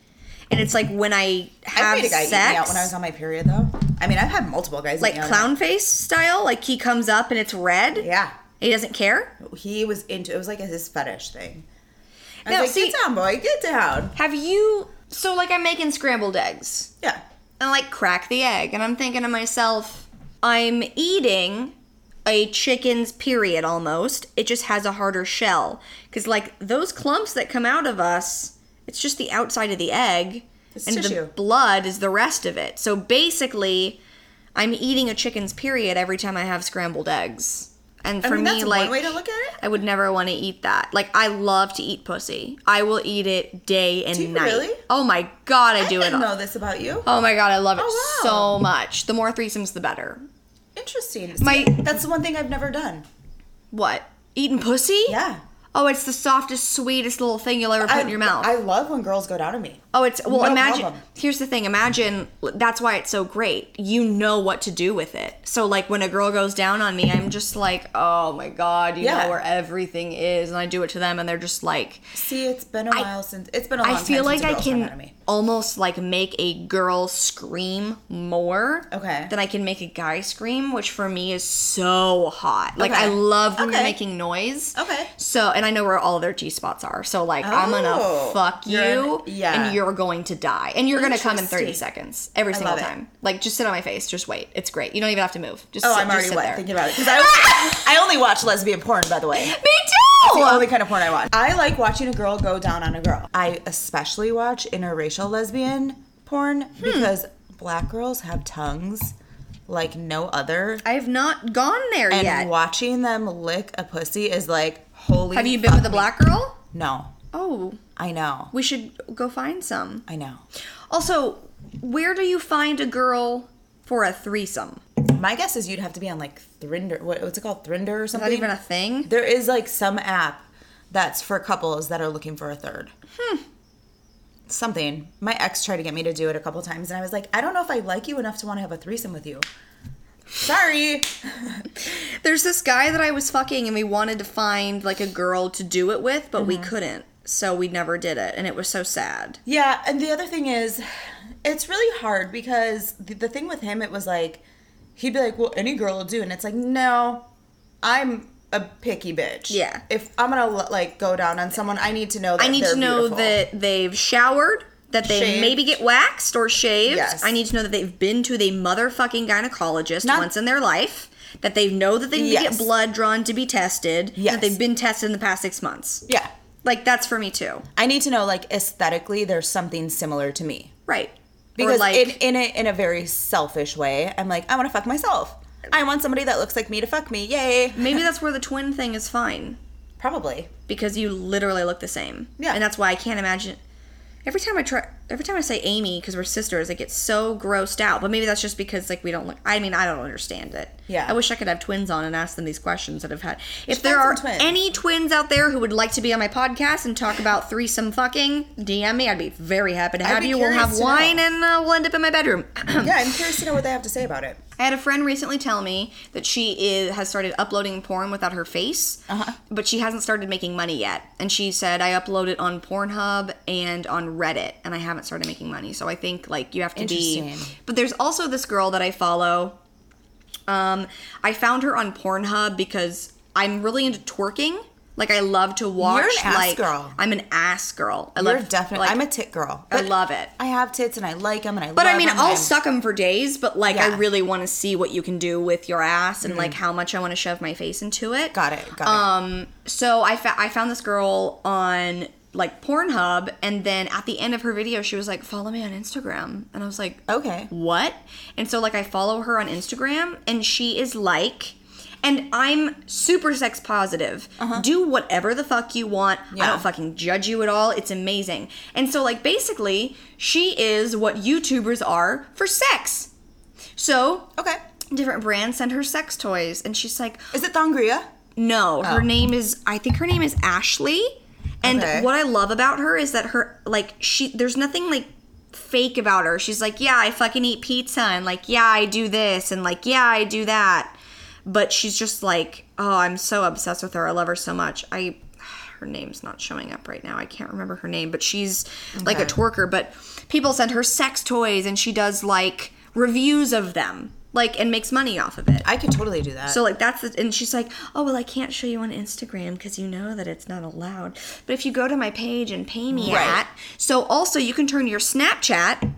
[SPEAKER 1] And it's like when I
[SPEAKER 2] I
[SPEAKER 1] have
[SPEAKER 2] made a guy
[SPEAKER 1] sex,
[SPEAKER 2] eat me out when I was on my period though. I mean, I've had multiple guys eat
[SPEAKER 1] like
[SPEAKER 2] me out.
[SPEAKER 1] clown face style, like he comes up and it's red.
[SPEAKER 2] Yeah,
[SPEAKER 1] He doesn't care.
[SPEAKER 2] he was into it was like his fetish thing. I
[SPEAKER 1] No,
[SPEAKER 2] was like,
[SPEAKER 1] see-
[SPEAKER 2] get down, boy, get down.
[SPEAKER 1] Have you. So, like, I'm making scrambled eggs.
[SPEAKER 2] Yeah,
[SPEAKER 1] and like crack the egg and i'm thinking to myself i'm eating a chicken's period almost it just has a harder shell because like those clumps that come out of us it's just the outside of the egg
[SPEAKER 2] It's
[SPEAKER 1] and
[SPEAKER 2] tissue.
[SPEAKER 1] the blood is the rest of it so basically i'm eating a chicken's period every time i have scrambled eggs and
[SPEAKER 2] I
[SPEAKER 1] for
[SPEAKER 2] mean
[SPEAKER 1] me
[SPEAKER 2] that's
[SPEAKER 1] like
[SPEAKER 2] one way to look at it.
[SPEAKER 1] i would never want to eat that like i love to eat pussy i will eat it day and
[SPEAKER 2] you
[SPEAKER 1] night
[SPEAKER 2] really?
[SPEAKER 1] oh my god i,
[SPEAKER 2] I
[SPEAKER 1] do it
[SPEAKER 2] didn't
[SPEAKER 1] all
[SPEAKER 2] know this about you.
[SPEAKER 1] Oh my god, I love it
[SPEAKER 2] Oh,
[SPEAKER 1] so much. The more threesomes, the better.
[SPEAKER 2] Interesting.
[SPEAKER 1] My-
[SPEAKER 2] My that's the one thing I've never done.
[SPEAKER 1] What? Eating pussy?
[SPEAKER 2] Yeah.
[SPEAKER 1] Oh, it's the softest, sweetest little thing you'll ever put
[SPEAKER 2] I,
[SPEAKER 1] in your mouth.
[SPEAKER 2] I love when girls go down on me.
[SPEAKER 1] oh, it's well.
[SPEAKER 2] No
[SPEAKER 1] imagine.
[SPEAKER 2] problem.
[SPEAKER 1] Here's the thing. Imagine that's why it's so great. You know what to do with it. So like when a girl goes down on me, I'm just like, oh my god, you
[SPEAKER 2] Yeah.
[SPEAKER 1] know where everything is, and I do it to them, and they're just like,
[SPEAKER 2] See, it's been a while since it's been a long
[SPEAKER 1] I
[SPEAKER 2] time
[SPEAKER 1] feel like
[SPEAKER 2] since a
[SPEAKER 1] I
[SPEAKER 2] girl's gone down
[SPEAKER 1] can
[SPEAKER 2] on me.
[SPEAKER 1] almost like make a girl scream more
[SPEAKER 2] Okay.
[SPEAKER 1] than I can make a guy scream, which for me is so hot. Like I
[SPEAKER 2] Okay.
[SPEAKER 1] love when you're
[SPEAKER 2] Okay.
[SPEAKER 1] making noise.
[SPEAKER 2] Okay.
[SPEAKER 1] So and I know where all their G spots are. So like I'm gonna
[SPEAKER 2] Oh.
[SPEAKER 1] fuck
[SPEAKER 2] You're
[SPEAKER 1] you
[SPEAKER 2] an- yeah.
[SPEAKER 1] and you're going to die. And you're gonna come in 30
[SPEAKER 2] Interesting.
[SPEAKER 1] seconds every single
[SPEAKER 2] love it.
[SPEAKER 1] time. Like just sit on my face. Just wait. It's great. You don't even have to move. Just
[SPEAKER 2] Oh,
[SPEAKER 1] sit,
[SPEAKER 2] I'm
[SPEAKER 1] just
[SPEAKER 2] already
[SPEAKER 1] sit
[SPEAKER 2] wet
[SPEAKER 1] there.
[SPEAKER 2] thinking about it because I, I only watch lesbian porn, by the way.
[SPEAKER 1] Me too!
[SPEAKER 2] the only kind of porn I watch. I like watching a girl go down on a girl. I especially watch interracial lesbian porn because black girls have tongues like no other.
[SPEAKER 1] I have not gone there
[SPEAKER 2] And
[SPEAKER 1] yet.
[SPEAKER 2] watching them lick a pussy is like holy.
[SPEAKER 1] Have you been
[SPEAKER 2] fuck
[SPEAKER 1] with a
[SPEAKER 2] me.
[SPEAKER 1] black girl?
[SPEAKER 2] No,
[SPEAKER 1] Oh,
[SPEAKER 2] I know,
[SPEAKER 1] we should go find some.
[SPEAKER 2] I know.
[SPEAKER 1] Also, where do you find a girl for a threesome? Is
[SPEAKER 2] My guess is you'd have to be on like Thrinder. What, what's it called? Thrinder or something.
[SPEAKER 1] that even a thing?
[SPEAKER 2] there is like some app that's for couples that are looking for a third. Hmm. Something. My ex tried to get me to do it a couple times, and I was like, I don't know if I like you enough to want to have a threesome with you. Sorry.
[SPEAKER 1] There's this guy that I was fucking and we wanted to find like a girl to do it with, but
[SPEAKER 2] Mm-hmm.
[SPEAKER 1] we couldn't. So we never did it and it was so sad.
[SPEAKER 2] Yeah, and the other thing is, it's really hard because the, the thing with him, it was like he'd be like, "Well, any girl will do," and it's like, "No, I'm a picky bitch.
[SPEAKER 1] Yeah.
[SPEAKER 2] if I'm gonna lo- like go down on someone, I need to know. That
[SPEAKER 1] I need
[SPEAKER 2] they're
[SPEAKER 1] to know
[SPEAKER 2] beautiful.
[SPEAKER 1] that they've showered, that they
[SPEAKER 2] Shaved.
[SPEAKER 1] maybe get waxed or shaved.
[SPEAKER 2] Yes.
[SPEAKER 1] I need to know that they've been to the motherfucking gynecologist
[SPEAKER 2] Not-
[SPEAKER 1] once in their life, that they know that they need to
[SPEAKER 2] Yes.
[SPEAKER 1] get blood drawn to be tested, and
[SPEAKER 2] Yes.
[SPEAKER 1] that they've been tested in the past six months.
[SPEAKER 2] Yeah,
[SPEAKER 1] Like, that's for me too.
[SPEAKER 2] I need to know like aesthetically, there's something similar to me.
[SPEAKER 1] Right.
[SPEAKER 2] Because
[SPEAKER 1] or like,
[SPEAKER 2] in in a, in a very selfish way, I'm like, I want to fuck myself. I want somebody that looks like me to fuck me. Yay!
[SPEAKER 1] maybe that's where the twin thing is fine.
[SPEAKER 2] Probably.
[SPEAKER 1] because you literally look the same.
[SPEAKER 2] Yeah.
[SPEAKER 1] And that's why I can't imagine. Every time I try, every time I say Amy because we're sisters, I get so grossed out. But maybe that's just because like we don't look. I mean, I don't understand it.
[SPEAKER 2] Yeah.
[SPEAKER 1] I wish I could have twins on and ask them these questions that I've had. If
[SPEAKER 2] find
[SPEAKER 1] there are
[SPEAKER 2] some twins.
[SPEAKER 1] any twins out there who would like to be on my podcast and talk about threesome fucking, DM me. I'd be very happy to have
[SPEAKER 2] be
[SPEAKER 1] you. We'll
[SPEAKER 2] curious
[SPEAKER 1] have
[SPEAKER 2] to
[SPEAKER 1] wine
[SPEAKER 2] know.
[SPEAKER 1] and uh, we'll end up in my bedroom.
[SPEAKER 2] Yeah, I'm curious to know what they have to say about it.
[SPEAKER 1] I had a friend recently tell me that she is, has started uploading porn without her face,
[SPEAKER 2] Uh-huh.
[SPEAKER 1] but she hasn't started making money yet. And she said, "I upload it on Pornhub and on Reddit, and I haven't started making money." So I think like you have to be.
[SPEAKER 2] Interesting.
[SPEAKER 1] But there's also this girl that I follow. Um, I found her on Pornhub because I'm really into twerking. Like I love to watch.
[SPEAKER 2] an ass
[SPEAKER 1] like,
[SPEAKER 2] girl.
[SPEAKER 1] I'm an ass girl. I
[SPEAKER 2] You're
[SPEAKER 1] love
[SPEAKER 2] definitely.
[SPEAKER 1] like,
[SPEAKER 2] I'm a tit girl.
[SPEAKER 1] I
[SPEAKER 2] But
[SPEAKER 1] love it.
[SPEAKER 2] I have tits and I like them and I.
[SPEAKER 1] But
[SPEAKER 2] love
[SPEAKER 1] I mean,
[SPEAKER 2] them and
[SPEAKER 1] I'll
[SPEAKER 2] I'm-
[SPEAKER 1] suck them for days. But like,
[SPEAKER 2] Yeah. Mm-hmm.
[SPEAKER 1] I really want to see what you can do with your ass and like how much I want to shove my face into it.
[SPEAKER 2] Got it. Got it.
[SPEAKER 1] um, So I fa- I found this girl on like Pornhub, and then at the end of her video, she was like, "Follow me on Instagram," and I was like,
[SPEAKER 2] Okay.
[SPEAKER 1] what?" And so like, I follow her on Instagram, and she is like. And I'm super sex positive. Do whatever the fuck you want. I
[SPEAKER 2] Yeah.
[SPEAKER 1] don't fucking judge you at all. It's amazing. And so, like, basically, she is what YouTubers are for sex. So,
[SPEAKER 2] Okay.
[SPEAKER 1] different brands send her sex toys, and she's like,
[SPEAKER 2] Is it Thongria?
[SPEAKER 1] no, her name is I think her name is Ashley. And
[SPEAKER 2] Oh. Okay.
[SPEAKER 1] what I love about her is that her like she there's nothing like fake about her. She's like, "Yeah, I fucking eat pizza and like, yeah, I do this and like, yeah, I do that." But she's just like, "Oh, I'm so obsessed with her. I love her so much." I her name's not showing up right now. I can't remember her name, but she's like a
[SPEAKER 2] Okay.
[SPEAKER 1] twerker, but people send her sex toys and she does like reviews of them. Like and makes money off of it.
[SPEAKER 2] I could totally do that.
[SPEAKER 1] So like that's the, and she's like, oh well, I can't show you on Instagram because you know that it's not allowed. But if you go to my page and pay me
[SPEAKER 2] Right.
[SPEAKER 1] at, so also you can turn your Snapchat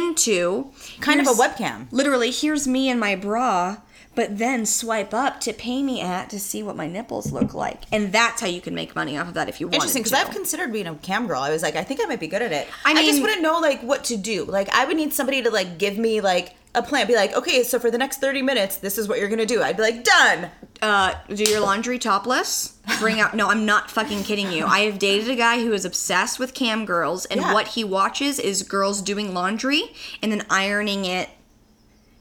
[SPEAKER 1] into
[SPEAKER 2] kind of a
[SPEAKER 1] here's-
[SPEAKER 2] webcam.
[SPEAKER 1] Literally, here's me in my bra, but then swipe up to pay me at to see what my nipples look like, and that's how you can make money off of that if you want.
[SPEAKER 2] Interesting, because
[SPEAKER 1] because
[SPEAKER 2] I've considered being a cam girl. I was like, I think I might be good at it.
[SPEAKER 1] I
[SPEAKER 2] I, just
[SPEAKER 1] mean-
[SPEAKER 2] wouldn't know like what to do. Like, I would need somebody to like give me like a plan. Be like, okay, so for the next thirty minutes, this is what you're gonna do. I'd be like, done.
[SPEAKER 1] uh, do your laundry topless. Bring out. No, I'm not fucking kidding you. I have dated a guy who is obsessed with cam girls, and
[SPEAKER 2] Yeah.
[SPEAKER 1] what he watches is girls doing laundry and then ironing it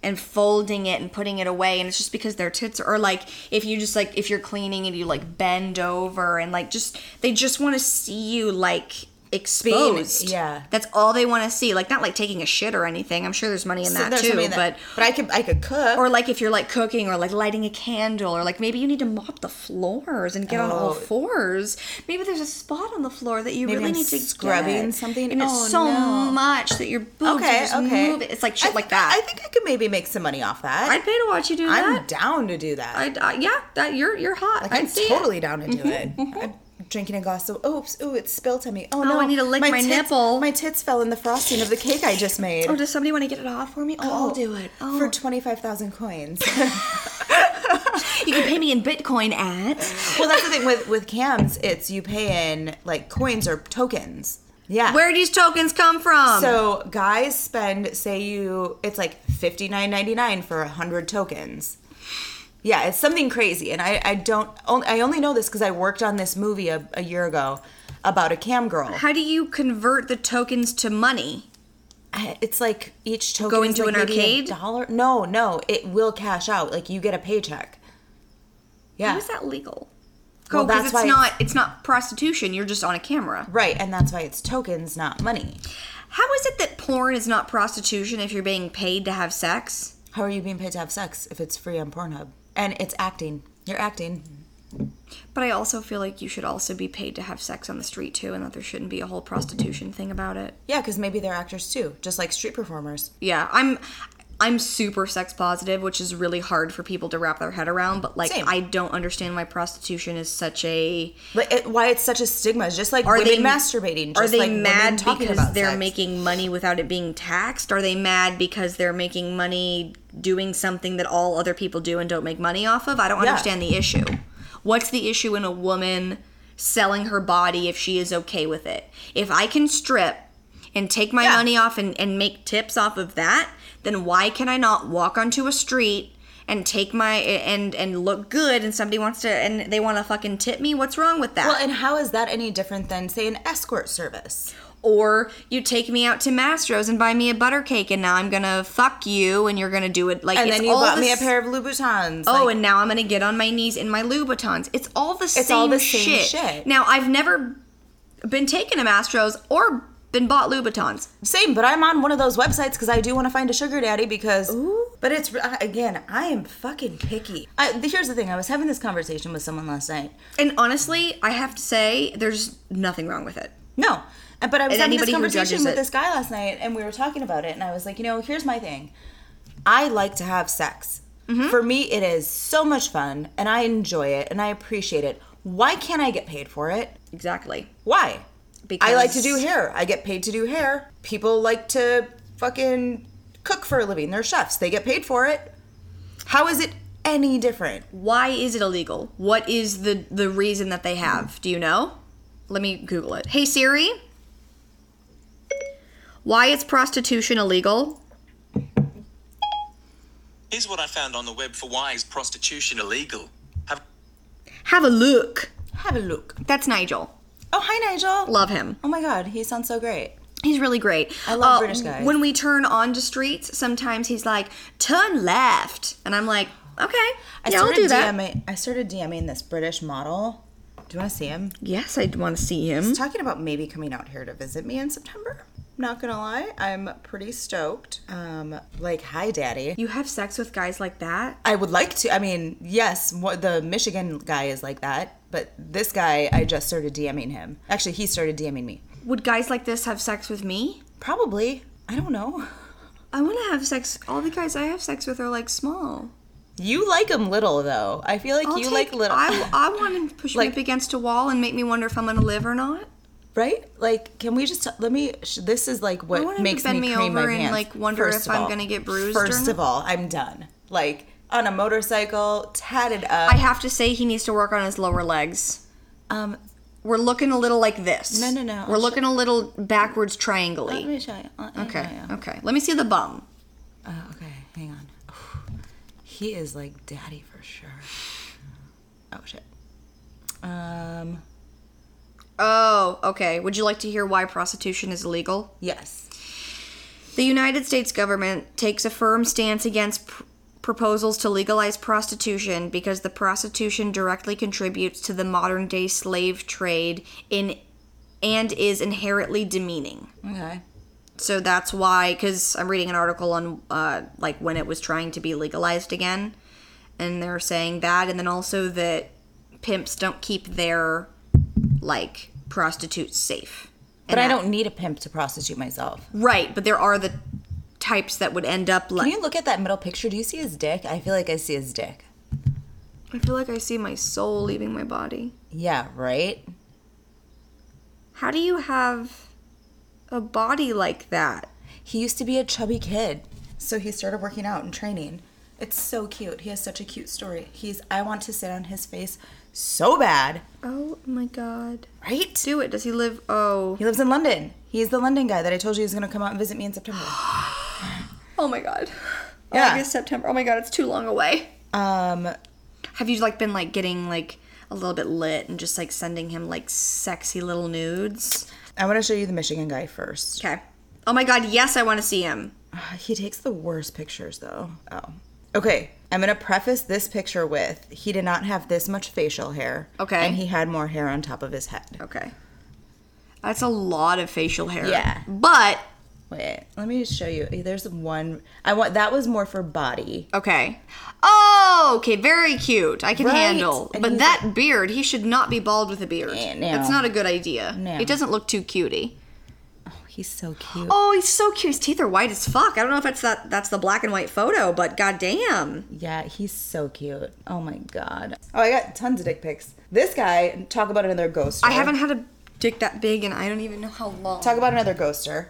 [SPEAKER 1] and folding it and putting it away. And it's just because their tits are, or like if you just like, if you're cleaning and you like bend over and like just, they just want to see you like exposed.
[SPEAKER 2] yeah.
[SPEAKER 1] That's all they want to see. Like, not like taking a shit or anything. I'm sure there's money in
[SPEAKER 2] So
[SPEAKER 1] that
[SPEAKER 2] there's
[SPEAKER 1] too.
[SPEAKER 2] somebody that-
[SPEAKER 1] but
[SPEAKER 2] but I could I could cook.
[SPEAKER 1] or like if you're like cooking or like lighting a candle or like maybe you need to mop the floors and get on all
[SPEAKER 2] Oh.
[SPEAKER 1] fours. Maybe there's a spot on the floor that you
[SPEAKER 2] Maybe
[SPEAKER 1] really
[SPEAKER 2] I'm
[SPEAKER 1] need to
[SPEAKER 2] scrubbing
[SPEAKER 1] get.
[SPEAKER 2] something?
[SPEAKER 1] And it's
[SPEAKER 2] Oh,
[SPEAKER 1] so
[SPEAKER 2] no.
[SPEAKER 1] much that your boobs are
[SPEAKER 2] okay,
[SPEAKER 1] just
[SPEAKER 2] okay.
[SPEAKER 1] moving. It's like
[SPEAKER 2] I
[SPEAKER 1] shit
[SPEAKER 2] think-
[SPEAKER 1] like that.
[SPEAKER 2] I think I could maybe make some money off that.
[SPEAKER 1] I'd pay to watch you do
[SPEAKER 2] I'm
[SPEAKER 1] that.
[SPEAKER 2] down to do that.
[SPEAKER 1] I'd, uh, yeah, that you're you're hot.
[SPEAKER 2] Like,
[SPEAKER 1] I'd
[SPEAKER 2] I'm
[SPEAKER 1] see
[SPEAKER 2] totally
[SPEAKER 1] it.
[SPEAKER 2] down to do it. I'm drinking a glass of oops, ooh, it spilt on me. Oh, no,
[SPEAKER 1] I need to lick my
[SPEAKER 2] tits,
[SPEAKER 1] nipple.
[SPEAKER 2] My tits fell in the frosting of the cake I just made.
[SPEAKER 1] Oh, does somebody want to get it off for me? Oh, I'll do it. Oh,
[SPEAKER 2] for twenty five thousand coins.
[SPEAKER 1] you can pay me in Bitcoin at.
[SPEAKER 2] well, that's the thing with with cams. It's you pay in like coins or tokens. Yeah.
[SPEAKER 1] Where do these tokens come from?
[SPEAKER 2] so guys spend say you it's like fifty nine ninety nine for a hundred tokens. Yeah, it's something crazy, and I I don't only, I only know this because I worked on this movie a, a year ago about a cam girl.
[SPEAKER 1] how do you convert the tokens to money?
[SPEAKER 2] I- it's like each token
[SPEAKER 1] Going
[SPEAKER 2] is
[SPEAKER 1] to
[SPEAKER 2] like
[SPEAKER 1] an
[SPEAKER 2] maybe a
[SPEAKER 1] arcade?
[SPEAKER 2] dollar no no it will cash out like you get a paycheck
[SPEAKER 1] How
[SPEAKER 2] yeah
[SPEAKER 1] is that legal?
[SPEAKER 2] Well,
[SPEAKER 1] oh, 'cause
[SPEAKER 2] that's
[SPEAKER 1] it's
[SPEAKER 2] why it's-
[SPEAKER 1] not it's not prostitution. You're just on a camera.
[SPEAKER 2] right and that's why it's tokens not money
[SPEAKER 1] How is it that porn is not prostitution if you're being paid to have sex?
[SPEAKER 2] how are you being paid to have sex if it's free on pornhub and it's acting you're acting
[SPEAKER 1] But I also feel like you should also be paid to have sex on the street too, and that there shouldn't be a whole prostitution thing about it.
[SPEAKER 2] yeah because maybe they're actors too just like street performers
[SPEAKER 1] Yeah, I'm. I'm super sex positive, which is really hard for people to wrap their head around. But like,
[SPEAKER 2] Same.
[SPEAKER 1] I don't understand why prostitution is such a.
[SPEAKER 2] Like it, why it's such a stigma. It's just like
[SPEAKER 1] Are
[SPEAKER 2] women
[SPEAKER 1] they
[SPEAKER 2] masturbating. Just
[SPEAKER 1] Are they
[SPEAKER 2] like women
[SPEAKER 1] mad
[SPEAKER 2] talking
[SPEAKER 1] because
[SPEAKER 2] about
[SPEAKER 1] they're
[SPEAKER 2] sex.
[SPEAKER 1] making money without it being taxed? Are they mad because they're making money doing something that all other people do and don't make money off of? I don't
[SPEAKER 2] Yeah.
[SPEAKER 1] understand the issue. What's the issue in a woman selling her body if she is okay with it? If I can strip and take my
[SPEAKER 2] Yeah.
[SPEAKER 1] money off and, and make tips off of that, then why can I not walk onto a street? And take my and and look good, and somebody wants to and they want to fucking tip me. What's wrong with that?
[SPEAKER 2] Well, and how is that any different than say an escort service?
[SPEAKER 1] or you take me out to Mastro's and buy me a butter cake, and now I'm gonna fuck you, and you're gonna do it like
[SPEAKER 2] And
[SPEAKER 1] it's
[SPEAKER 2] then you
[SPEAKER 1] all
[SPEAKER 2] bought
[SPEAKER 1] the
[SPEAKER 2] me a
[SPEAKER 1] s-
[SPEAKER 2] pair of Louboutins.
[SPEAKER 1] Oh,
[SPEAKER 2] like,
[SPEAKER 1] and now I'm gonna get on my knees in my Louboutins. It's all the same.
[SPEAKER 2] all the same
[SPEAKER 1] shit.
[SPEAKER 2] shit.
[SPEAKER 1] Now I've never been taken to Mastro's or been bought Louboutins.
[SPEAKER 2] same, but I'm on one of those websites because I do want to find a sugar daddy because. But it's
[SPEAKER 1] uh,
[SPEAKER 2] I- again, I am fucking picky. I, here's the thing: I was having this conversation with someone last night.
[SPEAKER 1] And honestly, I have to say, there's nothing wrong with it.
[SPEAKER 2] No. And- But I was
[SPEAKER 1] And
[SPEAKER 2] having this
[SPEAKER 1] anybody who
[SPEAKER 2] conversation
[SPEAKER 1] judges
[SPEAKER 2] with
[SPEAKER 1] it.
[SPEAKER 2] this guy last night, and we were talking about it, and I was like, you know, here's my thing. I like to have sex.
[SPEAKER 1] Mm-hmm.
[SPEAKER 2] For me, it is so much fun, and I enjoy it, and I appreciate it. Why can't I get paid for it?
[SPEAKER 1] Exactly.
[SPEAKER 2] Why?
[SPEAKER 1] Because
[SPEAKER 2] I like to do hair. I get paid to do hair. People like to fucking cook for a living. They're chefs. They get paid for it. How is it any different?
[SPEAKER 1] Why is it illegal? What is the the reason that they have? Do you know? Let me Google it. Hey Siri. Why is prostitution illegal?
[SPEAKER 3] Here's what I found on the web for why is prostitution illegal. Have
[SPEAKER 1] Have a look.
[SPEAKER 2] Have a look.
[SPEAKER 1] That's Nigel.
[SPEAKER 2] Oh, hi, Nigel.
[SPEAKER 1] Love him.
[SPEAKER 2] Oh my god, he sounds so great.
[SPEAKER 1] He's really great. Uh,
[SPEAKER 2] I love British guys.
[SPEAKER 1] When we turn onto streets, sometimes he's like, "Turn left," and I'm like, "Okay,
[SPEAKER 2] I
[SPEAKER 1] yeah, I'll
[SPEAKER 2] started
[SPEAKER 1] do that."
[SPEAKER 2] DMing, I started DMing this British model. Do you want to see him?
[SPEAKER 1] Yes, I'd want to see him.
[SPEAKER 2] He's talking about maybe coming out here to visit me in September. Not gonna lie, I'm pretty stoked. Um, like, hi, daddy.
[SPEAKER 1] You have sex with guys like that?
[SPEAKER 2] I would like to. I mean, yes, what the Michigan guy is like that, but this guy, I just started DMing him. Actually, he started DMing me.
[SPEAKER 1] Would guys like this have sex with me?
[SPEAKER 2] Probably. I don't know.
[SPEAKER 1] I want to have sex. All the guys I have sex with are like small.
[SPEAKER 2] You like him little though. I feel like
[SPEAKER 1] I'll
[SPEAKER 2] you
[SPEAKER 1] take-
[SPEAKER 2] like little.
[SPEAKER 1] I, I want to push me
[SPEAKER 2] Like-
[SPEAKER 1] up against a wall and make me wonder if I'm going to live or not.
[SPEAKER 2] right? Like, can we just let me? Sh- this is like
[SPEAKER 1] I
[SPEAKER 2] what
[SPEAKER 1] want him to
[SPEAKER 2] makes
[SPEAKER 1] bend
[SPEAKER 2] me
[SPEAKER 1] me
[SPEAKER 2] cream my
[SPEAKER 1] over and,
[SPEAKER 2] pants.
[SPEAKER 1] like, wonder
[SPEAKER 2] First
[SPEAKER 1] if
[SPEAKER 2] of
[SPEAKER 1] I'm
[SPEAKER 2] all-
[SPEAKER 1] gonna get bruised or
[SPEAKER 2] First
[SPEAKER 1] not.
[SPEAKER 2] of all, I'm done. Like on a motorcycle, tatted up.
[SPEAKER 1] I have to say, he needs to work on his lower legs.
[SPEAKER 2] um,
[SPEAKER 1] We're looking a little like this.
[SPEAKER 2] No, no, no.
[SPEAKER 1] We're looking a little backwards triangly.
[SPEAKER 2] show you.
[SPEAKER 1] Okay, okay. Let me see the bum.
[SPEAKER 2] Uh, okay, hang on. He is like daddy for sure. Oh shit. Um.
[SPEAKER 1] Oh, okay. Would you like to hear why prostitution is illegal?
[SPEAKER 2] Yes.
[SPEAKER 1] The United States government takes a firm stance against pr- proposals to legalize prostitution because the prostitution directly contributes to the modern day slave trade in and is inherently demeaning.
[SPEAKER 2] Okay.
[SPEAKER 1] So that's why cuz I'm reading an article on uh, like when it was trying to be legalized again and they're saying that and then also that pimps don't keep their like prostitutes safe.
[SPEAKER 2] But I don't need a pimp to prostitute myself.
[SPEAKER 1] Right, but there are the types that would end up like
[SPEAKER 2] Can you look at that middle picture? Do you see his dick? I feel like I see his dick.
[SPEAKER 1] I feel like I see my soul leaving my body.
[SPEAKER 2] Yeah. Right.
[SPEAKER 1] How do you have a body like that?
[SPEAKER 2] He used to be a chubby kid, so he started working out and training. It's so cute. He has such a cute story. He's I want to sit on his face so bad,
[SPEAKER 1] Oh my god.
[SPEAKER 2] right?
[SPEAKER 1] Do it. Does he live? Oh.
[SPEAKER 2] He lives in London. He's the London guy that I told you was going to come out and visit me in September.
[SPEAKER 1] Oh my god.
[SPEAKER 2] Yeah.
[SPEAKER 1] August, September. Oh my god, it's too long away.
[SPEAKER 2] Um
[SPEAKER 1] Have you like been like getting like a little bit lit and just like sending him like sexy little nudes?
[SPEAKER 2] I want to show you the Michigan guy first.
[SPEAKER 1] Okay. Oh my god, yes, I want to see him.
[SPEAKER 2] Ah, He takes the worst pictures though. Oh. Okay. I'm going to preface this picture with he did not have this much facial hair.
[SPEAKER 1] Okay.
[SPEAKER 2] And he had more hair on top of his head.
[SPEAKER 1] Okay. That's a lot of facial hair.
[SPEAKER 2] Yeah.
[SPEAKER 1] But
[SPEAKER 2] Wait, let me show you. There's one I want that was more for body.
[SPEAKER 1] Okay. Oh, okay. Very cute. I can
[SPEAKER 2] Right.
[SPEAKER 1] handle.
[SPEAKER 2] And
[SPEAKER 1] But
[SPEAKER 2] he's
[SPEAKER 1] that beard, he should not be bald with a beard.
[SPEAKER 2] Eh, no.
[SPEAKER 1] That's not a good idea.
[SPEAKER 2] No.
[SPEAKER 1] It doesn't look too cutie.
[SPEAKER 2] He's so cute.
[SPEAKER 1] Oh, he's so cute. His teeth are white as fuck. I don't know if that's that that's the black and white photo, but goddamn.
[SPEAKER 2] Yeah, he's so cute. Oh my god. Oh, I got tons of dick pics. This guy, talk about another ghoster.
[SPEAKER 1] I haven't had a dick that big and I don't even know how long.
[SPEAKER 2] Talk about another ghoster.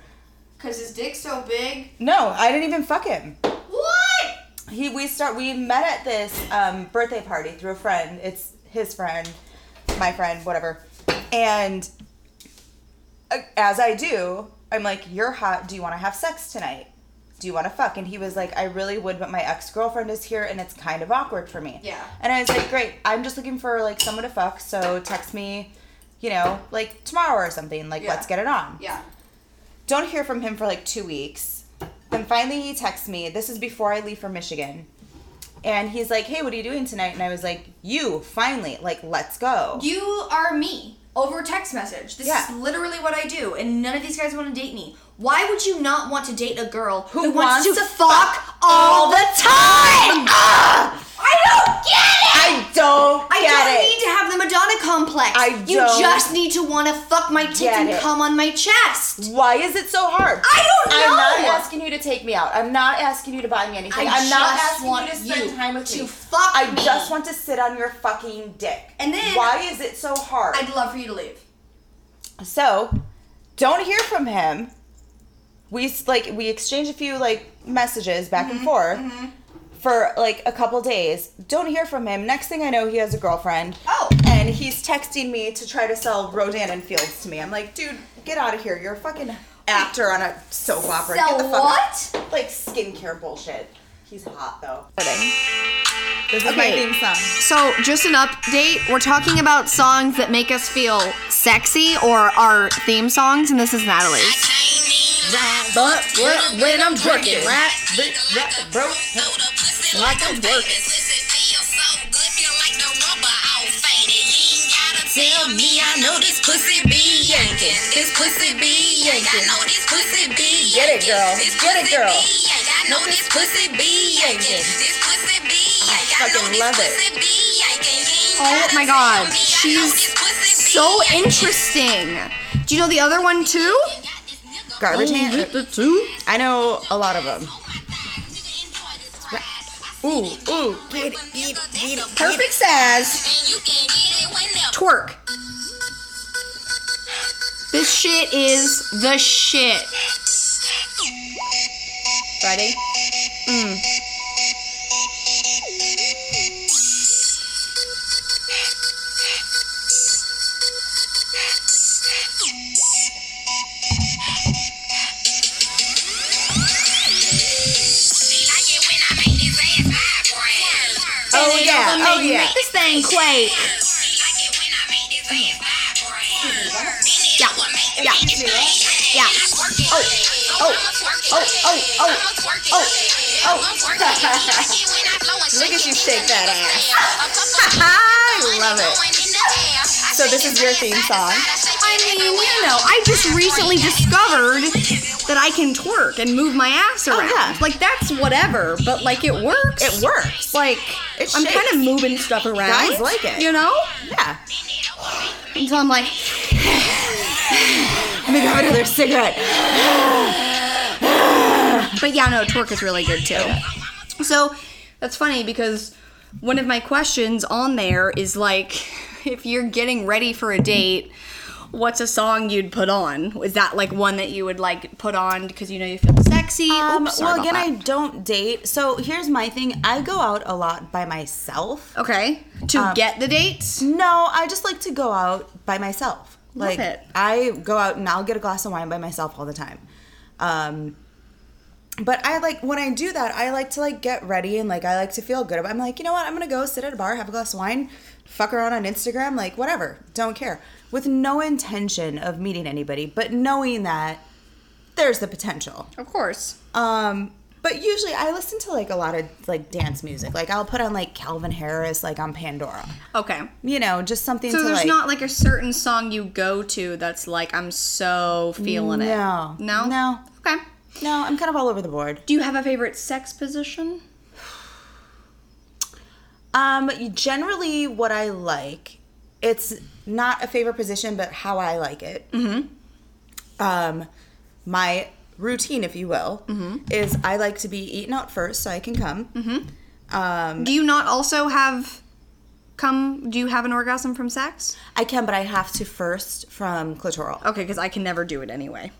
[SPEAKER 1] Cuz his dick's so big.
[SPEAKER 2] No, I didn't even fuck him.
[SPEAKER 1] What?
[SPEAKER 2] He we start we met at this um, birthday party through a friend. It's his friend, my friend, whatever. And uh, as I do, I'm like, "You're hot. Do you want to have sex tonight? Do you want to fuck?" And he was like, "I really would, but my ex girlfriend is here, and it's kind of awkward for me."
[SPEAKER 1] Yeah.
[SPEAKER 2] And I was like, "Great. I'm just looking for like someone to fuck. So text me, you know, like tomorrow or something. Like
[SPEAKER 1] Yeah.
[SPEAKER 2] let's get it on."
[SPEAKER 1] Yeah.
[SPEAKER 2] Don't hear from him for like two weeks. Then finally he texts me. This is before I leave for Michigan. And he's like, hey, what are you doing tonight? And I was like, you, finally, like, let's go.
[SPEAKER 1] You are me over text message. This
[SPEAKER 2] Yeah.
[SPEAKER 1] is literally what I do, and none of these guys want to date me. Why would you not want to date a girl who, wants, to fuck, all the time? Ah! I don't get it.
[SPEAKER 2] I don't
[SPEAKER 1] I
[SPEAKER 2] get
[SPEAKER 1] don't
[SPEAKER 2] it.
[SPEAKER 1] need to have the Madonna complex.
[SPEAKER 2] I
[SPEAKER 1] you
[SPEAKER 2] don't
[SPEAKER 1] just need to want to fuck my tits
[SPEAKER 2] get
[SPEAKER 1] and
[SPEAKER 2] it.
[SPEAKER 1] come on my chest.
[SPEAKER 2] Why is it so hard?
[SPEAKER 1] I don't
[SPEAKER 2] I'm
[SPEAKER 1] know.
[SPEAKER 2] not asking you to take me out. I'm not asking you to buy me anything.
[SPEAKER 1] I
[SPEAKER 2] am not
[SPEAKER 1] just
[SPEAKER 2] asking
[SPEAKER 1] want
[SPEAKER 2] you to spend
[SPEAKER 1] you
[SPEAKER 2] time with
[SPEAKER 1] to
[SPEAKER 2] me.
[SPEAKER 1] fuck
[SPEAKER 2] I
[SPEAKER 1] me.
[SPEAKER 2] just want to sit on your fucking dick.
[SPEAKER 1] And then-
[SPEAKER 2] why is it so hard?
[SPEAKER 1] I'd love for you to leave.
[SPEAKER 2] So, don't hear from him. We s- like we exchange a few like messages back and forth for like a couple days. Don't hear from him. Next thing I know, he has a girlfriend.
[SPEAKER 1] Oh.
[SPEAKER 2] and he's texting me to try to sell Rodan and Fields to me. I'm like, dude, get out of here. You're a fucking actor on a soap opera.
[SPEAKER 1] Sell
[SPEAKER 2] get the fuck
[SPEAKER 1] what?
[SPEAKER 2] Out. Like skincare bullshit. He's hot though. This is my
[SPEAKER 1] Okay.
[SPEAKER 2] theme song.
[SPEAKER 1] So, just an update. We're talking about songs that make us feel sexy or our theme songs, and this is Natalie's.
[SPEAKER 4] But what when I'm twerking, right?
[SPEAKER 2] Bro,
[SPEAKER 4] Like I'm twerking. Tell me I know this pussy be yanking. This pussy be yanking. I know this pussy be
[SPEAKER 2] Get it,
[SPEAKER 4] yanking.
[SPEAKER 2] girl.
[SPEAKER 4] This
[SPEAKER 2] Get it,
[SPEAKER 4] pussy
[SPEAKER 2] girl.
[SPEAKER 4] be yanking. I know this pussy be yanking. This pussy be yanking. I know
[SPEAKER 2] fucking
[SPEAKER 4] this
[SPEAKER 2] love it.
[SPEAKER 4] pussy be yanking. You ain't
[SPEAKER 1] Oh
[SPEAKER 4] gotta
[SPEAKER 1] my
[SPEAKER 4] tell
[SPEAKER 1] God,
[SPEAKER 4] me. I know
[SPEAKER 1] she's
[SPEAKER 4] this pussy be
[SPEAKER 1] So
[SPEAKER 4] yanking.
[SPEAKER 1] interesting. Do you know the other one too?
[SPEAKER 4] Got this nigga
[SPEAKER 2] garbage man.
[SPEAKER 1] The two?
[SPEAKER 2] I know a lot of them.
[SPEAKER 4] on my thighs. Nigga, enjoy this ride.
[SPEAKER 2] Ooh, ooh, get it,
[SPEAKER 4] Nigga, that's a
[SPEAKER 1] Perfect says
[SPEAKER 4] And you can get it whenever.
[SPEAKER 1] twerk. This shit is the shit.
[SPEAKER 2] Ready?
[SPEAKER 1] Mm.
[SPEAKER 2] Oh,
[SPEAKER 1] And it
[SPEAKER 2] yeah,
[SPEAKER 1] don't
[SPEAKER 2] oh,
[SPEAKER 1] make-
[SPEAKER 2] yeah.
[SPEAKER 1] make This thing quake.
[SPEAKER 4] Yeah. Yeah. Yeah. Oh. Oh. Oh. Oh. Oh. Oh. Oh. Look at you shake that ass. I love it. So this is your theme song.
[SPEAKER 1] I mean, you know, I just recently discovered that I can twerk and move my ass around.
[SPEAKER 2] Oh, yeah.
[SPEAKER 1] Like that's whatever, but like it works.
[SPEAKER 2] It works.
[SPEAKER 1] Like
[SPEAKER 2] It
[SPEAKER 1] I'm
[SPEAKER 2] shakes.
[SPEAKER 1] kind of moving stuff around.
[SPEAKER 2] Guys like it.
[SPEAKER 1] You know?
[SPEAKER 2] Yeah.
[SPEAKER 1] Until I'm like,
[SPEAKER 2] Let me grab another cigarette.
[SPEAKER 1] but yeah, no, twerk is really good too. So that's funny because one of my questions on there is like, if you're getting ready for a date, what's a song you'd put on? Is that like one that you would like put on because you know you feel sexy?
[SPEAKER 2] Um,
[SPEAKER 1] Oops, sorry
[SPEAKER 2] well,
[SPEAKER 1] about
[SPEAKER 2] again,
[SPEAKER 1] that.
[SPEAKER 2] I don't date. So here's my thing I go out a lot by myself.
[SPEAKER 1] Okay. To
[SPEAKER 2] Um,
[SPEAKER 1] get the dates?
[SPEAKER 2] No, I just like to go out by myself.
[SPEAKER 1] Love
[SPEAKER 2] Like,
[SPEAKER 1] it.
[SPEAKER 2] I go out and I'll get a glass of wine by myself all the time. Um, but I like when I do that, I like to like get ready and like I like to feel good. about I'm like, you know what? I'm gonna go sit at a bar, have a glass of wine, fuck around on Instagram, like whatever. Don't care. With no intention of meeting anybody, but knowing that there's the potential.
[SPEAKER 1] Of course.
[SPEAKER 2] Um, but usually I listen to like a lot of like dance music. Like I'll put on like Calvin Harris, like on Pandora.
[SPEAKER 1] Okay.
[SPEAKER 2] You know, just something.
[SPEAKER 1] So
[SPEAKER 2] to,
[SPEAKER 1] there's
[SPEAKER 2] like,
[SPEAKER 1] not like a certain song you go to that's like I'm so feeling
[SPEAKER 2] No.
[SPEAKER 1] it. No.
[SPEAKER 2] No.
[SPEAKER 1] Okay.
[SPEAKER 2] No, I'm kind of all over the board.
[SPEAKER 1] Do you have a favorite sex position?
[SPEAKER 2] Um, generally, what I like, it's not a favorite position, but how I like it. Mm-hmm. Um, my routine, if you will, is I like to be eaten out first so I can come.
[SPEAKER 5] Do you not also have come? Do you have an orgasm from sex?
[SPEAKER 2] I can, but I have to first from clitoral.
[SPEAKER 5] Okay, because I can never do it anyway.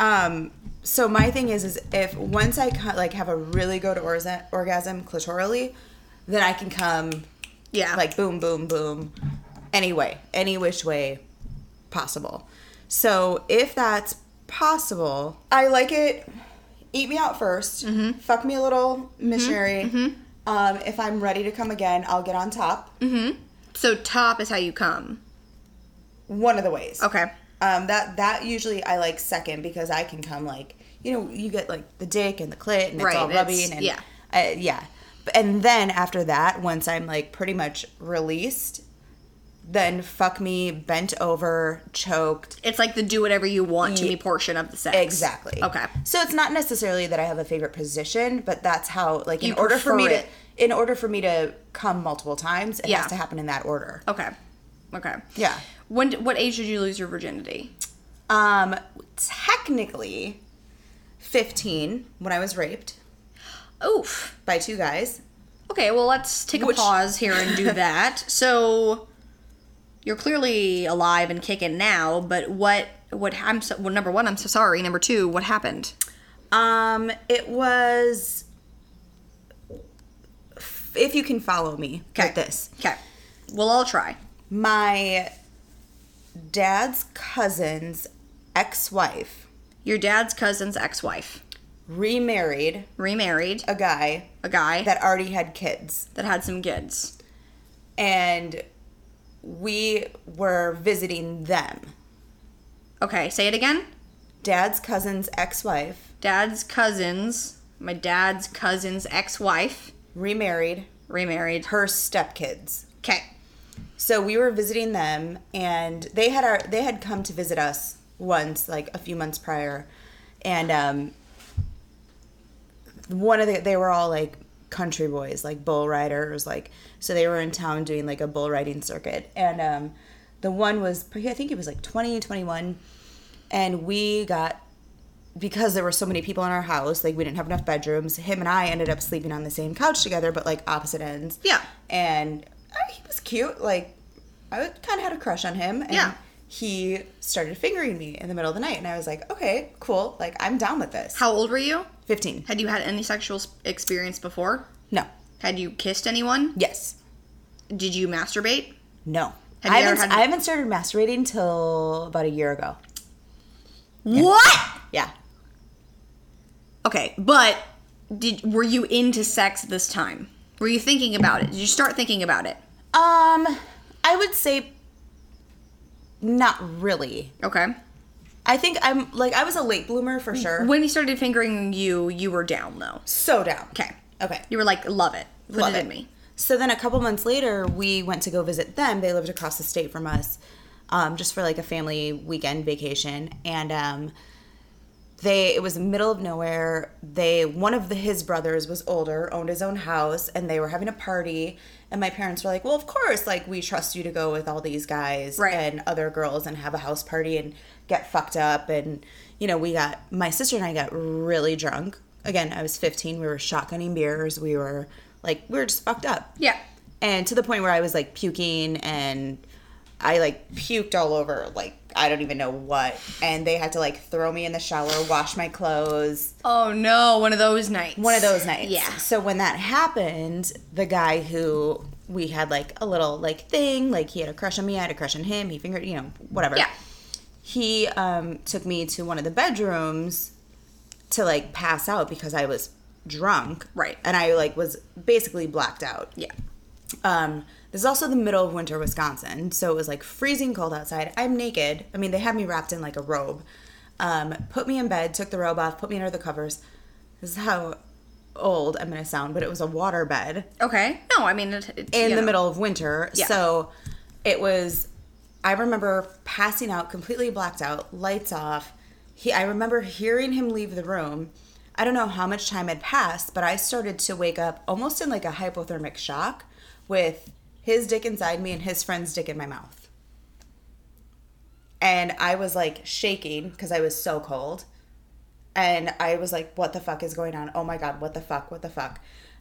[SPEAKER 2] Um, so my thing is, is if once I co- like have a really good orza- orgasm clitorally, then I can come
[SPEAKER 5] Yeah.
[SPEAKER 2] like boom, boom, boom, any way, any which way possible. So if that's possible, I like it. Eat me out 1st Fuck me a little missionary. Um, if I'm ready to come again, I'll get on top.
[SPEAKER 5] so top is how you come.
[SPEAKER 2] One of the ways.
[SPEAKER 5] Okay.
[SPEAKER 2] Um, that that usually I like second because I can come like you know you get like the dick and the clit and it's
[SPEAKER 5] Right,
[SPEAKER 2] all
[SPEAKER 5] it's-
[SPEAKER 2] rubbing and
[SPEAKER 5] yeah.
[SPEAKER 2] I, yeah. But- And then after that, once I'm like pretty much released, then fuck me bent over, choked.
[SPEAKER 5] It's like the do whatever you want to me portion of the sex.
[SPEAKER 2] Exactly.
[SPEAKER 5] Okay.
[SPEAKER 2] So it's not necessarily that I have a favorite position, but that's how like in
[SPEAKER 5] You
[SPEAKER 2] order for me
[SPEAKER 5] prefer it.
[SPEAKER 2] to in order for me to come multiple times, it
[SPEAKER 5] Yeah.
[SPEAKER 2] has to happen in that order.
[SPEAKER 5] Okay. Okay.
[SPEAKER 2] Yeah.
[SPEAKER 5] When? What age did you lose your virginity?
[SPEAKER 2] Um, technically, fifteen when I was raped.
[SPEAKER 5] Oof.
[SPEAKER 2] by two guys.
[SPEAKER 5] Okay. Well, let's take a
[SPEAKER 2] Which-
[SPEAKER 5] pause here and do that. so, you're clearly alive and kicking now. But what? What? I'm so. Well, number one, I'm so sorry. Number two, what happened?
[SPEAKER 2] Um, it was if you can follow me
[SPEAKER 5] Okay.
[SPEAKER 2] with this.
[SPEAKER 5] Okay. We'll all try.
[SPEAKER 2] My dad's cousin's ex-wife
[SPEAKER 5] Your dad's cousin's ex-wife
[SPEAKER 2] remarried
[SPEAKER 5] remarried
[SPEAKER 2] a guy
[SPEAKER 5] a guy that,
[SPEAKER 2] that already had kids,
[SPEAKER 5] had some kids.
[SPEAKER 2] and we were visiting them.
[SPEAKER 5] Okay. Say it again.
[SPEAKER 2] Dad's cousin's ex-wife
[SPEAKER 5] Dad's cousin's. My dad's cousin's ex-wife
[SPEAKER 2] remarried
[SPEAKER 5] remarried.
[SPEAKER 2] her stepkids.
[SPEAKER 5] Okay.
[SPEAKER 2] so we were visiting them and they had our they had come to visit us once like a few months prior and um one of the they were all like country boys like bull riders like so they were in town doing like a bull riding circuit and um the one was i think he was like 20 21 and we got because there were so many people in our house like we didn't have enough bedrooms him and i ended up sleeping on the same couch together but like opposite ends
[SPEAKER 5] Yeah.
[SPEAKER 2] and uh, he was cute like i kind of had a crush on him and
[SPEAKER 5] Yeah.
[SPEAKER 2] he started fingering me in the middle of the night and i was like okay cool like i'm down with this
[SPEAKER 5] How old were you?
[SPEAKER 2] 15
[SPEAKER 5] Had you had any sexual s- experience before?
[SPEAKER 2] no
[SPEAKER 5] Had you kissed anyone?
[SPEAKER 2] yes
[SPEAKER 5] Did you masturbate?
[SPEAKER 2] no
[SPEAKER 5] Have
[SPEAKER 2] I
[SPEAKER 5] you ever
[SPEAKER 2] haven't,
[SPEAKER 5] had-
[SPEAKER 2] I haven't started masturbating till about a year ago
[SPEAKER 5] What?
[SPEAKER 2] yeah
[SPEAKER 5] Okay, but did were you into sex this time? Were you thinking about it? Did you start thinking about it?
[SPEAKER 2] um i would say not really
[SPEAKER 5] Okay.
[SPEAKER 2] I think I'm like I was a late bloomer for sure.
[SPEAKER 5] When he started fingering you, you were down though.
[SPEAKER 2] so down.
[SPEAKER 5] Okay.
[SPEAKER 2] Okay.
[SPEAKER 5] You were like, love it. Put
[SPEAKER 2] Love
[SPEAKER 5] it,
[SPEAKER 2] it.
[SPEAKER 5] in me.
[SPEAKER 2] So then a couple months later, we went to go visit them. They lived across the state from us, um, just for like a family weekend vacation. And um, they it was middle of nowhere. They one of the his brothers was older, owned his own house, and they were having a party. And my parents were like, "Well, of course, like we trust you to go with all these guys
[SPEAKER 5] Right.
[SPEAKER 2] and other girls and have a house party and get fucked up." And you know, we got my sister and I got really drunk. Again, I was 15. We were shotgunning beers. We were like, we were just fucked up
[SPEAKER 5] Yeah.
[SPEAKER 2] and to the point where I was like puking and I like puked all over like I don't even know what and they had to like throw me in the shower, wash my clothes.
[SPEAKER 5] Oh no, one of those nights.
[SPEAKER 2] One of those nights.
[SPEAKER 5] Yeah.
[SPEAKER 2] So when that happened, the guy who we had like a little like thing, like he had a crush on me, I had a crush on him, he fingered, you know, whatever.
[SPEAKER 5] Yeah.
[SPEAKER 2] He um took me to one of the bedrooms to like pass out because I was drunk.
[SPEAKER 5] Right.
[SPEAKER 2] And I like was basically blacked out.
[SPEAKER 5] Yeah.
[SPEAKER 2] Um, this is also the middle of winter, Wisconsin, so it was like freezing cold outside. I'm naked. I mean, they had me wrapped in like a robe. Um, put me in bed, took the robe off, put me under the covers. This is how old I'm gonna sound, but it was a water bed
[SPEAKER 5] Okay. No, I mean, it, it,
[SPEAKER 2] in
[SPEAKER 5] you
[SPEAKER 2] the
[SPEAKER 5] know.
[SPEAKER 2] middle of winter.
[SPEAKER 5] Yeah.
[SPEAKER 2] So it was I remember passing out completely blacked out, lights off. He I remember hearing him leave the room. I don't know how much time had passed, but I started to wake up almost in like a hypothermic shock with his dick inside me and his friend's dick in my mouth. And I was like shaking because I was so cold. and I was like, "What the fuck is going on? Oh my god, what the fuck? What the fuck?"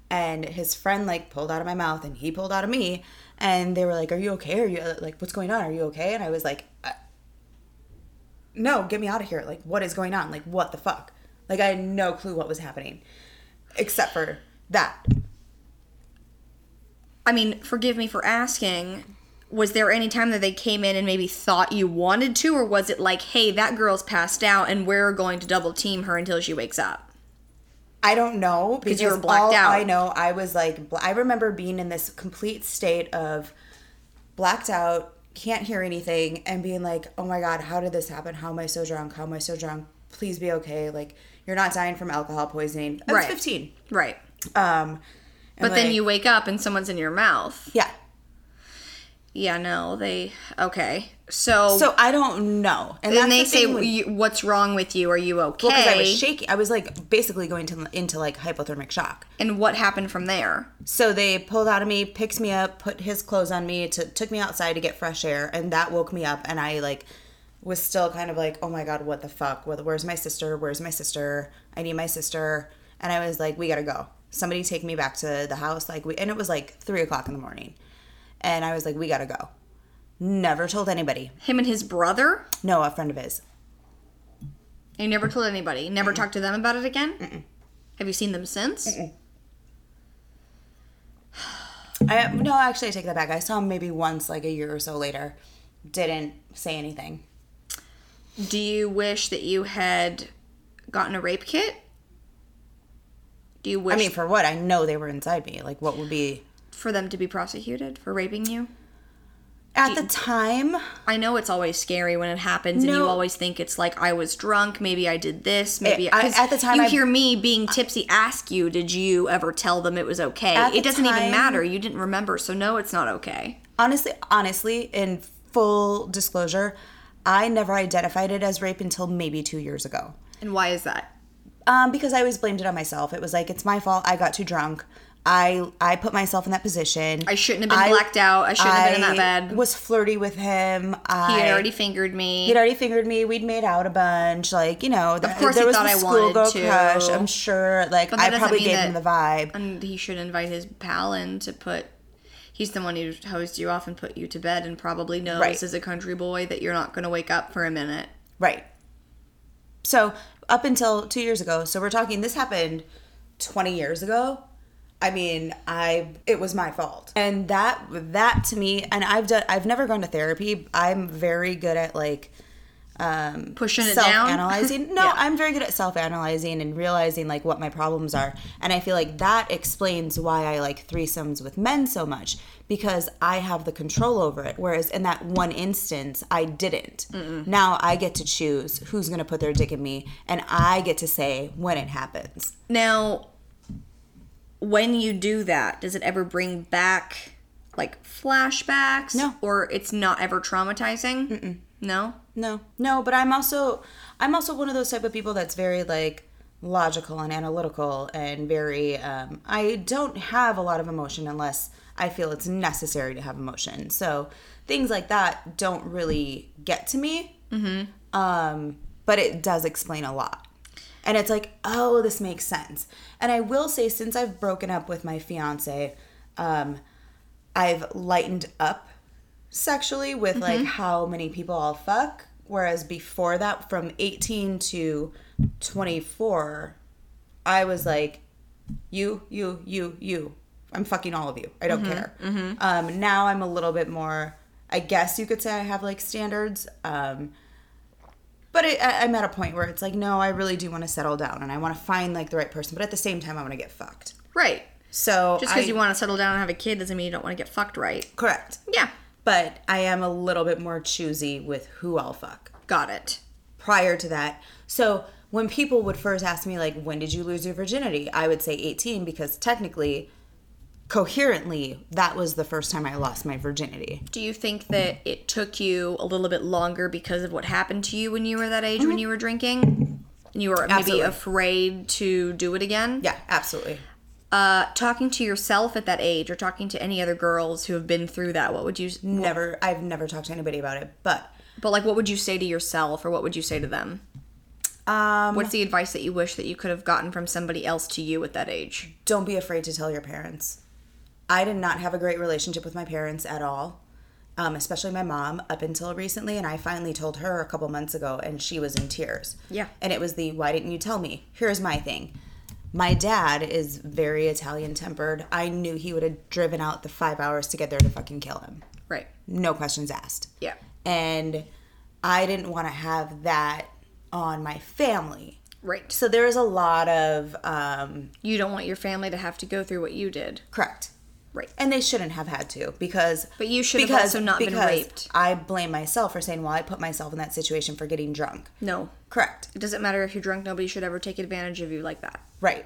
[SPEAKER 2] And his friend like pulled out of my mouth, and he pulled out of me, and they were like, "Are you okay? Are you uh, like what's going on? Are you okay?" And I was like, "Uh, "No, get me out of here! Like what is going on? Like what the fuck?" Like I had no clue what was happening, except for that.
[SPEAKER 5] I mean, forgive me for asking. Was there any time that they came in and maybe thought you wanted to, or was it like, hey, that girl's passed out and we're going to double team her until she wakes up?
[SPEAKER 2] I don't know because
[SPEAKER 5] you were blacked
[SPEAKER 2] all
[SPEAKER 5] out.
[SPEAKER 2] I know I was like bl- I remember being in this complete state of blacked out, can't hear anything, and being like, "Oh my god, how did this happen? How am I so drunk? How am I so drunk? Please be okay. Like you're not dying from alcohol poisoning." I was
[SPEAKER 5] Right.
[SPEAKER 2] 15.
[SPEAKER 5] Right.
[SPEAKER 2] Um,
[SPEAKER 5] But then you wake up and someone's in your mouth.
[SPEAKER 2] yeah.
[SPEAKER 5] Yeah, no, they. Okay. So,
[SPEAKER 2] So I don't know, and that's
[SPEAKER 5] then they
[SPEAKER 2] the
[SPEAKER 5] say,
[SPEAKER 2] thing with-
[SPEAKER 5] "You- what's wrong with you? Are you okay?
[SPEAKER 2] because I was shaking, I was like basically going to, into like hypothermic shock.
[SPEAKER 5] and what happened from there?
[SPEAKER 2] So they pulled out of me, picked me up, put his clothes on me, to, took me outside to get fresh air, and that woke me up. And I like was still kind of like, oh my god, what the fuck? What, where's my sister? Where's my sister? I need my sister. And I was like, we gotta go. Somebody take me back to the house. Like, we, and it was like three o'clock in the morning, and I was like, we gotta go. Never told anybody.
[SPEAKER 5] Him and his brother?
[SPEAKER 2] No, a friend of his.
[SPEAKER 5] You never told anybody. Never talked to them about it again? Have you seen them since?
[SPEAKER 2] I no, actually, I take that back. I saw him maybe once, like a year or so later. Didn't say anything.
[SPEAKER 5] Do you wish that you had gotten a rape kit? Do you wish
[SPEAKER 2] I mean, for what? I know they were inside me. Like, what would be
[SPEAKER 5] for them to be prosecuted for raping you?
[SPEAKER 2] At the time,
[SPEAKER 5] I know it's always scary when it happens, and you
[SPEAKER 2] No. Eh,
[SPEAKER 5] always think it's like I was drunk, maybe I did this, maybe
[SPEAKER 2] I-
[SPEAKER 5] 'cause
[SPEAKER 2] at the time
[SPEAKER 5] You
[SPEAKER 2] I-
[SPEAKER 5] hear me being tipsy ask you, did you ever tell them it was okay?
[SPEAKER 2] At
[SPEAKER 5] It
[SPEAKER 2] the
[SPEAKER 5] doesn't even
[SPEAKER 2] time-
[SPEAKER 5] matter. You didn't remember, so no, it's not okay.
[SPEAKER 2] honestly, honestly, in full disclosure, I never identified it as rape until maybe two years ago.
[SPEAKER 5] And why is that?
[SPEAKER 2] Um, because I always blamed it on myself. It was like, it's my fault. I got too drunk. I I put myself in that position.
[SPEAKER 5] I shouldn't have been blacked out. I shouldn't have been in that
[SPEAKER 2] I
[SPEAKER 5] bed.
[SPEAKER 2] Was flirty with him. I,
[SPEAKER 5] He had already fingered me.
[SPEAKER 2] He'd already fingered me. We'd made out a bunch. Like you know, of
[SPEAKER 5] course he
[SPEAKER 2] there was
[SPEAKER 5] thought
[SPEAKER 2] the
[SPEAKER 5] I
[SPEAKER 2] schoolgirl
[SPEAKER 5] wanted to.
[SPEAKER 2] crush. I'm sure. Like
[SPEAKER 5] that
[SPEAKER 2] I
[SPEAKER 5] doesn't
[SPEAKER 2] probably
[SPEAKER 5] mean
[SPEAKER 2] gave
[SPEAKER 5] that-
[SPEAKER 2] him the vibe.
[SPEAKER 5] And he should invite his pal in to put. He's the one who hosed you off and put you to bed, and probably knows
[SPEAKER 2] Right.
[SPEAKER 5] as a country boy that you're not going to wake up for a minute.
[SPEAKER 2] Right. So up until two years ago, so we're talking this happened twenty years ago. I mean, I it was my fault. And that that to me and I've done I've never gone to therapy. I'm very good at like
[SPEAKER 5] Pushing it
[SPEAKER 2] self
[SPEAKER 5] down.
[SPEAKER 2] analyzing. um, No, I'm very good at self analyzing and realizing like what my problems are. And I feel like that explains why I like threesomes with men so much because I have the control over it. Whereas in that one instance, I didn't. Now I get to choose who's going to put their dick in me and I get to say when it happens.
[SPEAKER 5] Now, when you do that, does it ever bring back like flashbacks?
[SPEAKER 2] No.
[SPEAKER 5] Or it's not ever traumatizing? Mm-mm. No?
[SPEAKER 2] No, no, but I'm also I'm also one of those type of people that's very like logical and analytical and very um, I don't have a lot of emotion unless I feel it's necessary to have emotion. So things like that don't really get to me. Mm-hmm. Um, but it does explain a lot. And it's like, oh, this makes sense. And I will say, since I've broken up with my fiance, um, I've lightened up sexually with
[SPEAKER 5] Mm-hmm.
[SPEAKER 2] like how many people I'll fuck. Whereas before that, from 18 to 24, I was like, you, you, you, you. I'm fucking all of you. I
[SPEAKER 5] Mm-hmm.
[SPEAKER 2] don't care. Um, now I'm a little bit more, I guess you could say I have like standards. Um, but it, I, I'm at a point where it's like, no, I really do want to settle down and I want to find like the right person. But at the same time, I want to get fucked.
[SPEAKER 5] Right.
[SPEAKER 2] So
[SPEAKER 5] Just because
[SPEAKER 2] I-
[SPEAKER 5] you want to settle down and have a kid doesn't mean you don't want to get fucked right.
[SPEAKER 2] Correct.
[SPEAKER 5] Yeah.
[SPEAKER 2] But I am a little bit more choosy with who I'll fuck
[SPEAKER 5] Got it.
[SPEAKER 2] prior to that. So when people would first ask me, like, when did you lose your virginity? I would say 18 because technically, coherently, that was the first time I lost my virginity.
[SPEAKER 5] Do you think that it took you a little bit longer because of what happened to you when you were that age when you were drinking? And you were maybe
[SPEAKER 2] Mm-hmm. Absolutely.
[SPEAKER 5] afraid to do it again?
[SPEAKER 2] Yeah, absolutely.
[SPEAKER 5] Uh, talking to yourself at that age or talking to any other girls who have been through that, what would you
[SPEAKER 2] Never, I've never talked to anybody about it, but
[SPEAKER 5] But like, what would you say to yourself, or what would you say to them? What's the advice that you wish that you could have gotten from somebody else to you at that age?
[SPEAKER 2] don't be afraid to tell your parents. I did not have a great relationship with my parents at all, um, especially my mom up until recently. And I finally told her a couple months ago, and she was in tears.
[SPEAKER 5] Yeah.
[SPEAKER 2] And it was the why didn't you tell me? Here's my thing. My dad is very Italian tempered. I knew he would have driven out the five hours to get there to fucking kill him.
[SPEAKER 5] Right.
[SPEAKER 2] No questions asked
[SPEAKER 5] Yeah.
[SPEAKER 2] and I didn't want to have that on my family.
[SPEAKER 5] Right.
[SPEAKER 2] So there was a lot of um,
[SPEAKER 5] You don't want your family to have to go through what you did.
[SPEAKER 2] correct,
[SPEAKER 5] Right.
[SPEAKER 2] and they shouldn't have had to because.
[SPEAKER 5] But you should have also not been raped.
[SPEAKER 2] I blame myself for saying, "Well, I put myself in that situation for getting drunk."
[SPEAKER 5] No.
[SPEAKER 2] Correct,
[SPEAKER 5] It doesn't matter if you're drunk, nobody should ever take advantage of you like that.
[SPEAKER 2] right?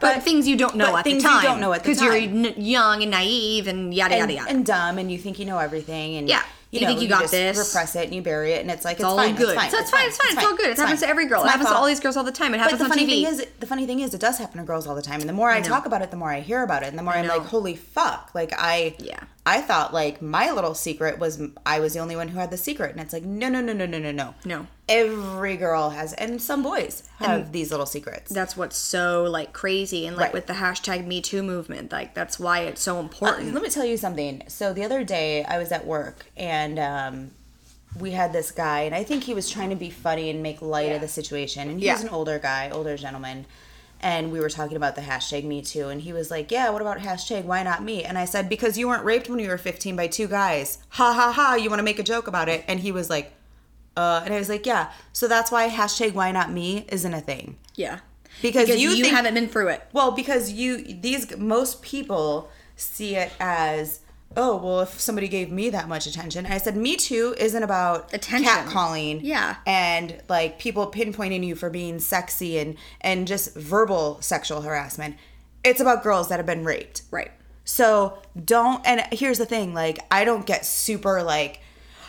[SPEAKER 5] But, things you don't know
[SPEAKER 2] but
[SPEAKER 5] at the
[SPEAKER 2] things you
[SPEAKER 5] time.
[SPEAKER 2] don't know at the
[SPEAKER 5] Because you're
[SPEAKER 2] time.
[SPEAKER 5] n- young and naive and yada,
[SPEAKER 2] And,
[SPEAKER 5] yada, yada.
[SPEAKER 2] and dumb, and you think you know everything, and
[SPEAKER 5] Yeah.
[SPEAKER 2] you,
[SPEAKER 5] You
[SPEAKER 2] know,
[SPEAKER 5] think you got
[SPEAKER 2] just
[SPEAKER 5] this.
[SPEAKER 2] Repress it, and you bury it, and it's like it's,
[SPEAKER 5] all
[SPEAKER 2] fine,
[SPEAKER 5] good.
[SPEAKER 2] It's fine,
[SPEAKER 5] So it's fine, it's fine, it's all good. It happens to every girl.
[SPEAKER 2] It's
[SPEAKER 5] It
[SPEAKER 2] my
[SPEAKER 5] happens to
[SPEAKER 2] fault.
[SPEAKER 5] all these girls all the time. It happens
[SPEAKER 2] but the
[SPEAKER 5] on
[SPEAKER 2] funny
[SPEAKER 5] TV.
[SPEAKER 2] thing is, the funny thing is, it does happen to girls all the time. And the more I,
[SPEAKER 5] know.
[SPEAKER 2] talk about it, the more I hear about it, and the more
[SPEAKER 5] I
[SPEAKER 2] I'm
[SPEAKER 5] know.
[SPEAKER 2] like, holy fuck! Like I,
[SPEAKER 5] Yeah.
[SPEAKER 2] I thought like my little secret was m- I was the only one who had the secret, and it's like no, no, no, no, no, no, no,
[SPEAKER 5] No.
[SPEAKER 2] Every girl has, and some boys have these little secrets.
[SPEAKER 5] that's what's so like crazy and like
[SPEAKER 2] Right.
[SPEAKER 5] with the hashtag me too movement like that's why it's so important
[SPEAKER 2] Let me tell you something. So the other day, I was at work and um, we had this guy, and I think he was trying to be funny and make light of the situation. And he was
[SPEAKER 5] Yeah.
[SPEAKER 2] an older guy, older gentleman. And we were talking about the hashtag Me Too, and he was like, "Yeah, what about hashtag Why not me?" And I said, "Because you weren't raped when you were 15 by two guys. Ha ha ha! You want to make a joke about it?" And he was like, "Uh," and I was like, "Yeah." So that's why hashtag Why not me isn't a thing
[SPEAKER 5] yeah
[SPEAKER 2] because,
[SPEAKER 5] because you,
[SPEAKER 2] you think-
[SPEAKER 5] haven't been through it
[SPEAKER 2] well, because you these most people see it as oh well if somebody gave me that much attention. I said me too isn't about
[SPEAKER 5] Attention.
[SPEAKER 2] catcalling,
[SPEAKER 5] Yeah.
[SPEAKER 2] and like people pinpointing you for being sexy and and just verbal sexual harassment. It's about girls that have been raped,
[SPEAKER 5] right
[SPEAKER 2] so don't. And here's the thing: like, I don't get super like,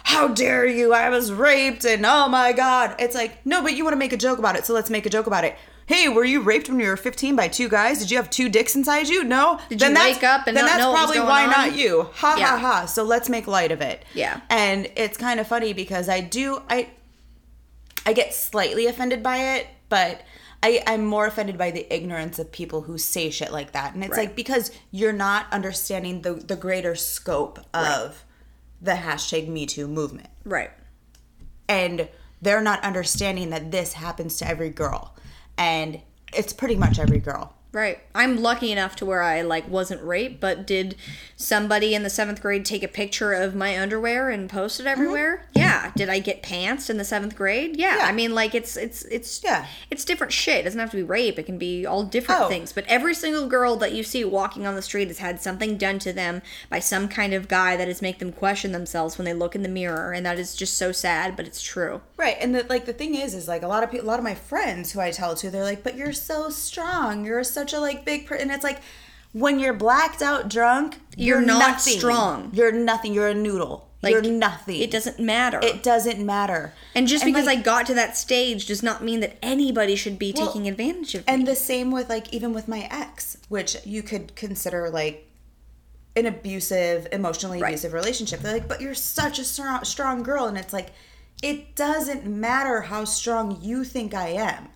[SPEAKER 2] "How dare you? I was raped!" and "Oh my god!" It's like, no, but you want to make a joke about it, so let's make a joke about it. Hey, were you raped when you were 15 by two guys? Did you have two dicks inside you? No. Did
[SPEAKER 5] you wake up and
[SPEAKER 2] then
[SPEAKER 5] not
[SPEAKER 2] that's
[SPEAKER 5] know what was
[SPEAKER 2] probably
[SPEAKER 5] going
[SPEAKER 2] why
[SPEAKER 5] on?
[SPEAKER 2] not you? Ha
[SPEAKER 5] Yeah.
[SPEAKER 2] ha ha. So let's make light of it.
[SPEAKER 5] Yeah.
[SPEAKER 2] And it's kind of funny because I do I I get slightly offended by it, but I, I'm more offended by the ignorance of people who say shit like that. And it's
[SPEAKER 5] Right.
[SPEAKER 2] like because you're not understanding the, the greater scope of the hashtag Me Too movement.
[SPEAKER 5] right
[SPEAKER 2] And they're not understanding that this happens to every girl. And it's pretty much every girl.
[SPEAKER 5] right i'm lucky enough to where i like wasn't raped but did somebody in the seventh grade take a picture of my underwear and post
[SPEAKER 2] Mm-hmm.
[SPEAKER 5] it everywhere yeah did i get pants in the seventh grade yeah.
[SPEAKER 2] Yeah.
[SPEAKER 5] i mean like it's it's it's
[SPEAKER 2] Yeah.
[SPEAKER 5] it's different shit it doesn't have to be rape it can be all different
[SPEAKER 2] Oh.
[SPEAKER 5] things but every single girl that you see walking on the street has had something done to them by some kind of guy that has make them question themselves when they look in the mirror and that is just so sad but it's true
[SPEAKER 2] Right, and the, like the thing is, is like a lot of people, a lot of my friends who I tell it to, they're like, "But you're so strong. You're such a like big," per-. and it's like when you're blacked out drunk,
[SPEAKER 5] You're not strong.
[SPEAKER 2] You're nothing. You're a noodle.
[SPEAKER 5] like
[SPEAKER 2] you're nothing.
[SPEAKER 5] it doesn't matter
[SPEAKER 2] It doesn't matter.
[SPEAKER 5] And just because
[SPEAKER 2] like,
[SPEAKER 5] I got to that stage does not mean that anybody should be
[SPEAKER 2] Well,
[SPEAKER 5] taking advantage of me.
[SPEAKER 2] and the same with like even with my ex, which you could consider like an abusive, emotionally
[SPEAKER 5] Right.
[SPEAKER 2] abusive relationship. They're like, "But you're such a strong, strong girl," and it's like, it doesn't matter how strong you think I am.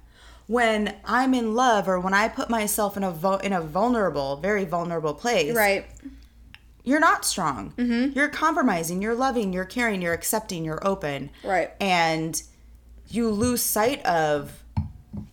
[SPEAKER 2] When I'm in love, or when I put myself in a vul in a vulnerable, very vulnerable place,
[SPEAKER 5] right. Mm-hmm.
[SPEAKER 2] you're not strong. You're compromising, you're loving, you're caring, you're accepting, you're open.
[SPEAKER 5] Right.
[SPEAKER 2] And you lose sight of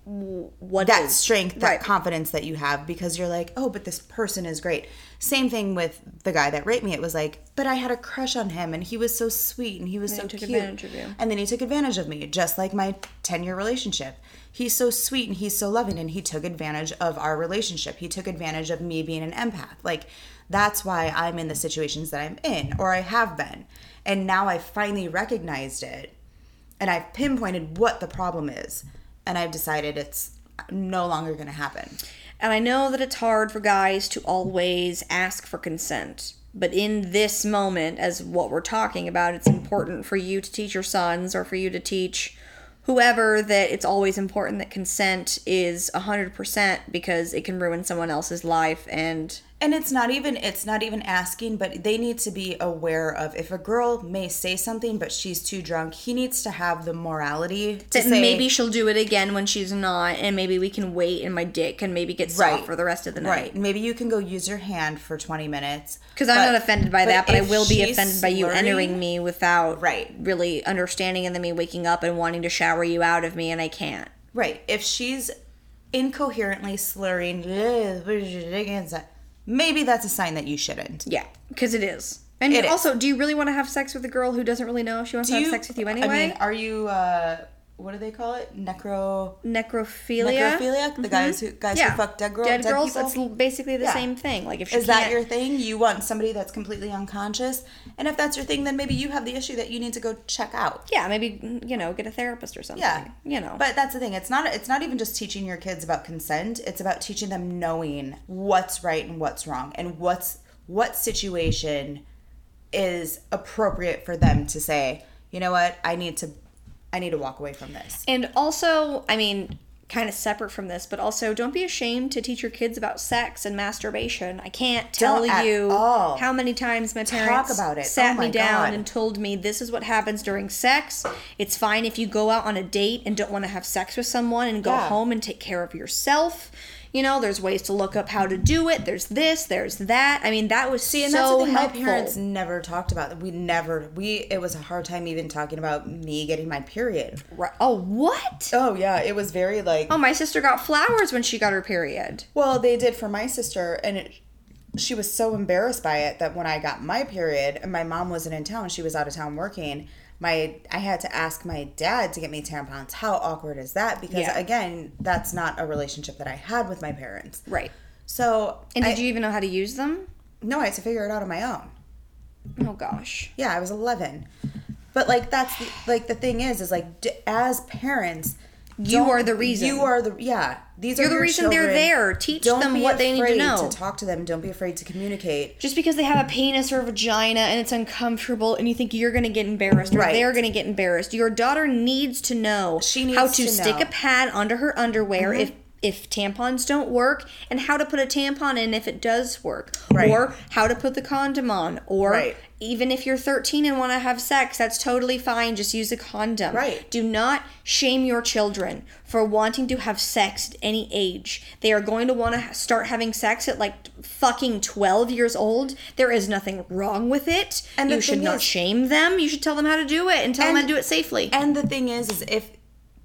[SPEAKER 5] What
[SPEAKER 2] that
[SPEAKER 5] is-
[SPEAKER 2] strength, that
[SPEAKER 5] right.
[SPEAKER 2] confidence that you have because you're like, oh, but this person is great. Same thing with the guy that raped me. It was like, but I had a crush on him and he was so sweet and he was so
[SPEAKER 5] he took
[SPEAKER 2] cute.
[SPEAKER 5] advantage of you.
[SPEAKER 2] And then he took advantage of me, just like my 10 year relationship. He's so sweet and he's so loving and he took advantage of our relationship. He took advantage of me being an empath. Like, that's why I'm in the situations that I'm in or I have been. And now I finally recognized it and I've pinpointed what the problem is, and I've decided it's no longer going to happen.
[SPEAKER 5] and I know that it's hard for guys to always ask for consent. But in this moment, as what we're talking about, it's important for you to teach your sons or for you to teach whoever that it's always important that consent is 100% because it can ruin someone else's life and
[SPEAKER 2] and it's not even it's not even asking but they need to be aware of if a girl may say something but she's too drunk he needs to have the morality to
[SPEAKER 5] That
[SPEAKER 2] say
[SPEAKER 5] maybe she'll do it again when she's not, and maybe we can wait, and my dick can maybe get soft
[SPEAKER 2] Right.
[SPEAKER 5] for the rest of the night.
[SPEAKER 2] right maybe you can go use your hand for 20 minutes
[SPEAKER 5] Because I'm
[SPEAKER 2] But-
[SPEAKER 5] not offended by that, but I
[SPEAKER 2] if
[SPEAKER 5] will be
[SPEAKER 2] she's
[SPEAKER 5] offended by you
[SPEAKER 2] slurring-
[SPEAKER 5] entering me without
[SPEAKER 2] Right.
[SPEAKER 5] really understanding, and then me waking up and wanting to shower you out of me, and I can't.
[SPEAKER 2] right if she's incoherently slurring maybe that's a sign that you shouldn't
[SPEAKER 5] Yeah, because it is. And
[SPEAKER 2] It is.
[SPEAKER 5] also, do you really want to have sex with a girl who doesn't really know she wants to have sex with you anyway?
[SPEAKER 2] I mean, are you uh what do they call it necro
[SPEAKER 5] necrophilia.
[SPEAKER 2] necrophilia the guys who guys
[SPEAKER 5] Mm-hmm. Yeah,
[SPEAKER 2] who fuck dead, girl,
[SPEAKER 5] dead, girls.
[SPEAKER 2] people?
[SPEAKER 5] It's l- basically the
[SPEAKER 2] Yeah.
[SPEAKER 5] same thing. Like if she
[SPEAKER 2] Is that
[SPEAKER 5] can't-
[SPEAKER 2] your thing? You want somebody that's completely unconscious? And if that's your thing, then maybe you have the issue that you need to go check out.
[SPEAKER 5] yeah, maybe you know, get a therapist or something.
[SPEAKER 2] Yeah.
[SPEAKER 5] you know,
[SPEAKER 2] But that's the thing. It's not it's not even just teaching your kids about consent. It's about teaching them knowing what's right and what's wrong and what's what situation is appropriate for them to say, you know what, I need to I need to walk away from this.
[SPEAKER 5] And also, I mean, kind of separate from this, but also don't be ashamed to teach your kids about sex and masturbation. I can't tell
[SPEAKER 2] Don't at
[SPEAKER 5] you
[SPEAKER 2] all.
[SPEAKER 5] how many times my parents
[SPEAKER 2] about it.
[SPEAKER 5] sat
[SPEAKER 2] Oh my
[SPEAKER 5] me down
[SPEAKER 2] God.
[SPEAKER 5] and told me this is what happens during sex. It's fine if you go out on a date and don't want to have sex with someone and go
[SPEAKER 2] Yeah.
[SPEAKER 5] home and take care of yourself. You know, there's ways to look up how to do it. There's this, there's that. I mean, that was
[SPEAKER 2] See, and
[SPEAKER 5] so
[SPEAKER 2] that's the thing
[SPEAKER 5] helpful.
[SPEAKER 2] my parents never talked about. We never we it was a hard time even talking about me getting my period. Um,
[SPEAKER 5] Right- Oh, what?
[SPEAKER 2] Oh yeah, it was very like
[SPEAKER 5] Oh, my sister got flowers when she got her period.
[SPEAKER 2] Well, they did for my sister, and it, she was so embarrassed by it that when I got my period, and my mom wasn't in town, she was out of town working. My I had to ask my dad to get me tampons. How awkward is that? Because
[SPEAKER 5] Yeah.
[SPEAKER 2] again, that's not a relationship that I had with my parents.
[SPEAKER 5] Right.
[SPEAKER 2] So
[SPEAKER 5] And did
[SPEAKER 2] I-
[SPEAKER 5] you even know how to use them?
[SPEAKER 2] No, I had to figure it out on my own.
[SPEAKER 5] Oh gosh.
[SPEAKER 2] Yeah, I was eleven. But like that's the, like the thing is is like d- as parents,
[SPEAKER 5] You
[SPEAKER 2] don't-
[SPEAKER 5] are the reason.
[SPEAKER 2] You are the yeah. These
[SPEAKER 5] You're
[SPEAKER 2] are
[SPEAKER 5] the
[SPEAKER 2] your
[SPEAKER 5] reason they're
[SPEAKER 2] children.
[SPEAKER 5] there. Teach
[SPEAKER 2] Don't
[SPEAKER 5] them
[SPEAKER 2] be
[SPEAKER 5] what they need to
[SPEAKER 2] afraid
[SPEAKER 5] know.
[SPEAKER 2] To talk to them. Don't be afraid to communicate.
[SPEAKER 5] Just because they have a penis or a vagina and it's uncomfortable and you think you're going to get embarrassed or
[SPEAKER 2] Right.
[SPEAKER 5] they're going to get embarrassed, your daughter needs to know
[SPEAKER 2] She needs
[SPEAKER 5] how to,
[SPEAKER 2] to
[SPEAKER 5] stick
[SPEAKER 2] know. Mm-hmm.
[SPEAKER 5] a pad under her underwear if if tampons don't work and how to put a tampon in if it does work
[SPEAKER 2] Right.
[SPEAKER 5] or how to put the condom on or
[SPEAKER 2] Right.
[SPEAKER 5] even if you're 13 and want to have sex that's totally fine just use a condom
[SPEAKER 2] Right.
[SPEAKER 5] do not shame your children for wanting to have sex at any age they are going to want to start having sex at like fucking 12 years old there is nothing wrong with it
[SPEAKER 2] And
[SPEAKER 5] and
[SPEAKER 2] the
[SPEAKER 5] you should
[SPEAKER 2] thing
[SPEAKER 5] not
[SPEAKER 2] is-
[SPEAKER 5] shame them you should tell them how to do it and tell them
[SPEAKER 2] And-
[SPEAKER 5] how to do it safely
[SPEAKER 2] And the thing is, is if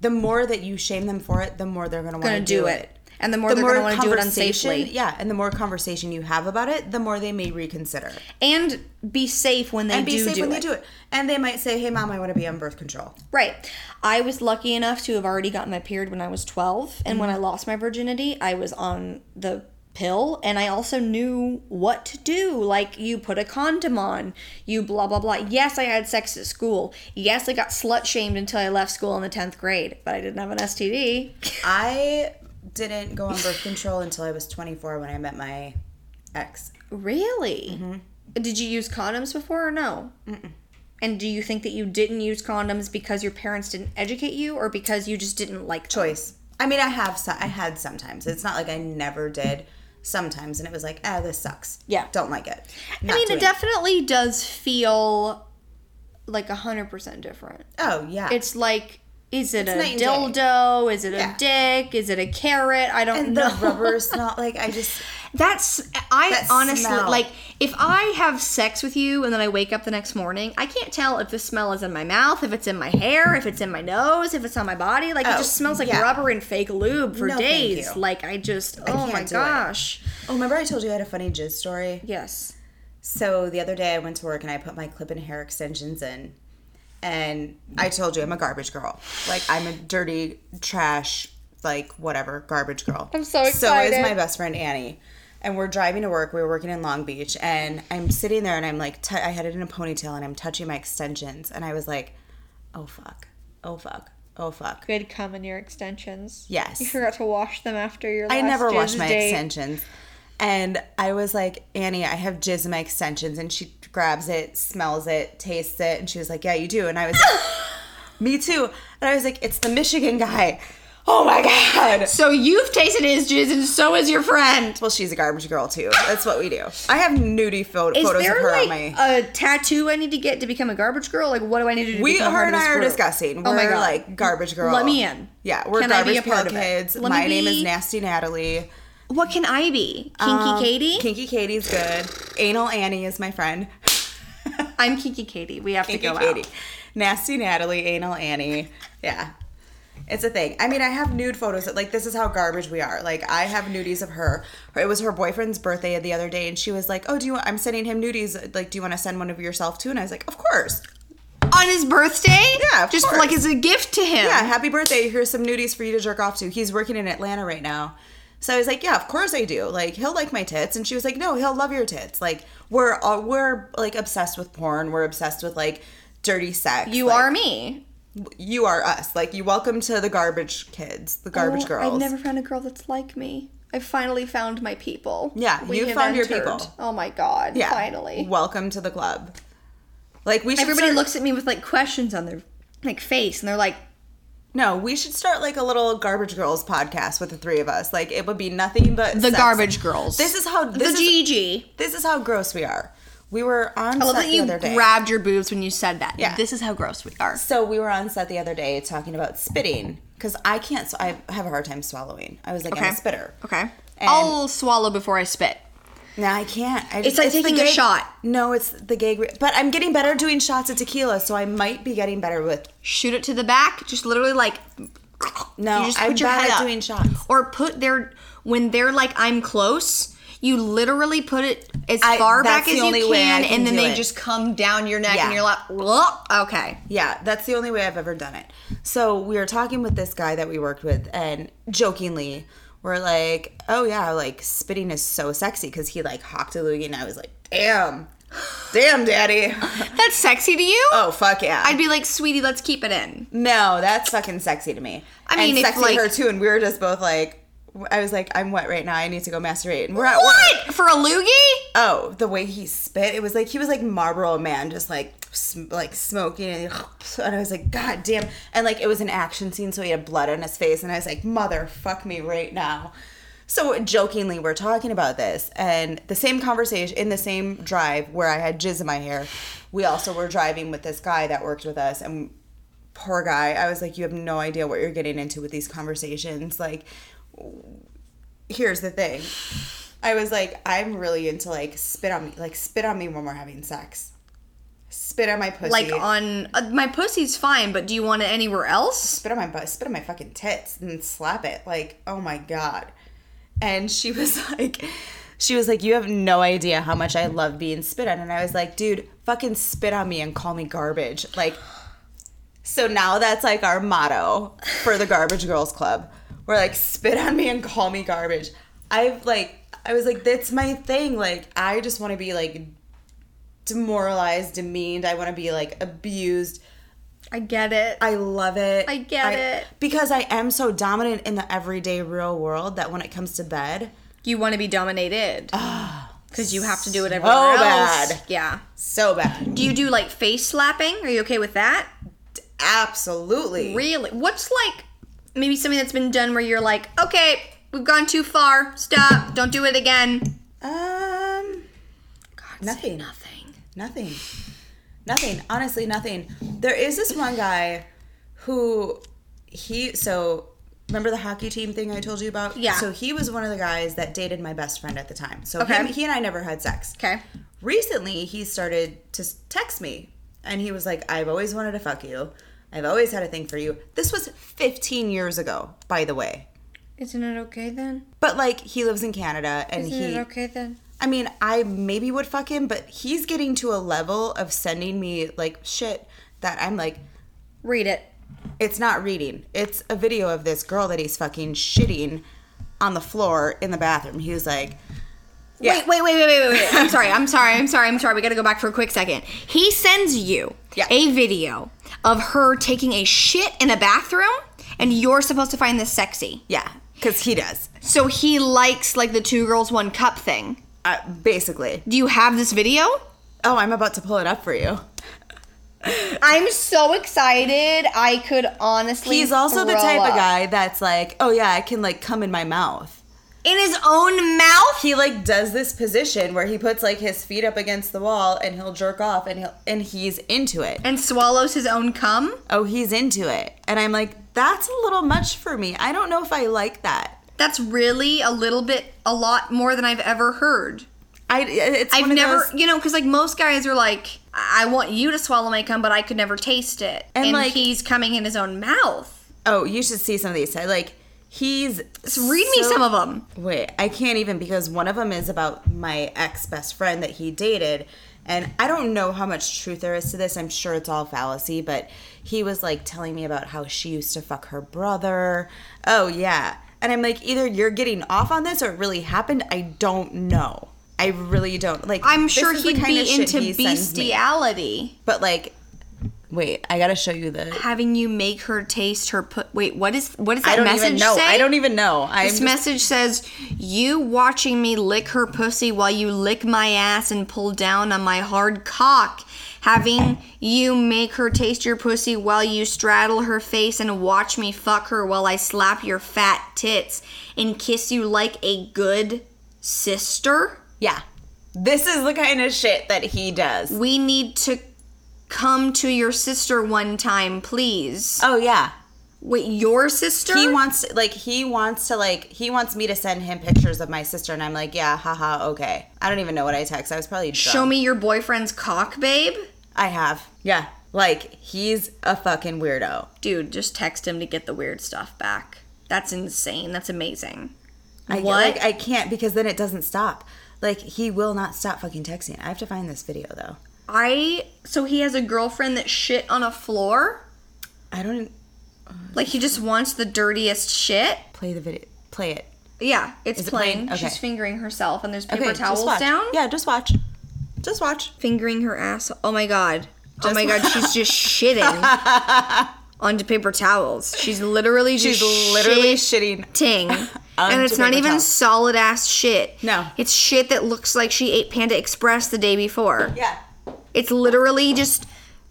[SPEAKER 2] the more that you shame them for it, the more they're going to want
[SPEAKER 5] gonna
[SPEAKER 2] to
[SPEAKER 5] do it. And the more they're gonna want to do it unsafely.
[SPEAKER 2] Yeah, and the more conversation you have about it, the more they may reconsider
[SPEAKER 5] And be safe when they
[SPEAKER 2] and be
[SPEAKER 5] do
[SPEAKER 2] safe
[SPEAKER 5] do
[SPEAKER 2] when
[SPEAKER 5] it.
[SPEAKER 2] they do it. And they might say, "Hey, mom, I want to be on birth control."
[SPEAKER 5] Right. I was lucky enough to have already gotten my period when I was 12. And when I lost my virginity, I was on the pill and I also knew what to do. Like, you put a condom on, you blah, blah, blah. Yes, I had sex at school. Yes, I got slut shamed until I left school in the 10th grade, but I didn't have an STD.
[SPEAKER 2] I didn't go on birth control until I was 24 when I met my ex.
[SPEAKER 5] Really? Did you use condoms before or no? And do you think that you didn't use condoms because your parents didn't educate you or because you just didn't like them?
[SPEAKER 2] Choice. I mean, I have. So- I had sometimes. It's not like I never did. Sometimes, and it was like, "Ah, this sucks."
[SPEAKER 5] Yeah.
[SPEAKER 2] don't like it.
[SPEAKER 5] I mean, it definitely does feel like a 100% different.
[SPEAKER 2] Oh yeah.
[SPEAKER 5] It's like, is it
[SPEAKER 2] night
[SPEAKER 5] a
[SPEAKER 2] and day.
[SPEAKER 5] dildo? Is it
[SPEAKER 2] Yeah.
[SPEAKER 5] a dick? Is it a carrot? I don't
[SPEAKER 2] and
[SPEAKER 5] know.
[SPEAKER 2] the rubber's not like I just.
[SPEAKER 5] That's I
[SPEAKER 2] That
[SPEAKER 5] honestly
[SPEAKER 2] smell.
[SPEAKER 5] like if I have sex with you and then I wake up the next morning, I can't tell if the smell is in my mouth, if it's in my hair, if it's in my nose, if it's on my body. Like it
[SPEAKER 2] Oh,
[SPEAKER 5] just smells like
[SPEAKER 2] yeah.
[SPEAKER 5] rubber and fake lube for
[SPEAKER 2] No, thank
[SPEAKER 5] days.
[SPEAKER 2] you.
[SPEAKER 5] Like I just oh
[SPEAKER 2] can't
[SPEAKER 5] my
[SPEAKER 2] do it.
[SPEAKER 5] gosh.
[SPEAKER 2] Oh, remember I told you I had a funny jizz story?
[SPEAKER 5] Yes.
[SPEAKER 2] So the other day I went to work and I put my clip and hair extensions in. And I told you I'm a garbage girl. Like I'm a dirty trash, like whatever, garbage girl.
[SPEAKER 5] I'm so
[SPEAKER 2] So
[SPEAKER 5] excited.
[SPEAKER 2] is my best friend Annie. And we're driving to work. We were working in Long Beach, and I'm sitting there, and I'm like, t- I had it in a ponytail, and I'm touching my extensions, and I was like, "Oh fuck, oh fuck, oh fuck."
[SPEAKER 5] Good cum in your extensions.
[SPEAKER 2] Yes.
[SPEAKER 5] You forgot to wash them after your last
[SPEAKER 2] I never wash
[SPEAKER 5] jizz
[SPEAKER 2] my
[SPEAKER 5] date.
[SPEAKER 2] extensions. And I was like, Annie, I have jizz in my extensions. And she grabs it, smells it, tastes it. And she was like, Yeah, you do. And I was like, Me too. And I was like, It's the Michigan guy. Oh my god.
[SPEAKER 1] So you've tasted his jizz, and so has your friend.
[SPEAKER 2] Well, she's a garbage girl too. That's what we do. I have nudie pho-
[SPEAKER 1] Is
[SPEAKER 2] photos of
[SPEAKER 1] there
[SPEAKER 2] her
[SPEAKER 1] like
[SPEAKER 2] on my.
[SPEAKER 1] a tattoo I need to get to become a garbage girl? Like, what do I need to do? To
[SPEAKER 2] we,
[SPEAKER 1] become
[SPEAKER 2] her
[SPEAKER 1] part
[SPEAKER 2] and
[SPEAKER 1] of
[SPEAKER 2] I
[SPEAKER 1] this
[SPEAKER 2] are
[SPEAKER 1] group?
[SPEAKER 2] discussing.
[SPEAKER 1] Oh
[SPEAKER 2] we're
[SPEAKER 1] my God.
[SPEAKER 2] like garbage girl.
[SPEAKER 1] Let me in.
[SPEAKER 2] Yeah, we're
[SPEAKER 1] Can I be
[SPEAKER 2] garbage
[SPEAKER 1] a part
[SPEAKER 2] pail
[SPEAKER 1] of it?
[SPEAKER 2] kids.
[SPEAKER 1] Let me
[SPEAKER 2] my name is
[SPEAKER 1] be-
[SPEAKER 2] Nasty Natalie.
[SPEAKER 1] What can I be? Kinky
[SPEAKER 2] Um,
[SPEAKER 1] Katie.
[SPEAKER 2] Kinky Katie's good. Anal Annie is my friend.
[SPEAKER 1] I'm Kinky Katie. We have
[SPEAKER 2] Kinky
[SPEAKER 1] to go
[SPEAKER 2] Katie.
[SPEAKER 1] out.
[SPEAKER 2] Nasty Natalie, Anal Annie. Yeah. It's a thing. I mean, I have nude photos that, like, this is how garbage we are. Like, I have nudies of her. Her- It was her boyfriend's birthday the other day, and she was like, Oh, do you want, I'm sending him nudies. Like, do you want to send one of yourself too? And I was like, Of course.
[SPEAKER 1] On his birthday?
[SPEAKER 2] Yeah, of
[SPEAKER 1] Just
[SPEAKER 2] course.
[SPEAKER 1] like as a gift to him.
[SPEAKER 2] Yeah, happy birthday. Here's some nudies for you to jerk off to. He's working in Atlanta right now. So I was like, yeah, of course I do. Like he'll like my tits, and she was like, no, he'll love your tits. Like we're all, we're like obsessed with porn. We're obsessed with like dirty sex.
[SPEAKER 1] You
[SPEAKER 2] Like,
[SPEAKER 1] are me.
[SPEAKER 2] you are us. Like you welcome to the garbage kids, the garbage
[SPEAKER 1] Oh,
[SPEAKER 2] girls.
[SPEAKER 1] I've never found a girl that's like me. I finally found my people.
[SPEAKER 2] Yeah,
[SPEAKER 1] We
[SPEAKER 2] you
[SPEAKER 1] have
[SPEAKER 2] found your
[SPEAKER 1] entered.
[SPEAKER 2] people.
[SPEAKER 1] Oh my god!
[SPEAKER 2] yeah,
[SPEAKER 1] Finally,
[SPEAKER 2] welcome to the club. Like we should
[SPEAKER 1] everybody
[SPEAKER 2] start-
[SPEAKER 1] looks at me with like questions on their like face, and they're like,
[SPEAKER 2] No, we should start like a little garbage girls podcast with the three of us. Like it would be nothing but
[SPEAKER 1] "The
[SPEAKER 2] sex.
[SPEAKER 1] garbage girls."
[SPEAKER 2] This is how
[SPEAKER 1] the
[SPEAKER 2] this is
[SPEAKER 1] Gigi.
[SPEAKER 2] This is how gross we are. We were on
[SPEAKER 1] I love
[SPEAKER 2] set
[SPEAKER 1] that
[SPEAKER 2] the
[SPEAKER 1] you
[SPEAKER 2] other day.
[SPEAKER 1] grabbed your boobs when you said that.
[SPEAKER 2] Yeah.
[SPEAKER 1] This is how gross we are.
[SPEAKER 2] so we were on set the other day talking about spitting because I can't. So I have a hard time swallowing. I was like, I'm
[SPEAKER 1] Okay.
[SPEAKER 2] a spitter.
[SPEAKER 1] Okay.
[SPEAKER 2] And-
[SPEAKER 1] I'll swallow before I spit.
[SPEAKER 2] No, I can't. I,
[SPEAKER 1] It's like
[SPEAKER 2] the
[SPEAKER 1] taking a
[SPEAKER 2] gag-
[SPEAKER 1] shot.
[SPEAKER 2] No, it's the gag. re- But I'm getting better doing shots of tequila, so I might be getting better with.
[SPEAKER 1] Shoot it to the back. Just literally like.
[SPEAKER 2] No,
[SPEAKER 1] you just
[SPEAKER 2] I'm
[SPEAKER 1] put your
[SPEAKER 2] bad
[SPEAKER 1] head
[SPEAKER 2] at
[SPEAKER 1] up.
[SPEAKER 2] doing shots.
[SPEAKER 1] Or put their when they're like I'm close. You literally put it as
[SPEAKER 2] I-
[SPEAKER 1] far
[SPEAKER 2] that's
[SPEAKER 1] back
[SPEAKER 2] the
[SPEAKER 1] as you
[SPEAKER 2] only
[SPEAKER 1] can,
[SPEAKER 2] way I can
[SPEAKER 1] and then
[SPEAKER 2] do
[SPEAKER 1] they
[SPEAKER 2] it.
[SPEAKER 1] just come down your neck, and
[SPEAKER 2] Yeah.
[SPEAKER 1] you're like, "Whoa." okay.
[SPEAKER 2] Yeah, that's the only way I've ever done it. So we were talking with this guy that we worked with, and jokingly, we're like, "Oh yeah, like spitting is so sexy," because he like hocked a loogie, and I was like, "Damn, damn, daddy."
[SPEAKER 1] That's sexy to you?
[SPEAKER 2] Oh fuck yeah!
[SPEAKER 1] I'd be like, sweetie, let's keep it in.
[SPEAKER 2] no, that's fucking sexy to me.
[SPEAKER 1] I mean,
[SPEAKER 2] and
[SPEAKER 1] if,
[SPEAKER 2] sexy
[SPEAKER 1] like-
[SPEAKER 2] to her too. And we were just both like, I was like, "I'm wet right now. I need to go masturbate." And we're at work.
[SPEAKER 1] What? For a loogie?
[SPEAKER 2] Oh, the way he spit, it was like he was like Marlboro Man, just like sm- like smoking, and, and I was like, God damn! And like it was an action scene, so he had blood on his face, and I was like, Mother, fuck me right now. So jokingly, we're talking about this, and the same conversation in the same drive where I had jizz in my hair. We also were driving with this guy that worked with us, and poor guy, I was like, You have no idea what you're getting into with these conversations. Like, here's the thing. I was like, I'm really into like spit on me, like spit on me when we're having sex. Spit on my pussy.
[SPEAKER 1] Like on uh, my pussy's fine, but do you want it anywhere else?
[SPEAKER 2] spit on my butt, spit on my fucking tits, and then slap it. Like, oh my god. And she was like, she was like, you have no idea how much I love being spit on. And I was like, dude, fucking spit on me and call me garbage. Like, so now that's like our motto for the Garbage Girls Club. We're like, spit on me and call me garbage. I've like, I was like, that's my thing. Like, I just want to be like demoralized, demeaned. I want to be like abused.
[SPEAKER 1] I get it.
[SPEAKER 2] I love it.
[SPEAKER 1] I get it.
[SPEAKER 2] Because I am so dominant in the everyday real world that when it comes to bed,
[SPEAKER 1] you want to be dominated. Because you have to do it everywhere
[SPEAKER 2] so
[SPEAKER 1] else.
[SPEAKER 2] bad.
[SPEAKER 1] Yeah.
[SPEAKER 2] so bad.
[SPEAKER 1] Do you do like face slapping? Are you okay with that?
[SPEAKER 2] Absolutely.
[SPEAKER 1] Really? What's like maybe something that's been done where you're like, okay, we've gone too far. Stop. Don't do it again.
[SPEAKER 2] um,
[SPEAKER 1] God, say
[SPEAKER 2] Nothing.
[SPEAKER 1] Nothing.
[SPEAKER 2] nothing. Nothing. Honestly, nothing. There is this one guy who he so remember the hockey team thing I told you about?
[SPEAKER 1] Yeah.
[SPEAKER 2] So he was one of the guys that dated my best friend at the time. So
[SPEAKER 1] Okay.
[SPEAKER 2] him- he and I never had sex.
[SPEAKER 1] Okay.
[SPEAKER 2] recently he started to text me and he was like i've always wanted to fuck you i've always had a thing for you this was 15 years ago by the way
[SPEAKER 1] Isn't it okay then?
[SPEAKER 2] but like he lives in canada and
[SPEAKER 1] Isn't
[SPEAKER 2] he
[SPEAKER 1] it okay then?
[SPEAKER 2] i mean i maybe would fuck him but he's getting to a level of sending me like shit that i'm like
[SPEAKER 1] Read it.
[SPEAKER 2] it's not reading it's a video of this girl that he's fucking shitting on the floor in the bathroom he was like
[SPEAKER 1] Wait, wait, wait, wait, wait, wait, wait. I'm sorry. I'm sorry. I'm sorry. I'm sorry. We got to go back for a quick second. He sends you
[SPEAKER 2] Yeah.
[SPEAKER 1] a video of her taking a shit in a bathroom, and you're supposed to find this sexy.
[SPEAKER 2] yeah because he does
[SPEAKER 1] So he likes like the two girls, one cup thing.
[SPEAKER 2] uh, basically
[SPEAKER 1] Do you have this video?
[SPEAKER 2] oh i'm about to pull it up for you
[SPEAKER 5] I'm so excited. I could honestly.
[SPEAKER 2] He's also the
[SPEAKER 5] throw
[SPEAKER 2] type
[SPEAKER 5] up.
[SPEAKER 2] of guy that's like, oh yeah, I can like come in my mouth.
[SPEAKER 5] in his own mouth.
[SPEAKER 2] He like does this position where he puts like his feet up against the wall and he'll jerk off and he'll and he's into it.
[SPEAKER 5] And swallows his own cum.
[SPEAKER 2] Oh, he's into it. And I'm like, that's a little much for me. I don't know if I like that.
[SPEAKER 5] That's really a little bit, a lot more than I've ever heard.
[SPEAKER 2] I it's
[SPEAKER 5] I've
[SPEAKER 2] one of
[SPEAKER 5] never,
[SPEAKER 2] those-
[SPEAKER 5] you know, because like most guys are like, I I want you to swallow my cum, but I could never taste it.
[SPEAKER 2] And,
[SPEAKER 5] And,
[SPEAKER 2] like-
[SPEAKER 5] he's coming in his own mouth.
[SPEAKER 2] Oh, you should see some of these. I like he's
[SPEAKER 5] So read me some of them.
[SPEAKER 2] Wait, I can't even because one of them is about my ex best friend that he dated. And I don't know how much truth there is to this. I'm sure it's all fallacy, but he was like telling me about how she used to fuck her brother. Oh, yeah. And I'm like, either you're getting off on this or it really happened. I don't know. I really don't. Like,
[SPEAKER 5] I'm
[SPEAKER 2] this
[SPEAKER 5] sure
[SPEAKER 2] is the
[SPEAKER 5] he'd
[SPEAKER 2] kind of
[SPEAKER 5] be
[SPEAKER 2] shit
[SPEAKER 5] into
[SPEAKER 2] he sends me.
[SPEAKER 5] bestiality,
[SPEAKER 2] But like, wait, I gotta show you the.
[SPEAKER 5] having you make her taste her put. Wait, what is what does that
[SPEAKER 2] I don't
[SPEAKER 5] message
[SPEAKER 2] even know.
[SPEAKER 5] say?
[SPEAKER 2] I don't even know. I'm
[SPEAKER 5] This message says, "You watching me lick her pussy while you lick my ass and pull down on my hard cock, having you make her taste your pussy while you straddle her face and watch me fuck her while I slap your fat tits and kiss you like a good sister.
[SPEAKER 2] yeah. This is the kind of shit that he does.
[SPEAKER 5] We need to come to your sister one time, please.
[SPEAKER 2] Oh yeah.
[SPEAKER 5] Wait, your sister?
[SPEAKER 2] He wants like he wants to like he wants me to send him pictures of my sister and I'm like, yeah, haha, okay. I don't even know what I text. I was probably drunk.
[SPEAKER 5] Show me your boyfriend's cock, babe."
[SPEAKER 2] I have. Yeah. Like he's a fucking weirdo.
[SPEAKER 5] dude, just text him to get the weird stuff back. That's insane. That's amazing.
[SPEAKER 2] I
[SPEAKER 5] What?
[SPEAKER 2] like I can't because then it doesn't stop. Like he will not stop fucking texting. I have to find this video though.
[SPEAKER 5] I so he has a girlfriend that shit on a floor.
[SPEAKER 2] I don't even
[SPEAKER 5] Like he just wants the dirtiest shit.
[SPEAKER 2] play the video. Play it.
[SPEAKER 5] Yeah, it's
[SPEAKER 2] Is it
[SPEAKER 5] plain.
[SPEAKER 2] plain? Okay.
[SPEAKER 5] She's fingering herself, and there's paper
[SPEAKER 2] just
[SPEAKER 5] towels
[SPEAKER 2] watch.
[SPEAKER 5] down.
[SPEAKER 2] Yeah, just watch. Just watch.
[SPEAKER 5] fingering her ass. Oh my god. oh my god, she's just shitting onto paper towels. She's literally just
[SPEAKER 2] She's literally
[SPEAKER 5] shit-
[SPEAKER 2] shitting.
[SPEAKER 5] ting. and
[SPEAKER 2] Onto
[SPEAKER 5] it's not
[SPEAKER 2] paper
[SPEAKER 5] even
[SPEAKER 2] towels.
[SPEAKER 5] solid ass shit.
[SPEAKER 2] No.
[SPEAKER 5] It's shit that looks like she ate Panda Express the day before.
[SPEAKER 2] Yeah.
[SPEAKER 5] It's literally just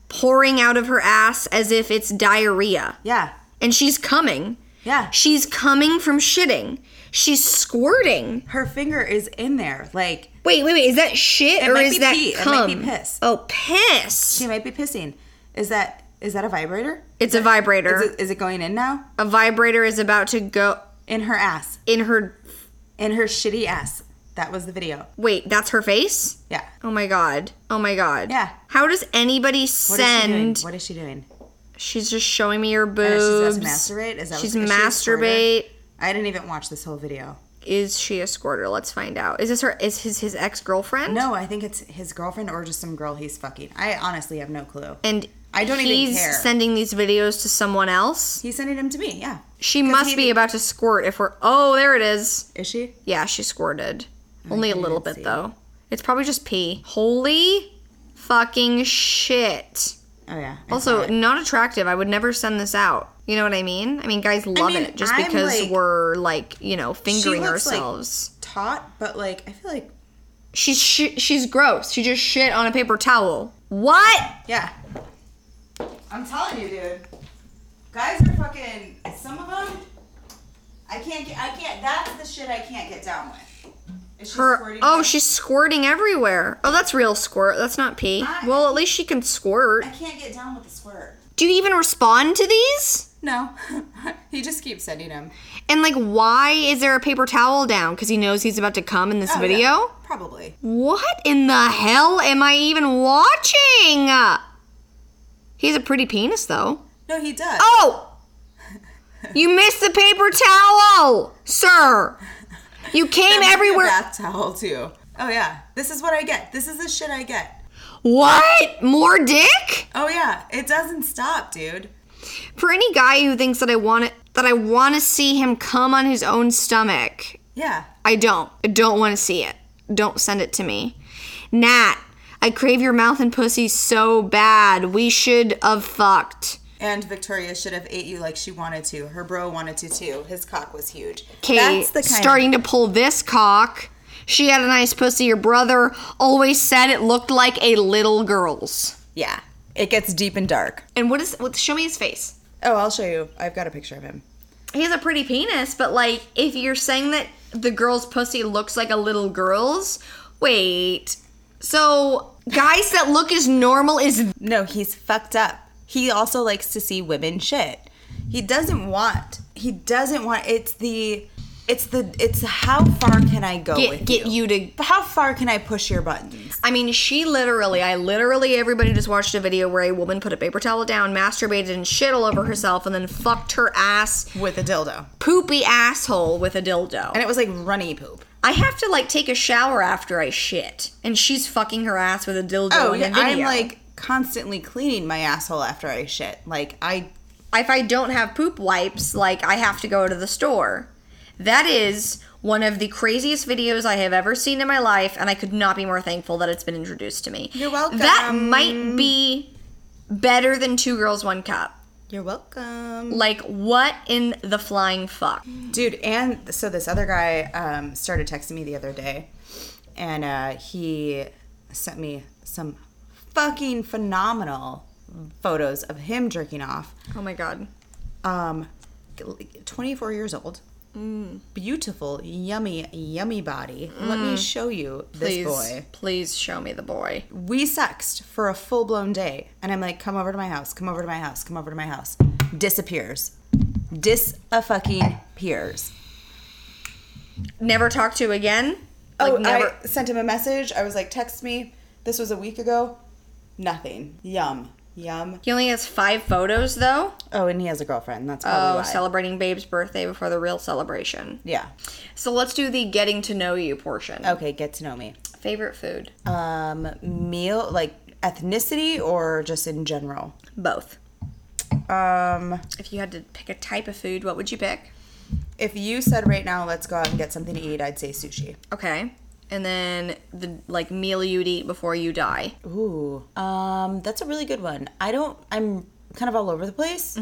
[SPEAKER 5] pouring out of her ass as if it's diarrhea.
[SPEAKER 2] Yeah.
[SPEAKER 5] And she's coming.
[SPEAKER 2] Yeah.
[SPEAKER 5] She's coming from shitting. She's squirting.
[SPEAKER 2] Her finger is in there. Like
[SPEAKER 5] Wait, wait, wait. Is that shit
[SPEAKER 2] It
[SPEAKER 5] or
[SPEAKER 2] might
[SPEAKER 5] is
[SPEAKER 2] be
[SPEAKER 5] that
[SPEAKER 2] pee. It
[SPEAKER 5] cum?
[SPEAKER 2] might be piss.
[SPEAKER 5] Oh, piss.
[SPEAKER 2] she might be pissing. Is that is that a vibrator?
[SPEAKER 5] it's a vibrator.
[SPEAKER 2] Is it, is it going in now?
[SPEAKER 5] a vibrator is about to go
[SPEAKER 2] In her ass.
[SPEAKER 5] in her.
[SPEAKER 2] In her shitty ass. That was the video.
[SPEAKER 5] Wait, that's her face?
[SPEAKER 2] Yeah.
[SPEAKER 5] Oh my god. Oh my god.
[SPEAKER 2] Yeah.
[SPEAKER 5] How does anybody
[SPEAKER 2] What is she doing?
[SPEAKER 5] send?
[SPEAKER 2] What is she doing?
[SPEAKER 5] She's just showing me her
[SPEAKER 2] And
[SPEAKER 5] boobs.
[SPEAKER 2] is she supposed to masturbate? Is that
[SPEAKER 5] She's
[SPEAKER 2] what, is she a
[SPEAKER 5] masturbate.
[SPEAKER 2] squirter? I didn't even watch this whole video.
[SPEAKER 5] Is she a squirter? Let's find out. Is this her? Is his his ex girlfriend?
[SPEAKER 2] No, I think it's his girlfriend or just some girl he's fucking. I honestly have no clue.
[SPEAKER 5] And
[SPEAKER 2] I don't even
[SPEAKER 5] he's
[SPEAKER 2] care.
[SPEAKER 5] sending these videos to someone else.
[SPEAKER 2] He's sending him to me. Yeah.
[SPEAKER 5] She
[SPEAKER 2] 'Cause
[SPEAKER 5] must
[SPEAKER 2] he-
[SPEAKER 5] be about to squirt. If we're oh, there it is.
[SPEAKER 2] Is she?
[SPEAKER 5] Yeah, she squirted. Only a
[SPEAKER 2] can't
[SPEAKER 5] little
[SPEAKER 2] even
[SPEAKER 5] bit
[SPEAKER 2] see.
[SPEAKER 5] though. It's probably just pee. Holy fucking shit.
[SPEAKER 2] Oh yeah. I saw
[SPEAKER 5] Also,
[SPEAKER 2] it.
[SPEAKER 5] not attractive. I would never send this out. You know what I mean? I mean, guys love
[SPEAKER 2] mean,
[SPEAKER 5] it just
[SPEAKER 2] I'm,
[SPEAKER 5] because
[SPEAKER 2] like-
[SPEAKER 5] we're like, you know, fingering
[SPEAKER 2] looks, like-
[SPEAKER 5] ourselves.
[SPEAKER 2] taut, but like I feel like
[SPEAKER 5] She's sh- she's gross. She just shit on a paper towel. What?
[SPEAKER 2] yeah. I'm telling you, dude. Guys are fucking. Some of them. I can't. Get, I can't. That's the shit I can't get down with. Is she
[SPEAKER 5] Her
[SPEAKER 2] squirting
[SPEAKER 5] oh,
[SPEAKER 2] me?
[SPEAKER 5] she's squirting everywhere. Oh, that's real squirt. That's not pee.
[SPEAKER 2] I-
[SPEAKER 5] Well, at least she can squirt.
[SPEAKER 2] I can't get down with the squirt.
[SPEAKER 5] Do you even respond to these?
[SPEAKER 2] No, he just keeps sending him.
[SPEAKER 5] And like, why is there a paper towel down? Because he knows he's about to come in this video.
[SPEAKER 2] Probably.
[SPEAKER 5] What in the hell am I even watching? He's a pretty penis, though.
[SPEAKER 2] No, he does.
[SPEAKER 5] Oh! You missed the paper towel, sir. You came everywhere.
[SPEAKER 2] Bath towel too. Oh yeah, this is what I get. This is the shit I get.
[SPEAKER 5] What? More dick?
[SPEAKER 2] Oh yeah, it doesn't stop, dude.
[SPEAKER 5] For any guy who thinks that I want it, that I want to see him come on his own stomach,
[SPEAKER 2] Yeah.
[SPEAKER 5] I don't. I don't want to see it. Don't send it to me. Nat, I crave your mouth and pussy so bad. We should have fucked.
[SPEAKER 2] And Victoria should have ate you like she wanted to. Her bro wanted to too. His cock was huge.
[SPEAKER 5] Kate starting to pull this cock. She had a nice pussy. Your brother always said it looked like a little girl's.
[SPEAKER 2] yeah. It gets deep and dark.
[SPEAKER 5] And what is? What, show me his face.
[SPEAKER 2] Oh, I'll show you. I've got a picture of him.
[SPEAKER 5] He has a pretty penis, but like, if you're saying that the girl's pussy looks like a little girl's, wait. So guys that look as normal as
[SPEAKER 2] No, he's fucked up. He also likes to see women shit. He doesn't want. He doesn't want. It's the. It's the. It's how far can I go
[SPEAKER 5] get
[SPEAKER 2] with
[SPEAKER 5] get you to
[SPEAKER 2] How far can I push your buttons?
[SPEAKER 5] I mean, she literally, I literally, everybody just watched a video where a woman put a paper towel down, masturbated and shit all over herself, and then fucked her ass,
[SPEAKER 2] With a dildo,
[SPEAKER 5] poopy asshole with a dildo.
[SPEAKER 2] and it was like runny poop.
[SPEAKER 5] I have to like take a shower after I shit, and she's fucking her ass with a dildo.
[SPEAKER 2] Oh,
[SPEAKER 5] in
[SPEAKER 2] yeah,
[SPEAKER 5] the
[SPEAKER 2] I'm
[SPEAKER 5] video.
[SPEAKER 2] like constantly cleaning my asshole after I shit. Like I
[SPEAKER 5] if I don't have poop wipes, like I have to go to the store. That is one of the craziest videos I have ever seen in my life, and I could not be more thankful that it's been introduced to me.
[SPEAKER 2] You're welcome.
[SPEAKER 5] That might be better than Two Girls, One Cup.
[SPEAKER 2] You're welcome.
[SPEAKER 5] Like, what in the flying fuck?
[SPEAKER 2] Dude, and so this other guy um, started texting me the other day, and uh, he sent me some fucking phenomenal photos of him jerking off.
[SPEAKER 5] Oh my god.
[SPEAKER 2] Um, 24 years old. Beautiful, yummy, yummy body. Let me show you this
[SPEAKER 5] Please,
[SPEAKER 2] boy.
[SPEAKER 5] please show me the boy.
[SPEAKER 2] We sexed for a full blown day, and I'm like, come over to my house, come over to my house, come over to my house. Disappears. Dis a fucking peers.
[SPEAKER 5] Never talk to again? Like,
[SPEAKER 2] oh,
[SPEAKER 5] never.
[SPEAKER 2] I sent him a message. I was like, text me. This was a week ago. Nothing. Yum. Yum.
[SPEAKER 5] He only has five photos, though.
[SPEAKER 2] Oh, and he has a girlfriend. That's
[SPEAKER 5] Oh,
[SPEAKER 2] probably why.
[SPEAKER 5] celebrating Babe's birthday before the real celebration.
[SPEAKER 2] yeah.
[SPEAKER 5] So let's do the getting to know you portion.
[SPEAKER 2] Okay, get to know me.
[SPEAKER 5] Favorite food?
[SPEAKER 2] Um, meal like ethnicity or just in general.
[SPEAKER 5] Both.
[SPEAKER 2] Um,
[SPEAKER 5] If you had to pick a type of food, what would you pick?
[SPEAKER 2] if you said right now, let's go out and get something to eat, I'd say sushi.
[SPEAKER 5] Okay. And then the like meal you'd eat before you die.
[SPEAKER 2] Ooh. Um, that's a really good one. I don't. I'm kind of all over the place.